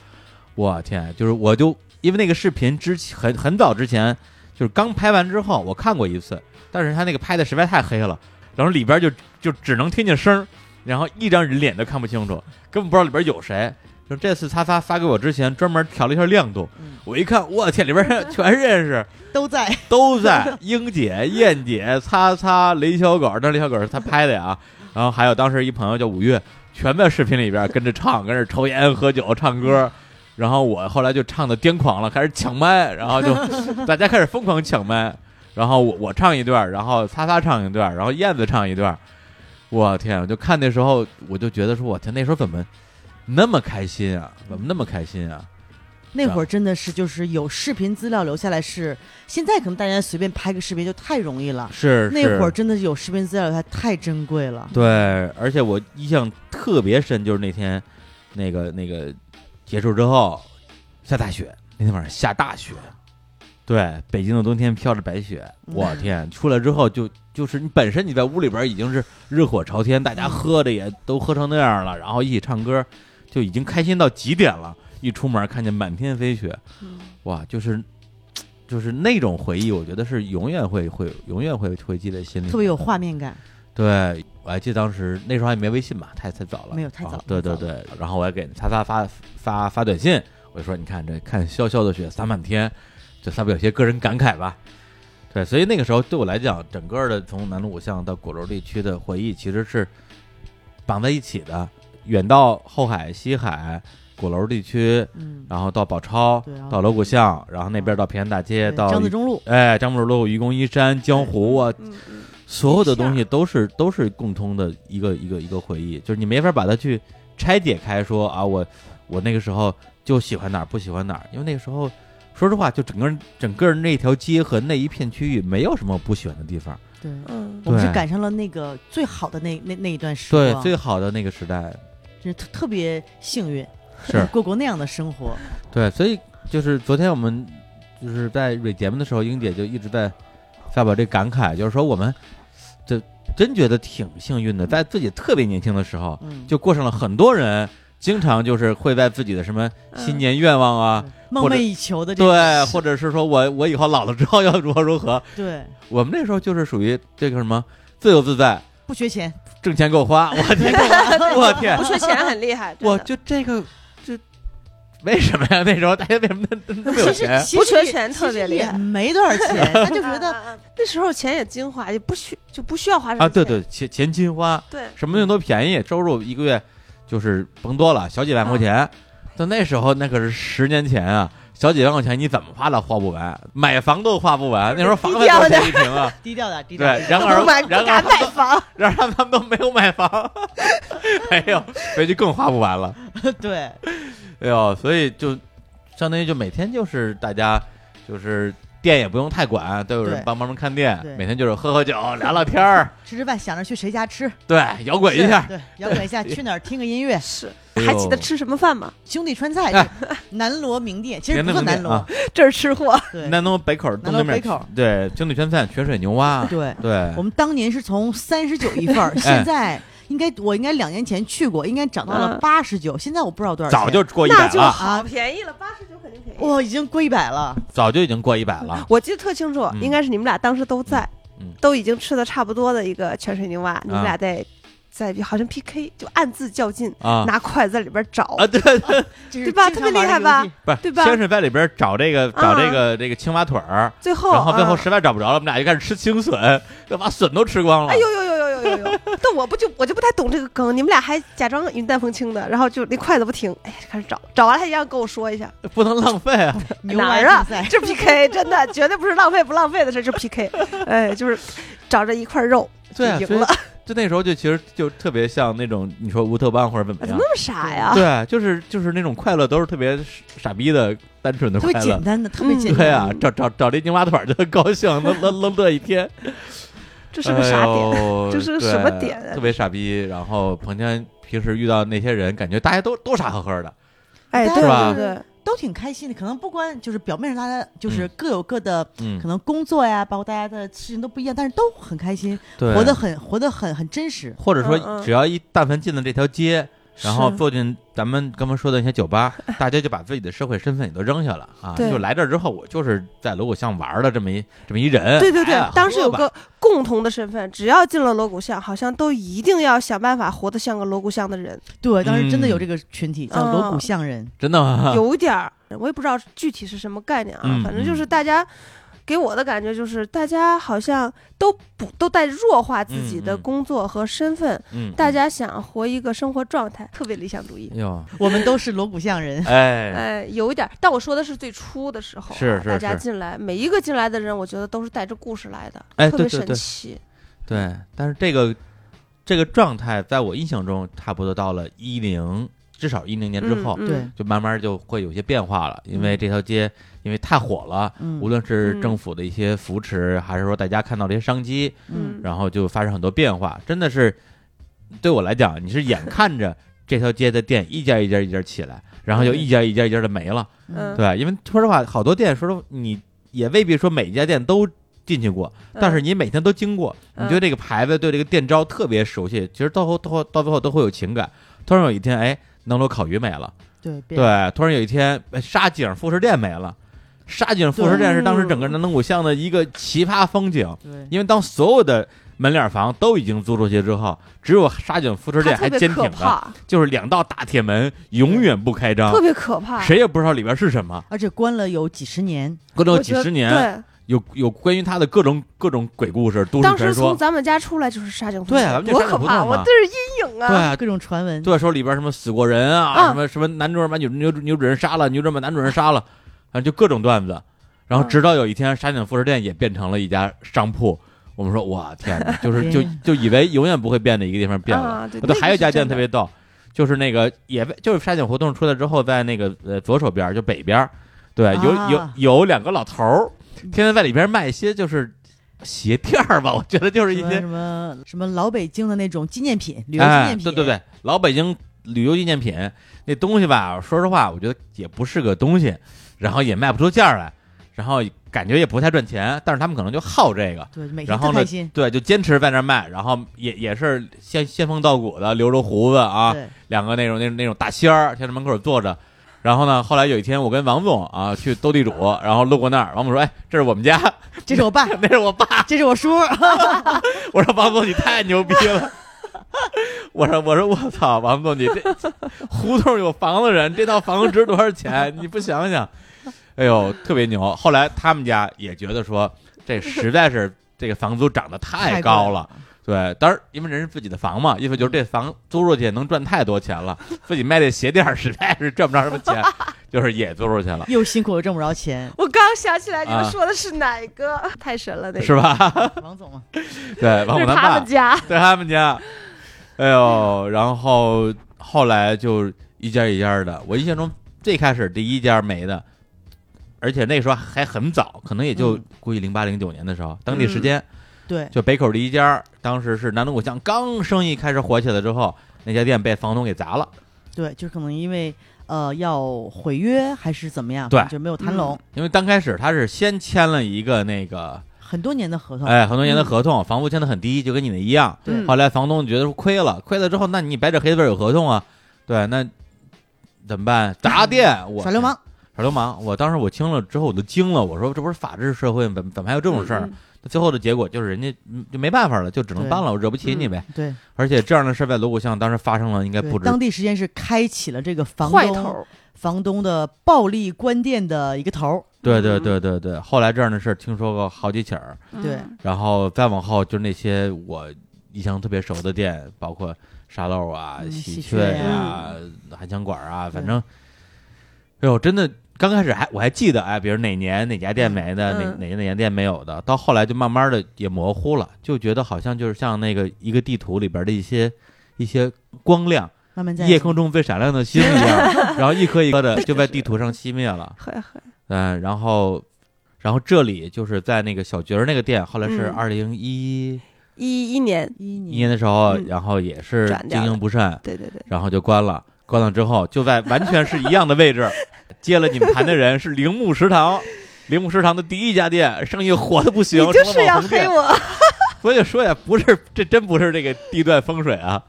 [SPEAKER 5] 我天，就是我就因为那个视频之前很很早之前，就是刚拍完之后，我看过一次，但是他那个拍的实在太黑了，然后里边就就只能听见声儿，然后一张人脸都看不清楚，根本不知道里边有谁。就这次他发发给我之前，专门调了一下亮度，我一看，我天，里边全认识，
[SPEAKER 2] 都在
[SPEAKER 5] 都在英姐、燕姐、擦擦、雷小狗，但是雷小狗是他拍的呀。然后还有当时一朋友叫五月，全在视频里边跟着唱，跟着抽烟、喝酒、唱歌。然后我后来就唱的癫狂了，开始抢麦，然后就大家开始疯狂抢麦。然后我我唱一段，然后擦擦唱一段，然后燕子唱一段。我天！我就看那时候，我就觉得说，我天，那时候怎么那么开心啊？怎么那么开心啊？
[SPEAKER 2] 那会儿真的是就是有视频资料留下来是，现在可能大家随便拍个视频就太容易了，
[SPEAKER 5] 是
[SPEAKER 2] 那
[SPEAKER 5] 是
[SPEAKER 2] 会儿真的是有视频资料它太珍贵了。
[SPEAKER 5] 对，而且我印象特别深，就是那天那个那个结束之后下大雪，那天晚上下大雪，对，北京的冬天飘着白雪，
[SPEAKER 2] 嗯
[SPEAKER 5] 我天！出来之后就就是你本身你在屋里边已经是热火朝天，大家喝的也都喝成那样了，然后一起唱歌，就已经开心到极点了。一出门看见满天飞雪，哇，就是。就是那种回忆，我觉得是永远会会永远会会记在心里的，
[SPEAKER 2] 特别有画面感，
[SPEAKER 5] 对，我还记得当时那时候还没微信吧，太太早了，
[SPEAKER 2] 没有太早
[SPEAKER 5] 啊对
[SPEAKER 2] 太
[SPEAKER 5] 对
[SPEAKER 2] 早
[SPEAKER 5] 对，然后我还给他发发发发短信，我就说你看这看潇潇的雪洒满天，就发表一些个人感慨吧。对，所以那个时候对我来讲，整个的从南锣鼓巷到鼓楼地区的回忆其实是绑在一起的，远到后海、西海、鼓楼地区，
[SPEAKER 2] 嗯，
[SPEAKER 5] 然后到宝钞
[SPEAKER 2] 对然后，
[SPEAKER 5] 到锣鼓巷，然后那边到平安大街，
[SPEAKER 2] 对
[SPEAKER 5] 到
[SPEAKER 2] 张自忠路，
[SPEAKER 5] 哎张木路、愚公移山、江湖啊，
[SPEAKER 1] 嗯嗯，
[SPEAKER 5] 所有的东西都是都是共通的一个一个一个回忆，就是你没法把它去拆解开说啊，我我那个时候就喜欢哪儿不喜欢哪儿，因为那个时候说实话，就整个人整个人那条街和那一片区域没有什么不喜欢的地方，
[SPEAKER 2] 对，
[SPEAKER 1] 嗯
[SPEAKER 2] 我们是
[SPEAKER 5] 对
[SPEAKER 2] 赶上了那个最好的那那那一段时
[SPEAKER 5] 对
[SPEAKER 2] 光，，
[SPEAKER 5] 最好的那个时代
[SPEAKER 2] 真是特特别幸运，
[SPEAKER 5] 是
[SPEAKER 2] 过过那样的生活，
[SPEAKER 5] 对，所以就是昨天我们就是在蕊节目的时候，英姐就一直在发表这感慨，就是说我们这真觉得挺幸运的，在自己特别年轻的时候，
[SPEAKER 2] 嗯，
[SPEAKER 5] 就过上了很多人经常就是会在自己的什么
[SPEAKER 2] 嗯
[SPEAKER 5] 新年愿望啊，
[SPEAKER 2] 梦
[SPEAKER 5] 或者
[SPEAKER 2] 寐以求的这
[SPEAKER 5] 对，或者是说我我以后老了之后要如何如何。
[SPEAKER 2] 对，
[SPEAKER 5] 我们那时候就是属于这个什么自由自在，
[SPEAKER 2] 不缺钱，
[SPEAKER 5] 挣钱 够花。我天，我天
[SPEAKER 1] 不，缺钱很厉 害，真的
[SPEAKER 5] 我就这个就为什么呀？那时候大家为什么那那么有
[SPEAKER 2] 其实
[SPEAKER 5] 钱？
[SPEAKER 2] 其实
[SPEAKER 1] 不缺
[SPEAKER 2] 也
[SPEAKER 1] 钱特别厉害
[SPEAKER 2] 其实也 没多少钱，他就 觉得
[SPEAKER 1] 啊啊啊那时候钱也精华，也不需就不需要花什么
[SPEAKER 5] 啊，对
[SPEAKER 1] 钱
[SPEAKER 5] 对，钱钱金花，
[SPEAKER 1] 对，
[SPEAKER 5] 什么东西都便宜，收入一个月就是甭多了，小几万块
[SPEAKER 1] 啊
[SPEAKER 5] 钱。但那时候那可是十年前啊，小几万块钱你怎么花都花不完，买房都花不完。那时候房子多少钱一平 啊？
[SPEAKER 2] 低调点，低
[SPEAKER 5] 对，
[SPEAKER 2] 调点，
[SPEAKER 5] 然而
[SPEAKER 1] 不买不
[SPEAKER 5] 然
[SPEAKER 1] 敢
[SPEAKER 5] 而
[SPEAKER 1] 买房，
[SPEAKER 5] 然而他们都没有买房， 没有，所以就更花不完了。
[SPEAKER 2] 对，
[SPEAKER 5] 哎呦，所以就相当于就每天就是大家就是店也不用太管，都有人
[SPEAKER 2] 对
[SPEAKER 5] 帮帮忙看店
[SPEAKER 2] 对，
[SPEAKER 5] 每天就是喝喝酒聊聊天儿，
[SPEAKER 2] 吃吃饭想着去谁家吃，
[SPEAKER 5] 对，摇滚一下
[SPEAKER 2] 是，对，摇滚一下，去哪儿听个音 乐，
[SPEAKER 1] 是
[SPEAKER 5] 哎呦
[SPEAKER 1] 还记得吃什么饭吗？
[SPEAKER 2] 兄弟川菜，
[SPEAKER 5] 哎
[SPEAKER 2] 南锣名店，其实
[SPEAKER 5] 别
[SPEAKER 2] 不
[SPEAKER 5] 那
[SPEAKER 2] 叫
[SPEAKER 5] 么
[SPEAKER 2] 南
[SPEAKER 5] 念啊
[SPEAKER 2] 锣，
[SPEAKER 1] 这是吃货，
[SPEAKER 2] 对
[SPEAKER 5] 南锣北口儿东对
[SPEAKER 2] 南
[SPEAKER 5] 面
[SPEAKER 2] 锣
[SPEAKER 5] 对京剧川菜泉水牛蛙，
[SPEAKER 2] 对，
[SPEAKER 5] 对
[SPEAKER 2] 我，们当年是从三十九一份
[SPEAKER 5] 哎
[SPEAKER 2] 儿，现在应该我应该两年前去过，应该涨到了
[SPEAKER 1] 嗯
[SPEAKER 2] 八十九，现在我不知道多少钱，
[SPEAKER 5] 早就过一
[SPEAKER 1] 那
[SPEAKER 5] 百
[SPEAKER 1] 就
[SPEAKER 5] 了，
[SPEAKER 1] 好便宜了，八十九肯定便宜。
[SPEAKER 2] 哇，已经过一百了，
[SPEAKER 5] 早就已经过一百了。
[SPEAKER 1] 我记得特清楚，
[SPEAKER 5] 嗯
[SPEAKER 1] 应该是你们俩当时都在，
[SPEAKER 5] 嗯啊嗯
[SPEAKER 1] 都已经吃的差不多的一个泉水牛蛙，你们俩在在好像 PK，就暗自较劲，
[SPEAKER 5] 啊
[SPEAKER 1] 拿筷子在里边找，
[SPEAKER 5] 啊，对对，
[SPEAKER 2] 对
[SPEAKER 1] 对吧特别厉害吧？
[SPEAKER 5] 不是，
[SPEAKER 1] 对吧
[SPEAKER 5] 先是在里边找这个找这个这个青蛙腿儿，
[SPEAKER 1] 最后
[SPEAKER 5] 然后最后
[SPEAKER 1] 啊
[SPEAKER 5] 实在找不着了，我们俩就开始吃青笋，就把笋都吃光了
[SPEAKER 1] 哎。呦呦呦呦呦呦呦！但我不就我就不太懂这个梗，你们俩还假装云淡风轻的，然后就那筷子不停，哎呀，开始找，找完了还一样跟我说一下
[SPEAKER 5] 不能浪费 啊！
[SPEAKER 2] 牛
[SPEAKER 1] 哪
[SPEAKER 2] 蛙
[SPEAKER 1] 儿啊
[SPEAKER 2] 竞赛？
[SPEAKER 1] 这 PK 真的绝对不是浪费不浪费的事，这 PK，哎，就是找着一块肉就
[SPEAKER 5] 对啊，所
[SPEAKER 1] 赢
[SPEAKER 5] 以
[SPEAKER 1] 了，
[SPEAKER 5] 就那时候就其实就特别像那种你说乌托邦或者怎么
[SPEAKER 1] 啊怎
[SPEAKER 5] 样
[SPEAKER 1] 么，那么傻呀？
[SPEAKER 5] 对，啊就是就是那种快乐都是特别傻逼的、单纯的
[SPEAKER 2] 特
[SPEAKER 5] 快
[SPEAKER 2] 别
[SPEAKER 5] 乐
[SPEAKER 2] 简。单的，
[SPEAKER 1] 嗯
[SPEAKER 2] 特别简
[SPEAKER 5] 对
[SPEAKER 2] 单，
[SPEAKER 5] 啊，找找找这牛蛙腿儿就高兴，能能能乐一天。
[SPEAKER 1] 这是个傻点，
[SPEAKER 5] 点
[SPEAKER 1] 这是个什么点啊
[SPEAKER 5] 哎特别傻逼。然后彭天平时遇到那些人，感觉大家都都傻呵呵的，
[SPEAKER 1] 哎，对
[SPEAKER 5] 是吧
[SPEAKER 1] 对对，
[SPEAKER 2] 都挺开心的。可能不光就是表面上大家就是
[SPEAKER 5] 嗯
[SPEAKER 2] 各有各的，
[SPEAKER 5] 嗯
[SPEAKER 2] 可，能工作呀，包括大家的事情都不一样，但是都很开心，
[SPEAKER 5] 对
[SPEAKER 2] 活得很活得很很真实。
[SPEAKER 5] 或者
[SPEAKER 1] 嗯
[SPEAKER 5] 说
[SPEAKER 1] 嗯
[SPEAKER 5] 只要一但凡进了这条街，然后
[SPEAKER 1] 是
[SPEAKER 5] 坐进咱们刚刚说的那些 酒吧，大家就把自己的社会身份也都扔下了啊，
[SPEAKER 1] 对
[SPEAKER 5] 就来这儿之后，我就是在锣鼓巷玩儿的这么一这么一人。
[SPEAKER 1] 对对对
[SPEAKER 5] 哎呀，
[SPEAKER 1] 当时有
[SPEAKER 5] 喝吧
[SPEAKER 1] 个共同的身份，只要进了锣鼓巷，好像都一定要想办法活得像个锣鼓巷的人，
[SPEAKER 2] 对，当时真的有
[SPEAKER 5] 嗯
[SPEAKER 2] 这个群体叫锣鼓巷
[SPEAKER 1] 哦
[SPEAKER 2] 人，
[SPEAKER 5] 真的 吗？
[SPEAKER 1] 有一点儿，我也不知道具体是什么概念啊，
[SPEAKER 5] 嗯
[SPEAKER 1] 反正就是大家。给我的感觉就是，大家好像都不都在弱化自己的
[SPEAKER 5] 嗯嗯
[SPEAKER 1] 工作和身份，
[SPEAKER 5] 嗯，
[SPEAKER 1] 大家想活一个生活状态，特别理想主义。
[SPEAKER 5] 哟，
[SPEAKER 2] 我们都是锣鼓巷人。
[SPEAKER 5] 哎，
[SPEAKER 1] 哎，有一点儿，但我说的是最初的时候啊、
[SPEAKER 5] 是是
[SPEAKER 1] 大家
[SPEAKER 5] 是
[SPEAKER 1] 进来，每一个进来的人，我觉得都是带着故事来的，
[SPEAKER 5] 哎
[SPEAKER 1] 特别
[SPEAKER 5] 对对
[SPEAKER 1] 神
[SPEAKER 5] 对
[SPEAKER 1] 奇。
[SPEAKER 5] 对，但是这个这个状态，在我印象中，差不多到了一零，至少一零年之
[SPEAKER 1] 嗯
[SPEAKER 5] 后，
[SPEAKER 1] 嗯
[SPEAKER 2] 对，
[SPEAKER 5] 就慢慢就会有些变化了，因为这条街因为太火了，
[SPEAKER 2] 嗯
[SPEAKER 5] 无论是政府的一些扶持，还是说大家看到这些商机，
[SPEAKER 1] 嗯，
[SPEAKER 5] 然后就发生很多变化。真的是对我来讲，你是眼看着这条街的店一家一家一家起来，然后就一家一家一家的没了，
[SPEAKER 1] 嗯，
[SPEAKER 5] 对，因为说实话，好多店说实话你也未必说每一家店都进去过，但是
[SPEAKER 1] 嗯
[SPEAKER 5] 你每天都经过，你
[SPEAKER 1] 嗯
[SPEAKER 5] 对这个牌子、对这个店招特别熟悉，其实到后到后到最后都会有情感。突然有一天，哎，能楼烤鱼没了。
[SPEAKER 2] 对变
[SPEAKER 5] 对，突然有一天，哎沙井副食店没了。沙井副食店是当时整个南龙古巷的一个奇葩风景，
[SPEAKER 2] 对
[SPEAKER 5] 因为当所有的门脸房都已经租出去之后，只有沙井副食
[SPEAKER 1] 它
[SPEAKER 5] 店
[SPEAKER 1] 特
[SPEAKER 5] 还
[SPEAKER 1] 别
[SPEAKER 5] 坚
[SPEAKER 1] 可
[SPEAKER 5] 挺啊着，
[SPEAKER 1] 怕，
[SPEAKER 5] 就是两道大铁门永远不开张
[SPEAKER 1] 嗯特，别可怕。
[SPEAKER 5] 谁也不知道里边是什么，
[SPEAKER 2] 而且关了有几十年，
[SPEAKER 5] 过
[SPEAKER 1] 我觉
[SPEAKER 5] 了几
[SPEAKER 1] 得
[SPEAKER 5] 十年，有有关于他的各种各种鬼故事、都
[SPEAKER 1] 对，
[SPEAKER 5] 市
[SPEAKER 1] 当
[SPEAKER 5] 传
[SPEAKER 1] 时
[SPEAKER 5] 说
[SPEAKER 1] 从，咱们家出来就是沙井胡同，
[SPEAKER 5] 对啊咱们就
[SPEAKER 1] 多
[SPEAKER 5] 沙井
[SPEAKER 1] 可
[SPEAKER 5] 胡
[SPEAKER 1] 怕！
[SPEAKER 5] 同
[SPEAKER 1] 我
[SPEAKER 5] 嘛
[SPEAKER 1] 这是阴影
[SPEAKER 5] 对
[SPEAKER 1] 啊。
[SPEAKER 5] 啊，
[SPEAKER 2] 各种传闻。
[SPEAKER 5] 对，说里边什么死过人啊，
[SPEAKER 1] 啊
[SPEAKER 5] 什么什么男主人把女女主女主人杀了，女主人把男主人杀了，反正就各种段子。然后
[SPEAKER 1] 啊
[SPEAKER 5] 直到有一天，沙井副食店也变成了一家商铺。我们说，哇，天哪， 就是就
[SPEAKER 2] 天
[SPEAKER 5] 就以为永远不会变的一个地方变了。
[SPEAKER 1] 哎啊，对，
[SPEAKER 5] 我
[SPEAKER 1] 那
[SPEAKER 5] 对，
[SPEAKER 1] 个
[SPEAKER 5] 还有一
[SPEAKER 1] 是
[SPEAKER 5] 家
[SPEAKER 1] 真
[SPEAKER 5] 店特
[SPEAKER 1] 的
[SPEAKER 5] 别逗，就是那个也被就是沙井胡同出来之后，在那个呃左手边儿就北边儿，对，有有
[SPEAKER 2] 啊
[SPEAKER 5] 有两个老头儿，
[SPEAKER 1] 嗯，
[SPEAKER 5] 天天在里边卖一些就是鞋垫儿吧，我觉得就是一
[SPEAKER 2] 什么
[SPEAKER 5] 些
[SPEAKER 2] 什么什么老北京的那种纪念品，旅游纪
[SPEAKER 5] 哎，
[SPEAKER 2] 念品，
[SPEAKER 5] 对对对，老北京旅游纪念品那东西吧，说实话，我觉得也不是个东西，然后也卖不出价儿来，然后感觉也不太赚钱，但是他们可能就好这个。
[SPEAKER 2] 对，每天
[SPEAKER 5] 然后
[SPEAKER 2] 特
[SPEAKER 5] 呢
[SPEAKER 2] 开心，，
[SPEAKER 5] 对，就坚持在那儿卖，然后也也是仙仙风道骨的，留着胡子啊，
[SPEAKER 2] 对，
[SPEAKER 5] 两个那种那种那种大仙儿，在那门口坐着。然后呢，后来有一天我跟王总啊去斗地主，然后路过那儿，王总说：“哎，这是我们家，
[SPEAKER 2] 这是我爸，
[SPEAKER 5] 那是我爸。”
[SPEAKER 2] 这是我叔，
[SPEAKER 5] 我说王总你太牛逼了。我说我说我操，王总你这胡同有房子人，这套房子值多少钱？你不想想？哎呦，特别牛。后来他们家也觉得说，这实在是这个房租涨得太高了。对，当然因为人是自己的房嘛，意思就是这房租出去能赚太多钱了，自己卖这鞋垫儿实在是赚不着什么钱，就是也租出去了，
[SPEAKER 2] 又辛苦又挣不着钱
[SPEAKER 1] 我刚想起来你们
[SPEAKER 5] 啊
[SPEAKER 1] 说的是哪个，太神了，那个
[SPEAKER 5] 是吧？
[SPEAKER 2] 王总啊嘛，
[SPEAKER 5] 对，
[SPEAKER 1] 这
[SPEAKER 5] 王总
[SPEAKER 1] 是
[SPEAKER 5] 他
[SPEAKER 1] 他
[SPEAKER 5] 爸
[SPEAKER 1] 们家，
[SPEAKER 5] 在他们家。哎呦，然后后来就一家一家的。我印象中最开始第一家没的，而且那时候还很早，可能也就
[SPEAKER 2] 嗯
[SPEAKER 5] 估计零八零九年的时候，当地时间、
[SPEAKER 2] 对，
[SPEAKER 5] 就北口第一家，当时是南锣鼓巷刚生意开始火起来之后，那家店被房东给砸了。
[SPEAKER 2] 对，就是可能因为呃要毁约还是怎么样，
[SPEAKER 5] 对嗯
[SPEAKER 2] 就没有谈拢，
[SPEAKER 5] 因为刚开始他是先签了一个那个，
[SPEAKER 2] 很多年的合同，
[SPEAKER 5] 哎，很多年的合同，房租签的很低，就跟你的一样。
[SPEAKER 2] 嗯对
[SPEAKER 1] 嗯
[SPEAKER 5] 后来房东觉得亏了，亏了之后，那你白纸黑字有合同啊，对，那怎么办？砸店，我哎
[SPEAKER 2] 耍嗯流氓，，
[SPEAKER 5] 耍流氓！我当时我听了之后我都惊了，我说这不是法治社会吗，怎么怎么还有这种事儿？
[SPEAKER 1] 嗯嗯
[SPEAKER 5] 那最后的结果就是人家嗯就没办法了，就只能
[SPEAKER 2] 对嗯
[SPEAKER 5] 搬了，我惹不起你呗。
[SPEAKER 2] 对，
[SPEAKER 5] 而且这样的事儿在锣鼓巷当时发生了，应该
[SPEAKER 2] 对
[SPEAKER 5] 不止
[SPEAKER 2] 当地时间是开启了这个房
[SPEAKER 1] 坏
[SPEAKER 2] 东
[SPEAKER 1] 头，
[SPEAKER 2] 房东的暴力关店的一个头儿，
[SPEAKER 5] 对对对对对，后来这样的事儿听说过好几起儿，
[SPEAKER 2] 对
[SPEAKER 1] 嗯
[SPEAKER 5] 然后再往后就那些我印象特别熟的店，包括沙漏啊、
[SPEAKER 2] 嗯
[SPEAKER 5] 喜
[SPEAKER 2] 喜
[SPEAKER 5] 鹊
[SPEAKER 2] 鹊
[SPEAKER 5] 呀、韩香馆啊，反正，哎呦，真的刚开始还我还记得，哎，比如哪年哪家店没的，
[SPEAKER 1] 嗯
[SPEAKER 5] 哪哪哪家店没有的，到后来就慢慢的也模糊了，就觉得好像就是像那个一个地图里边的一些一些光亮，
[SPEAKER 2] 慢慢在
[SPEAKER 5] 夜空中最闪亮的星一样，然后一颗一颗的就在地图上熄灭了。
[SPEAKER 1] 很很
[SPEAKER 5] 嗯，然后，然后这里就是在那个小角儿那个店，后来是
[SPEAKER 1] 嗯
[SPEAKER 5] 二零一
[SPEAKER 1] 一一年，
[SPEAKER 2] 一
[SPEAKER 5] 一
[SPEAKER 2] 年
[SPEAKER 5] 年的时候，
[SPEAKER 1] 嗯
[SPEAKER 5] 然后也是
[SPEAKER 1] 转掉
[SPEAKER 5] 经营
[SPEAKER 1] 了
[SPEAKER 5] 不善，
[SPEAKER 1] 对对对，
[SPEAKER 5] 然后就关了。关了之后，就在完全是一样的位置，接了你们盘的人是铃木食堂，铃木食堂的第一家店，生意火的不行，
[SPEAKER 1] 你就
[SPEAKER 5] 成了
[SPEAKER 1] 是
[SPEAKER 5] 网
[SPEAKER 1] 要
[SPEAKER 5] 红
[SPEAKER 1] 黑
[SPEAKER 5] 店
[SPEAKER 1] 我，
[SPEAKER 5] 所以说呀，不是这真不是这个地段风水啊，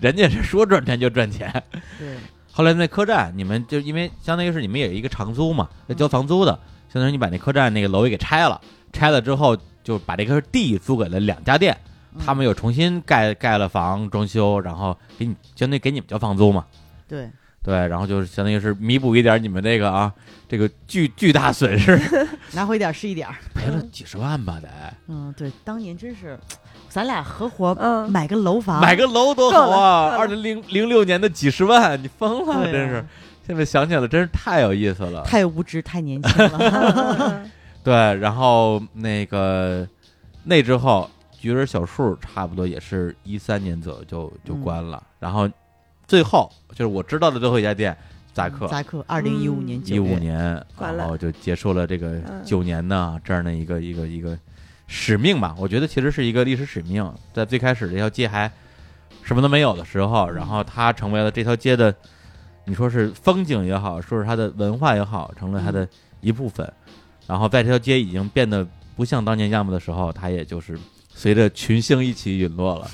[SPEAKER 5] 人家是说赚钱就赚钱。
[SPEAKER 2] 对，
[SPEAKER 5] 后来那客栈，你们就因为相当于是你们也有一个长租嘛，要交房租的，相当于你把那客栈那个楼也给拆了，拆了之后就把这块地租给了两家店，
[SPEAKER 2] 嗯
[SPEAKER 5] 他们又重新盖盖了房装修，然后给你相当于给你们交房租嘛，
[SPEAKER 2] 对，
[SPEAKER 5] 对，然后就是相当于是弥补一点你们这个啊这个巨巨大 损失，
[SPEAKER 2] 拿回点儿是一点儿。
[SPEAKER 5] 赔了几十万吧得，
[SPEAKER 2] 嗯，对，当年真是，咱俩合伙
[SPEAKER 1] 嗯
[SPEAKER 2] 买个楼房，
[SPEAKER 5] 买个楼多好啊！二零零零六年的几十万，你疯了，
[SPEAKER 2] 对啊
[SPEAKER 5] 真是。现在想起来，真是太有意思了。
[SPEAKER 2] 太无知，太年轻 了。
[SPEAKER 1] 嗯
[SPEAKER 5] 对，然后那个那之后，橘儿小树差不多也是一三年左右就就关了。然后最后就是我知道的最后一家店扎克，
[SPEAKER 2] 扎克，二零一五年
[SPEAKER 5] 一
[SPEAKER 2] 九
[SPEAKER 5] 五
[SPEAKER 2] 月，
[SPEAKER 5] 年，
[SPEAKER 1] 关了
[SPEAKER 5] 然后就结束了这个
[SPEAKER 1] 嗯
[SPEAKER 5] 九年呢这样的一个一个一个使命吧。我觉得其实是一个历史使命，在最开始这条街还什么都没有的时候，然后它成为了这条街的，你说是风景也好，说是它的文化也好，成了它的一部分。然后在这条街已经变得不像当年样子的时候，它也就是随着群星一起陨落了。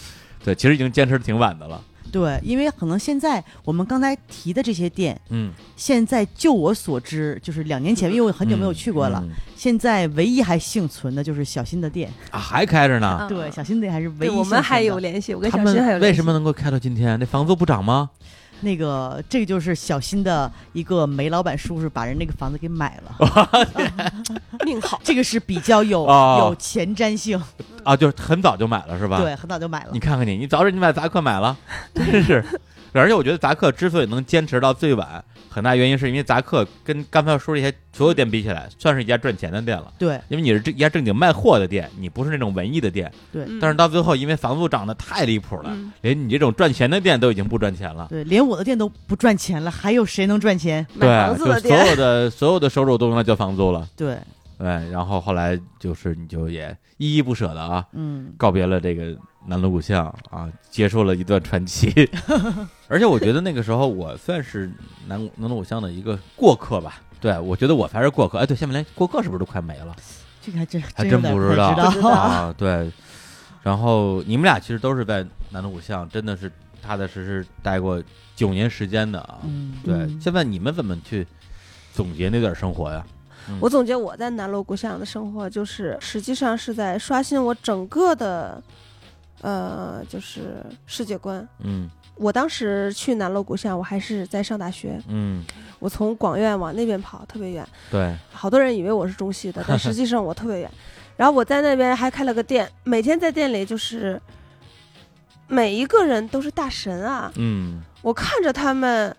[SPEAKER 5] 对，其实已经坚持得挺晚的了。
[SPEAKER 2] 对，因为可能现在我们刚才提的这些店，
[SPEAKER 5] 嗯，
[SPEAKER 2] 现在就我所知，就是两年前，因为我很久没有去过了，
[SPEAKER 5] 嗯嗯
[SPEAKER 2] 现在唯一还幸存的就是小新的店。
[SPEAKER 5] 啊，还开着呢。
[SPEAKER 1] 嗯
[SPEAKER 2] 对，小新店还是
[SPEAKER 1] 对，
[SPEAKER 2] 唯一幸存的。
[SPEAKER 1] 我们还有联系，我跟
[SPEAKER 5] 他
[SPEAKER 1] 小新还有联
[SPEAKER 5] 们为
[SPEAKER 1] 系
[SPEAKER 5] 什么能够开到今天？那房租不涨吗？
[SPEAKER 2] 那个，这个就是小新的一个煤老板叔叔把人那个房子给买了，
[SPEAKER 1] 命好？
[SPEAKER 2] 这个是比较有、
[SPEAKER 5] 哦
[SPEAKER 2] 有前瞻性，
[SPEAKER 1] 嗯
[SPEAKER 5] 啊，就是很早就买了是吧？，
[SPEAKER 2] 对，很早就买了
[SPEAKER 5] 你。看看你，你早点你把杂客买 了，真是。而且我觉得杂客之所以能坚持到最晚，很大原因是因为杂客跟刚才说这些所有店比起来，算是一家赚钱的店了。
[SPEAKER 2] 对
[SPEAKER 5] 因为你是这一家正经卖货的店，你不是那种文艺的店。
[SPEAKER 2] 对
[SPEAKER 1] 嗯
[SPEAKER 5] 但是到最后，因为房租涨得太离谱了，
[SPEAKER 1] 嗯
[SPEAKER 5] 连你这种赚钱的店都已经不赚钱了。
[SPEAKER 2] 对，连我的店都不赚钱了，还有谁能赚钱？
[SPEAKER 1] 买
[SPEAKER 5] 对，
[SPEAKER 1] 房子
[SPEAKER 5] 就
[SPEAKER 1] 的
[SPEAKER 5] 所
[SPEAKER 1] 店，
[SPEAKER 5] 有的所有的收入都用来交房租了。
[SPEAKER 2] 对，
[SPEAKER 5] 对，然后后来就是你就也依依不舍的啊，
[SPEAKER 2] 嗯，
[SPEAKER 5] 告别了这个南锣鼓巷啊，结束了一段 传奇。而且我觉得那个时候我算是南鼓南锣鼓巷的一个过客吧。对，我觉得我才是过客。哎，对，下面连过客是不是都快没了？
[SPEAKER 2] 这个还真
[SPEAKER 5] 还
[SPEAKER 2] 有
[SPEAKER 5] 真
[SPEAKER 2] 点
[SPEAKER 5] 不
[SPEAKER 2] 不太
[SPEAKER 5] 知道
[SPEAKER 2] 知道
[SPEAKER 5] 啊。对，然后你们俩其实都是在南锣鼓巷，真的是踏踏实实待过九年时间的啊。
[SPEAKER 2] 嗯，
[SPEAKER 5] 对，
[SPEAKER 2] 嗯
[SPEAKER 5] 现在你们怎么去总结那段生活呀？
[SPEAKER 1] 我总结我在南锣鼓巷的生活，就是实际上是在刷新我整个的，呃，就是世界观。
[SPEAKER 5] 嗯
[SPEAKER 1] 我当时去南锣鼓巷，我还是在上大学，
[SPEAKER 5] 嗯，
[SPEAKER 1] 我从广院往那边跑，特别远。
[SPEAKER 5] 对，
[SPEAKER 1] 好多人以为我是中戏的，但实际上我特别远。然后我在那边还开了个店，每天在店里就是，每一个人都是大神啊！
[SPEAKER 5] 嗯
[SPEAKER 1] 我看着他们，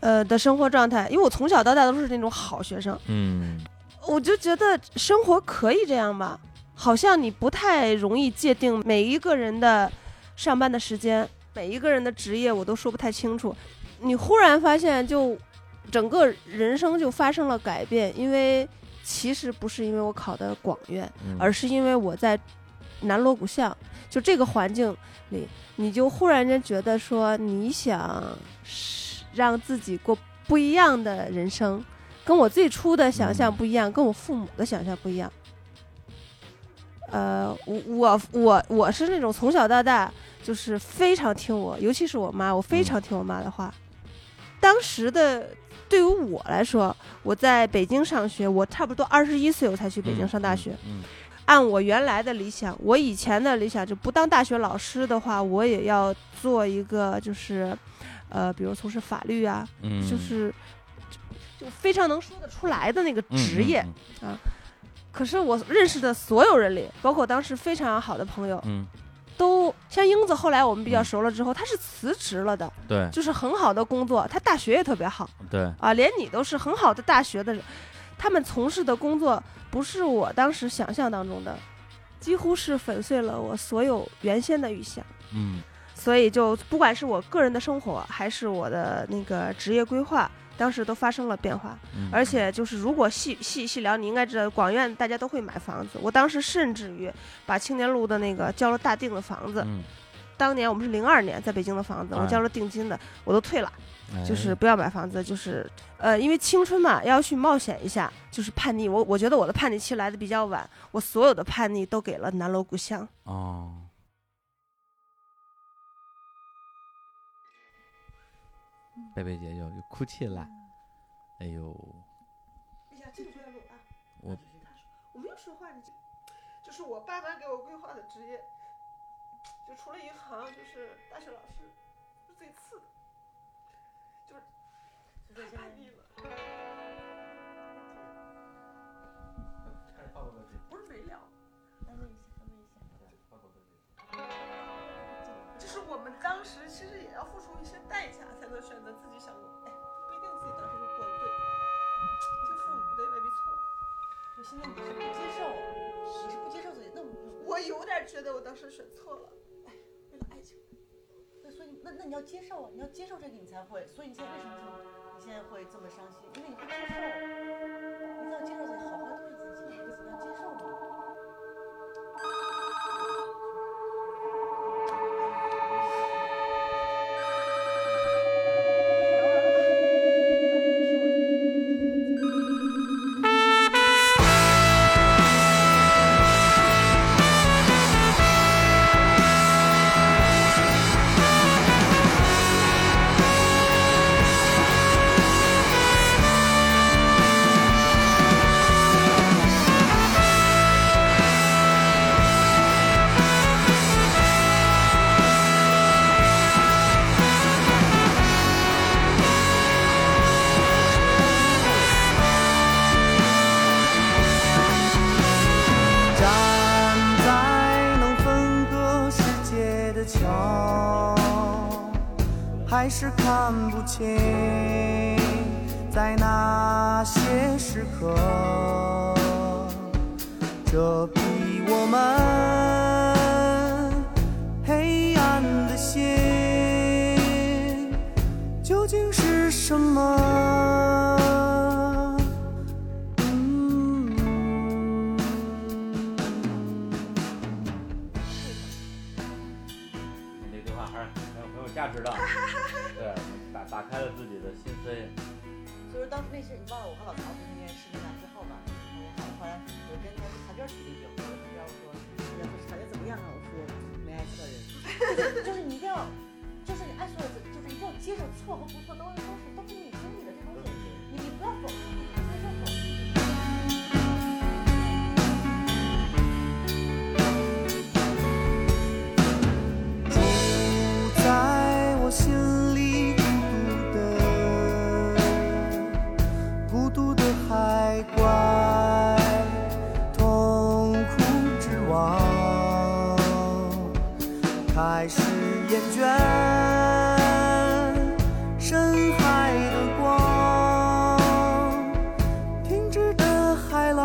[SPEAKER 1] 呃的生活状态，因为我从小到大都是那种好学生，
[SPEAKER 5] 嗯
[SPEAKER 1] 我就觉得生活可以这样吧，好像你不太容易界定每一个人的上班的时间，每一个人的职业，我都说不太清楚。你忽然发现就，整个人生就发生了改变，因为其实不是因为我考的广院，
[SPEAKER 5] 嗯，
[SPEAKER 1] 而是因为我在南锣鼓巷，就这个环境里，你就忽然间觉得说，你想让自己过不一样的人生，跟我最初的想象不一样，跟我父母的想象不一样。呃，我我我我是那种从小到大就是非常听我，尤其是我妈，我非常听我妈的话。当时的对于我来说，我在北京上学，我差不多二十一岁我才去北京上大学。
[SPEAKER 5] 嗯，
[SPEAKER 1] 按我原来的理想，我以前的理想就不当大学老师的话，我也要做一个就是，呃，比如从事法律啊，
[SPEAKER 5] 嗯，嗯
[SPEAKER 1] 就是就就非常能说得出来的那个职业。，
[SPEAKER 5] 嗯
[SPEAKER 1] 可是我认识的所有人里，包括当时非常好的朋友，
[SPEAKER 5] 嗯嗯
[SPEAKER 1] 都像英子，后来我们比较熟了之后，她是辞职了的，
[SPEAKER 5] 嗯，对
[SPEAKER 1] 就是很好的工作，她大学也特别好。
[SPEAKER 5] 对，
[SPEAKER 1] 啊，连你都是很好的大学的人，他们从事的工作不是我当时想象当中的，几乎是粉碎了我所有原先的预想。
[SPEAKER 5] 嗯
[SPEAKER 1] 所以就不管是我个人的生活，还是我的那个职业规划，当时都发生了变化。
[SPEAKER 5] 嗯
[SPEAKER 1] 而且就是如果细细细聊，你应该知道广院大家都会买房子，我当时甚至于把青年路的那个交了大定的房子，
[SPEAKER 5] 嗯
[SPEAKER 1] 当年我们是零二年在北京的房子，我
[SPEAKER 7] 哎
[SPEAKER 1] 交了定金的，我都退了，
[SPEAKER 7] 哎
[SPEAKER 1] 就是不要买房子，就是呃，因为青春嘛，要去冒险一下，就是叛逆。我我觉得我的叛逆期来的比较晚，我所有的叛逆都给了南锣鼓巷。
[SPEAKER 7] 哦，贝贝姐就就哭泣了，哎呦，我
[SPEAKER 1] 我没有说话，你就就是我爸妈给我规划的职业，就除了银行，就是大学老师，是最次的，就是太叛逆了。不是没聊，就是我们当时其实也要付出一些代价，才能选择自己想过，哎，不一定自己当时就过得对，就父母对未必错。
[SPEAKER 2] 我现在你是不接受，你是不接受自己，那我
[SPEAKER 1] 我有点觉得我当时选错了，为了爱情。
[SPEAKER 2] 那所以你那那你要接受啊，你要接受这个你才会，所以你现在为什么这么你现在会这么伤心？因为你不接受，你要接受自己，好坏都是自己，你要接受嘛。
[SPEAKER 6] 站在能分割世界的桥，还是看不清，在那些时刻，这比我们黑暗的心，究竟是什么？嗯
[SPEAKER 5] 你这对话还是很有很有价值的，对，打打开了自己的心扉。
[SPEAKER 2] 所以说当时那事，你忘了我和老曹那件事情完之后吧，我后后来哎我跟他们韩娟提了一句，我跟他说，然后感觉怎么样啊？我说没爱错人，就是就是你一定要，就是你爱错人，就是一定要接受错和不错都是都是都是你经历的这东西，你你不要否认，你不要否认。
[SPEAKER 6] 住在我心里孤独的，孤独的海怪，痛苦之王，开始厌倦深海的光，停止的海浪。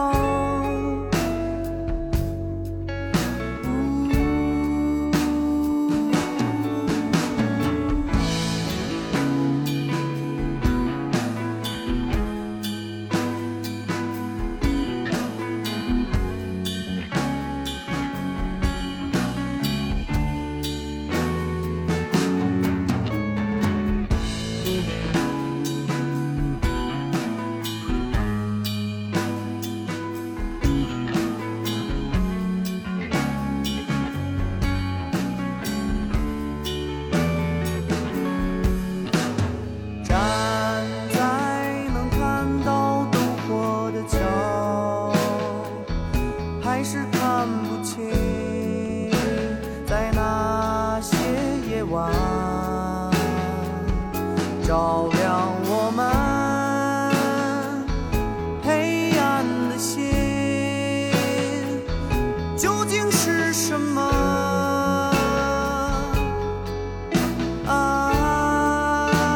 [SPEAKER 6] 站在能看到灯火的桥，还是看不清，在那些夜晚，照亮我们黑暗的心，究竟是什么？啊。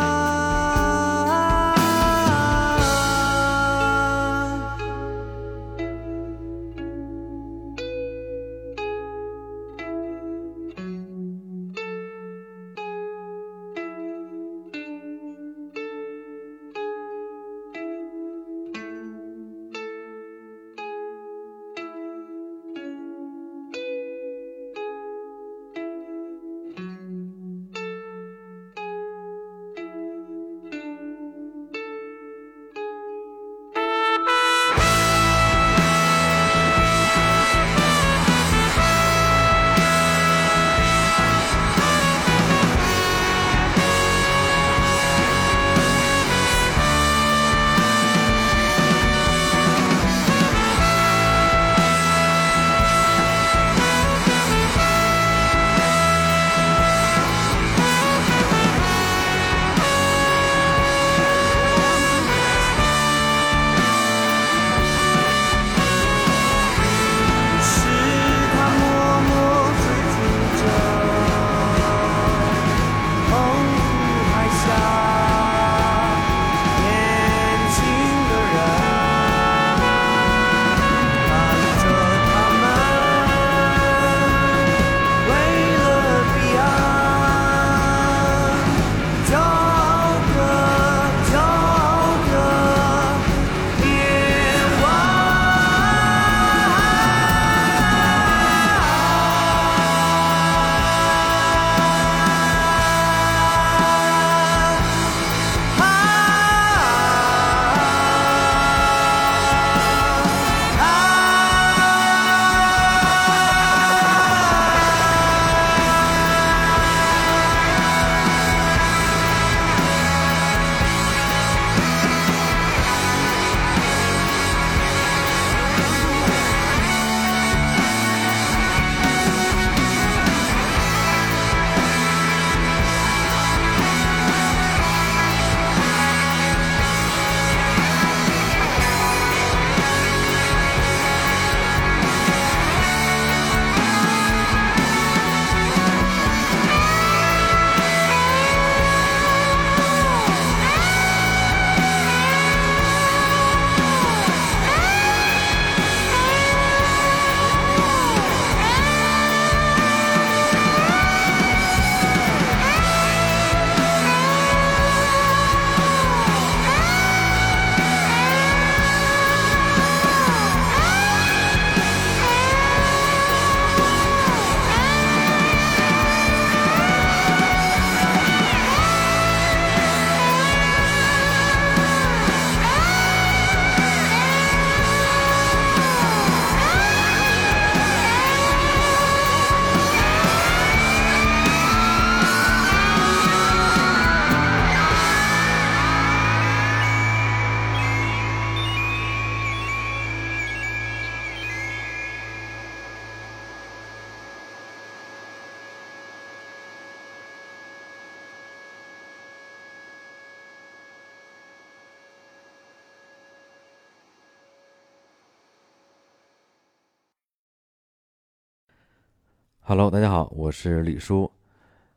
[SPEAKER 5] Hello，大家好，我是李叔。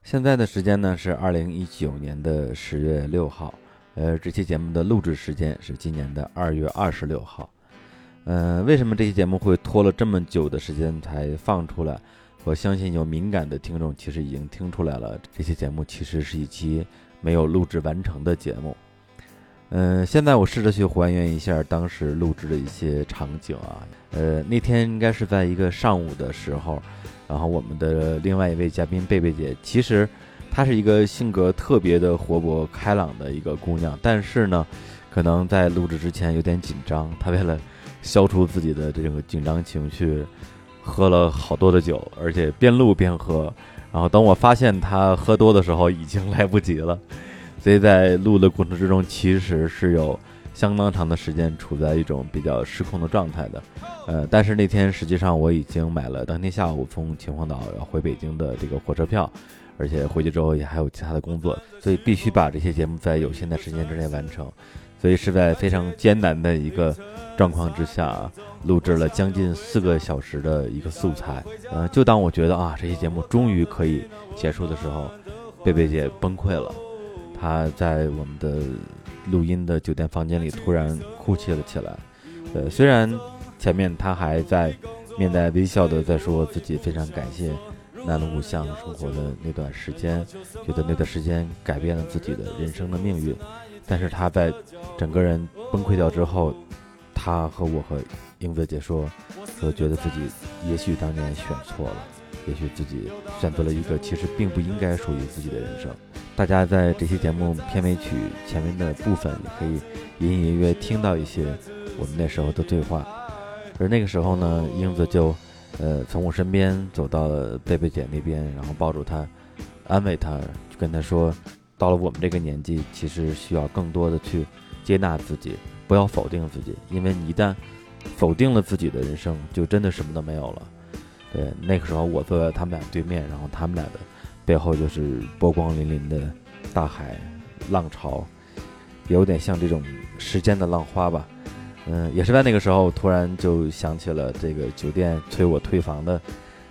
[SPEAKER 5] 现在的时间呢是二零一九年的十月六号，呃，这期节目的录制时间是今年的二月二十六号。呃，为什么这期节目会拖了这么久的时间才放出来？我相信有敏感的听众其实已经听出来了，这期节目其实是一期没有录制完成的节目。嗯、现在我试着去还原一下当时录制的一些场景啊。呃，那天应该是在一个上午的时候，然后我们的另外一位嘉宾贝贝姐，其实她是一个性格特别的活泼开朗的一个姑娘，但是呢，可能在录制之前有点紧张，她为了消除自己的这个紧张情绪，喝了好多的酒，而且边录边喝。然后等我发现她喝多的时候，已经来不及了。所以在录的过程之中，其实是有相当长的时间处在一种比较失控的状态的。呃，但是那天实际上我已经买了当天下午从秦皇岛要回北京的这个火车票，而且回去之后也还有其他的工作，所以必须把这些节目在有限的时间之内完成。所以是在非常艰难的一个状况之下啊，录制了将近四个小时的一个素材。呃，就当我觉得啊，这期节目终于可以结束的时候，贝贝姐崩溃了。他在我们的录音的酒店房间里突然哭泣了起来。呃，虽然前面他还在面带微笑的在说自己非常感谢南锣鼓巷生活的那段时间，觉得那段时间改变了自己的人生的命运，但是他在整个人崩溃掉之后，他和我和英子姐说，说觉得自己也许当年选错了，也许自己选择了一个其实并不应该属于自己的人生。大家在这期节目片尾曲前面的部分，也可以隐隐约约听到一些我们那时候的对话。而那个时候呢，英子就呃从我身边走到了贝贝姐那边，然后抱住她，安慰她，就跟她说，到了我们这个年纪，其实需要更多的去接纳自己，不要否定自己，因为你一旦否定了自己的人生，就真的什么都没有了。对，那个时候我坐在他们俩对面，然后他们俩的背后就是波光粼粼的大海、浪潮，有点像这种时间的浪花吧。嗯，也是在那个时候，突然就想起了这个酒店催我退房的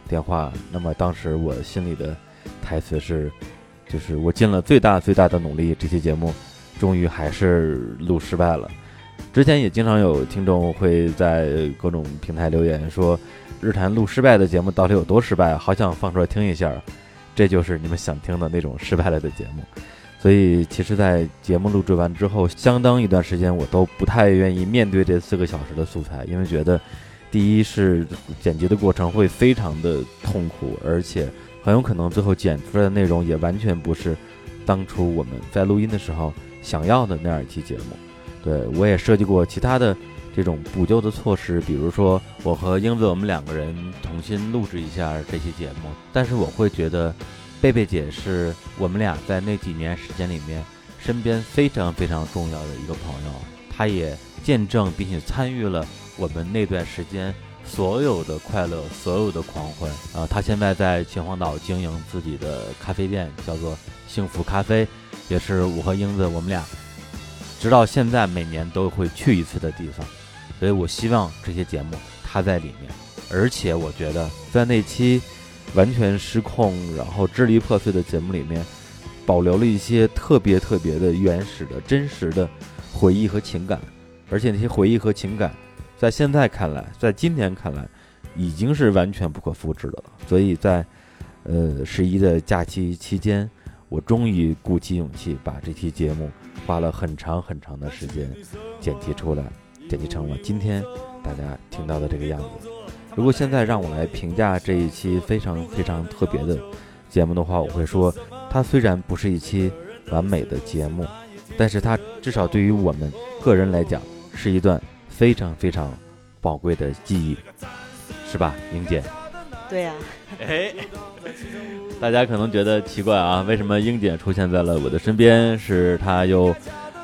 [SPEAKER 5] 电话。那么当时我心里的台词是，就是我尽了最大最大的努力，这期节目终于还是录失败了。之前也经常有听众会在各种平台留言说，日坛录失败的节目到底有多失败？好想放出来听一下。这就是你们想听的那种失败了的节目。所以，其实，在节目录制完之后，相当一段时间我都不太愿意面对这四个小时的素材，因为觉得，第一是剪辑的过程会非常的痛苦，而且很有可能最后剪出来的内容也完全不是当初我们在录音的时候想要的那样一期节目。对我也设计过其他的这种补救的措施，比如说我和英子我们两个人重新录制一下这期节目，但是我会觉得。贝贝姐是我们俩在那几年时间里面身边非常非常重要的一个朋友，她也见证并且参与了我们那段时间所有的快乐、所有的狂欢。啊，她现在在秦皇岛经营自己的咖啡店，叫做幸福咖啡，也是我和英子我们俩 直到现在每年都会去一次的地方。所以我希望这些节目她在里面，而且我觉得在那期。完全失控，然后支离破碎的节目里面，保留了一些特别特别的原始的、真实的回忆和情感，而且那些回忆和情感，在现在看来，在今天看来，已经是完全不可复制的了。所以在呃十一的假期期间，我终于鼓起勇气把这期节目花了很长很长的时间剪辑出来，剪辑成了今天大家听到的这个样子。如果现在让我来评价这一期非常非常特别的节目的话，我会说，它虽然不是一期完美的节目，但是它至少对于我们个人来讲，是一段非常非常宝贵的记忆，是吧，英姐？
[SPEAKER 2] 对啊呀、
[SPEAKER 5] 哎， 大家可能觉得奇怪啊，为什么英姐出现在了我的身边？是她又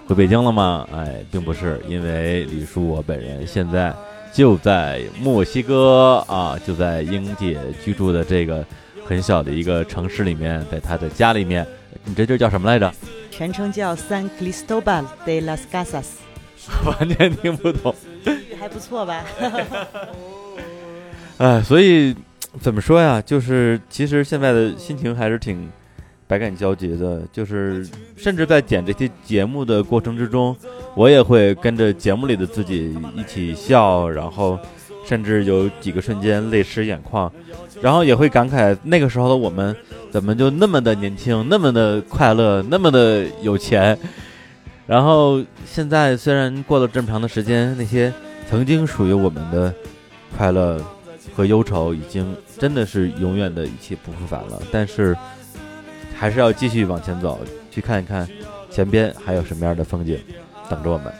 [SPEAKER 5] 回北京了吗？哎，并不是，因为李叔我本人现在就在墨西哥啊，就在英姐居住的这个很小的一个城市里面，在她的家里面，你这地儿叫什么来着？
[SPEAKER 2] 全称叫 San Cristobal de las Casas，
[SPEAKER 5] 完全听不懂。
[SPEAKER 2] 还不错吧？
[SPEAKER 5] 哎，所以怎么说呀？就是其实现在的心情还是挺百感交集的，就是甚至在剪这期节目的过程之中，我也会跟着节目里的自己一起笑，然后甚至有几个瞬间泪湿眼眶，然后也会感慨那个时候的我们怎么就那么的年轻，那么的快乐，那么的有钱。然后现在虽然过了这么长的时间，那些曾经属于我们的快乐和忧愁已经真的是永远的一去不复返了，但是还是要继续往前走，去看一看前边还有什么样的风景等着我们。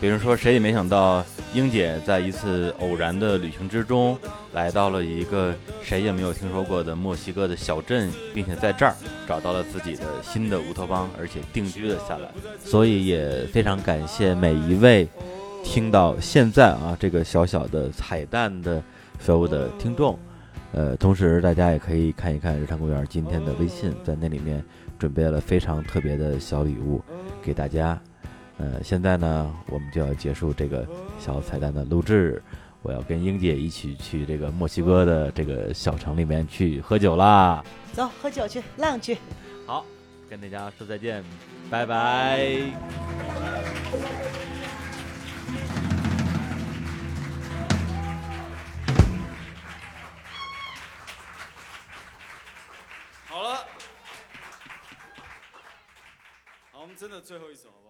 [SPEAKER 5] 比如说，谁也没想到，英姐在一次偶然的旅行之中，来到了一个谁也没有听说过的墨西哥的小镇，并且在这儿找到了自己的新的乌托邦，而且定居了下来。所以也非常感谢每一位听到现在啊这个小小的彩蛋的所有的听众。呃，同时大家也可以看一看日常公园今天的微信，在那里面准备了非常特别的小礼物给大家。呃，现在呢，我们就要结束这个小彩蛋的录制，我要跟英姐一起去这个墨西哥的这个小城里面去喝酒啦。
[SPEAKER 2] 走，喝酒去，浪去。
[SPEAKER 5] 好，跟大家说再见，拜拜。
[SPEAKER 6] 好了，好，我们真的最后一首，好不好？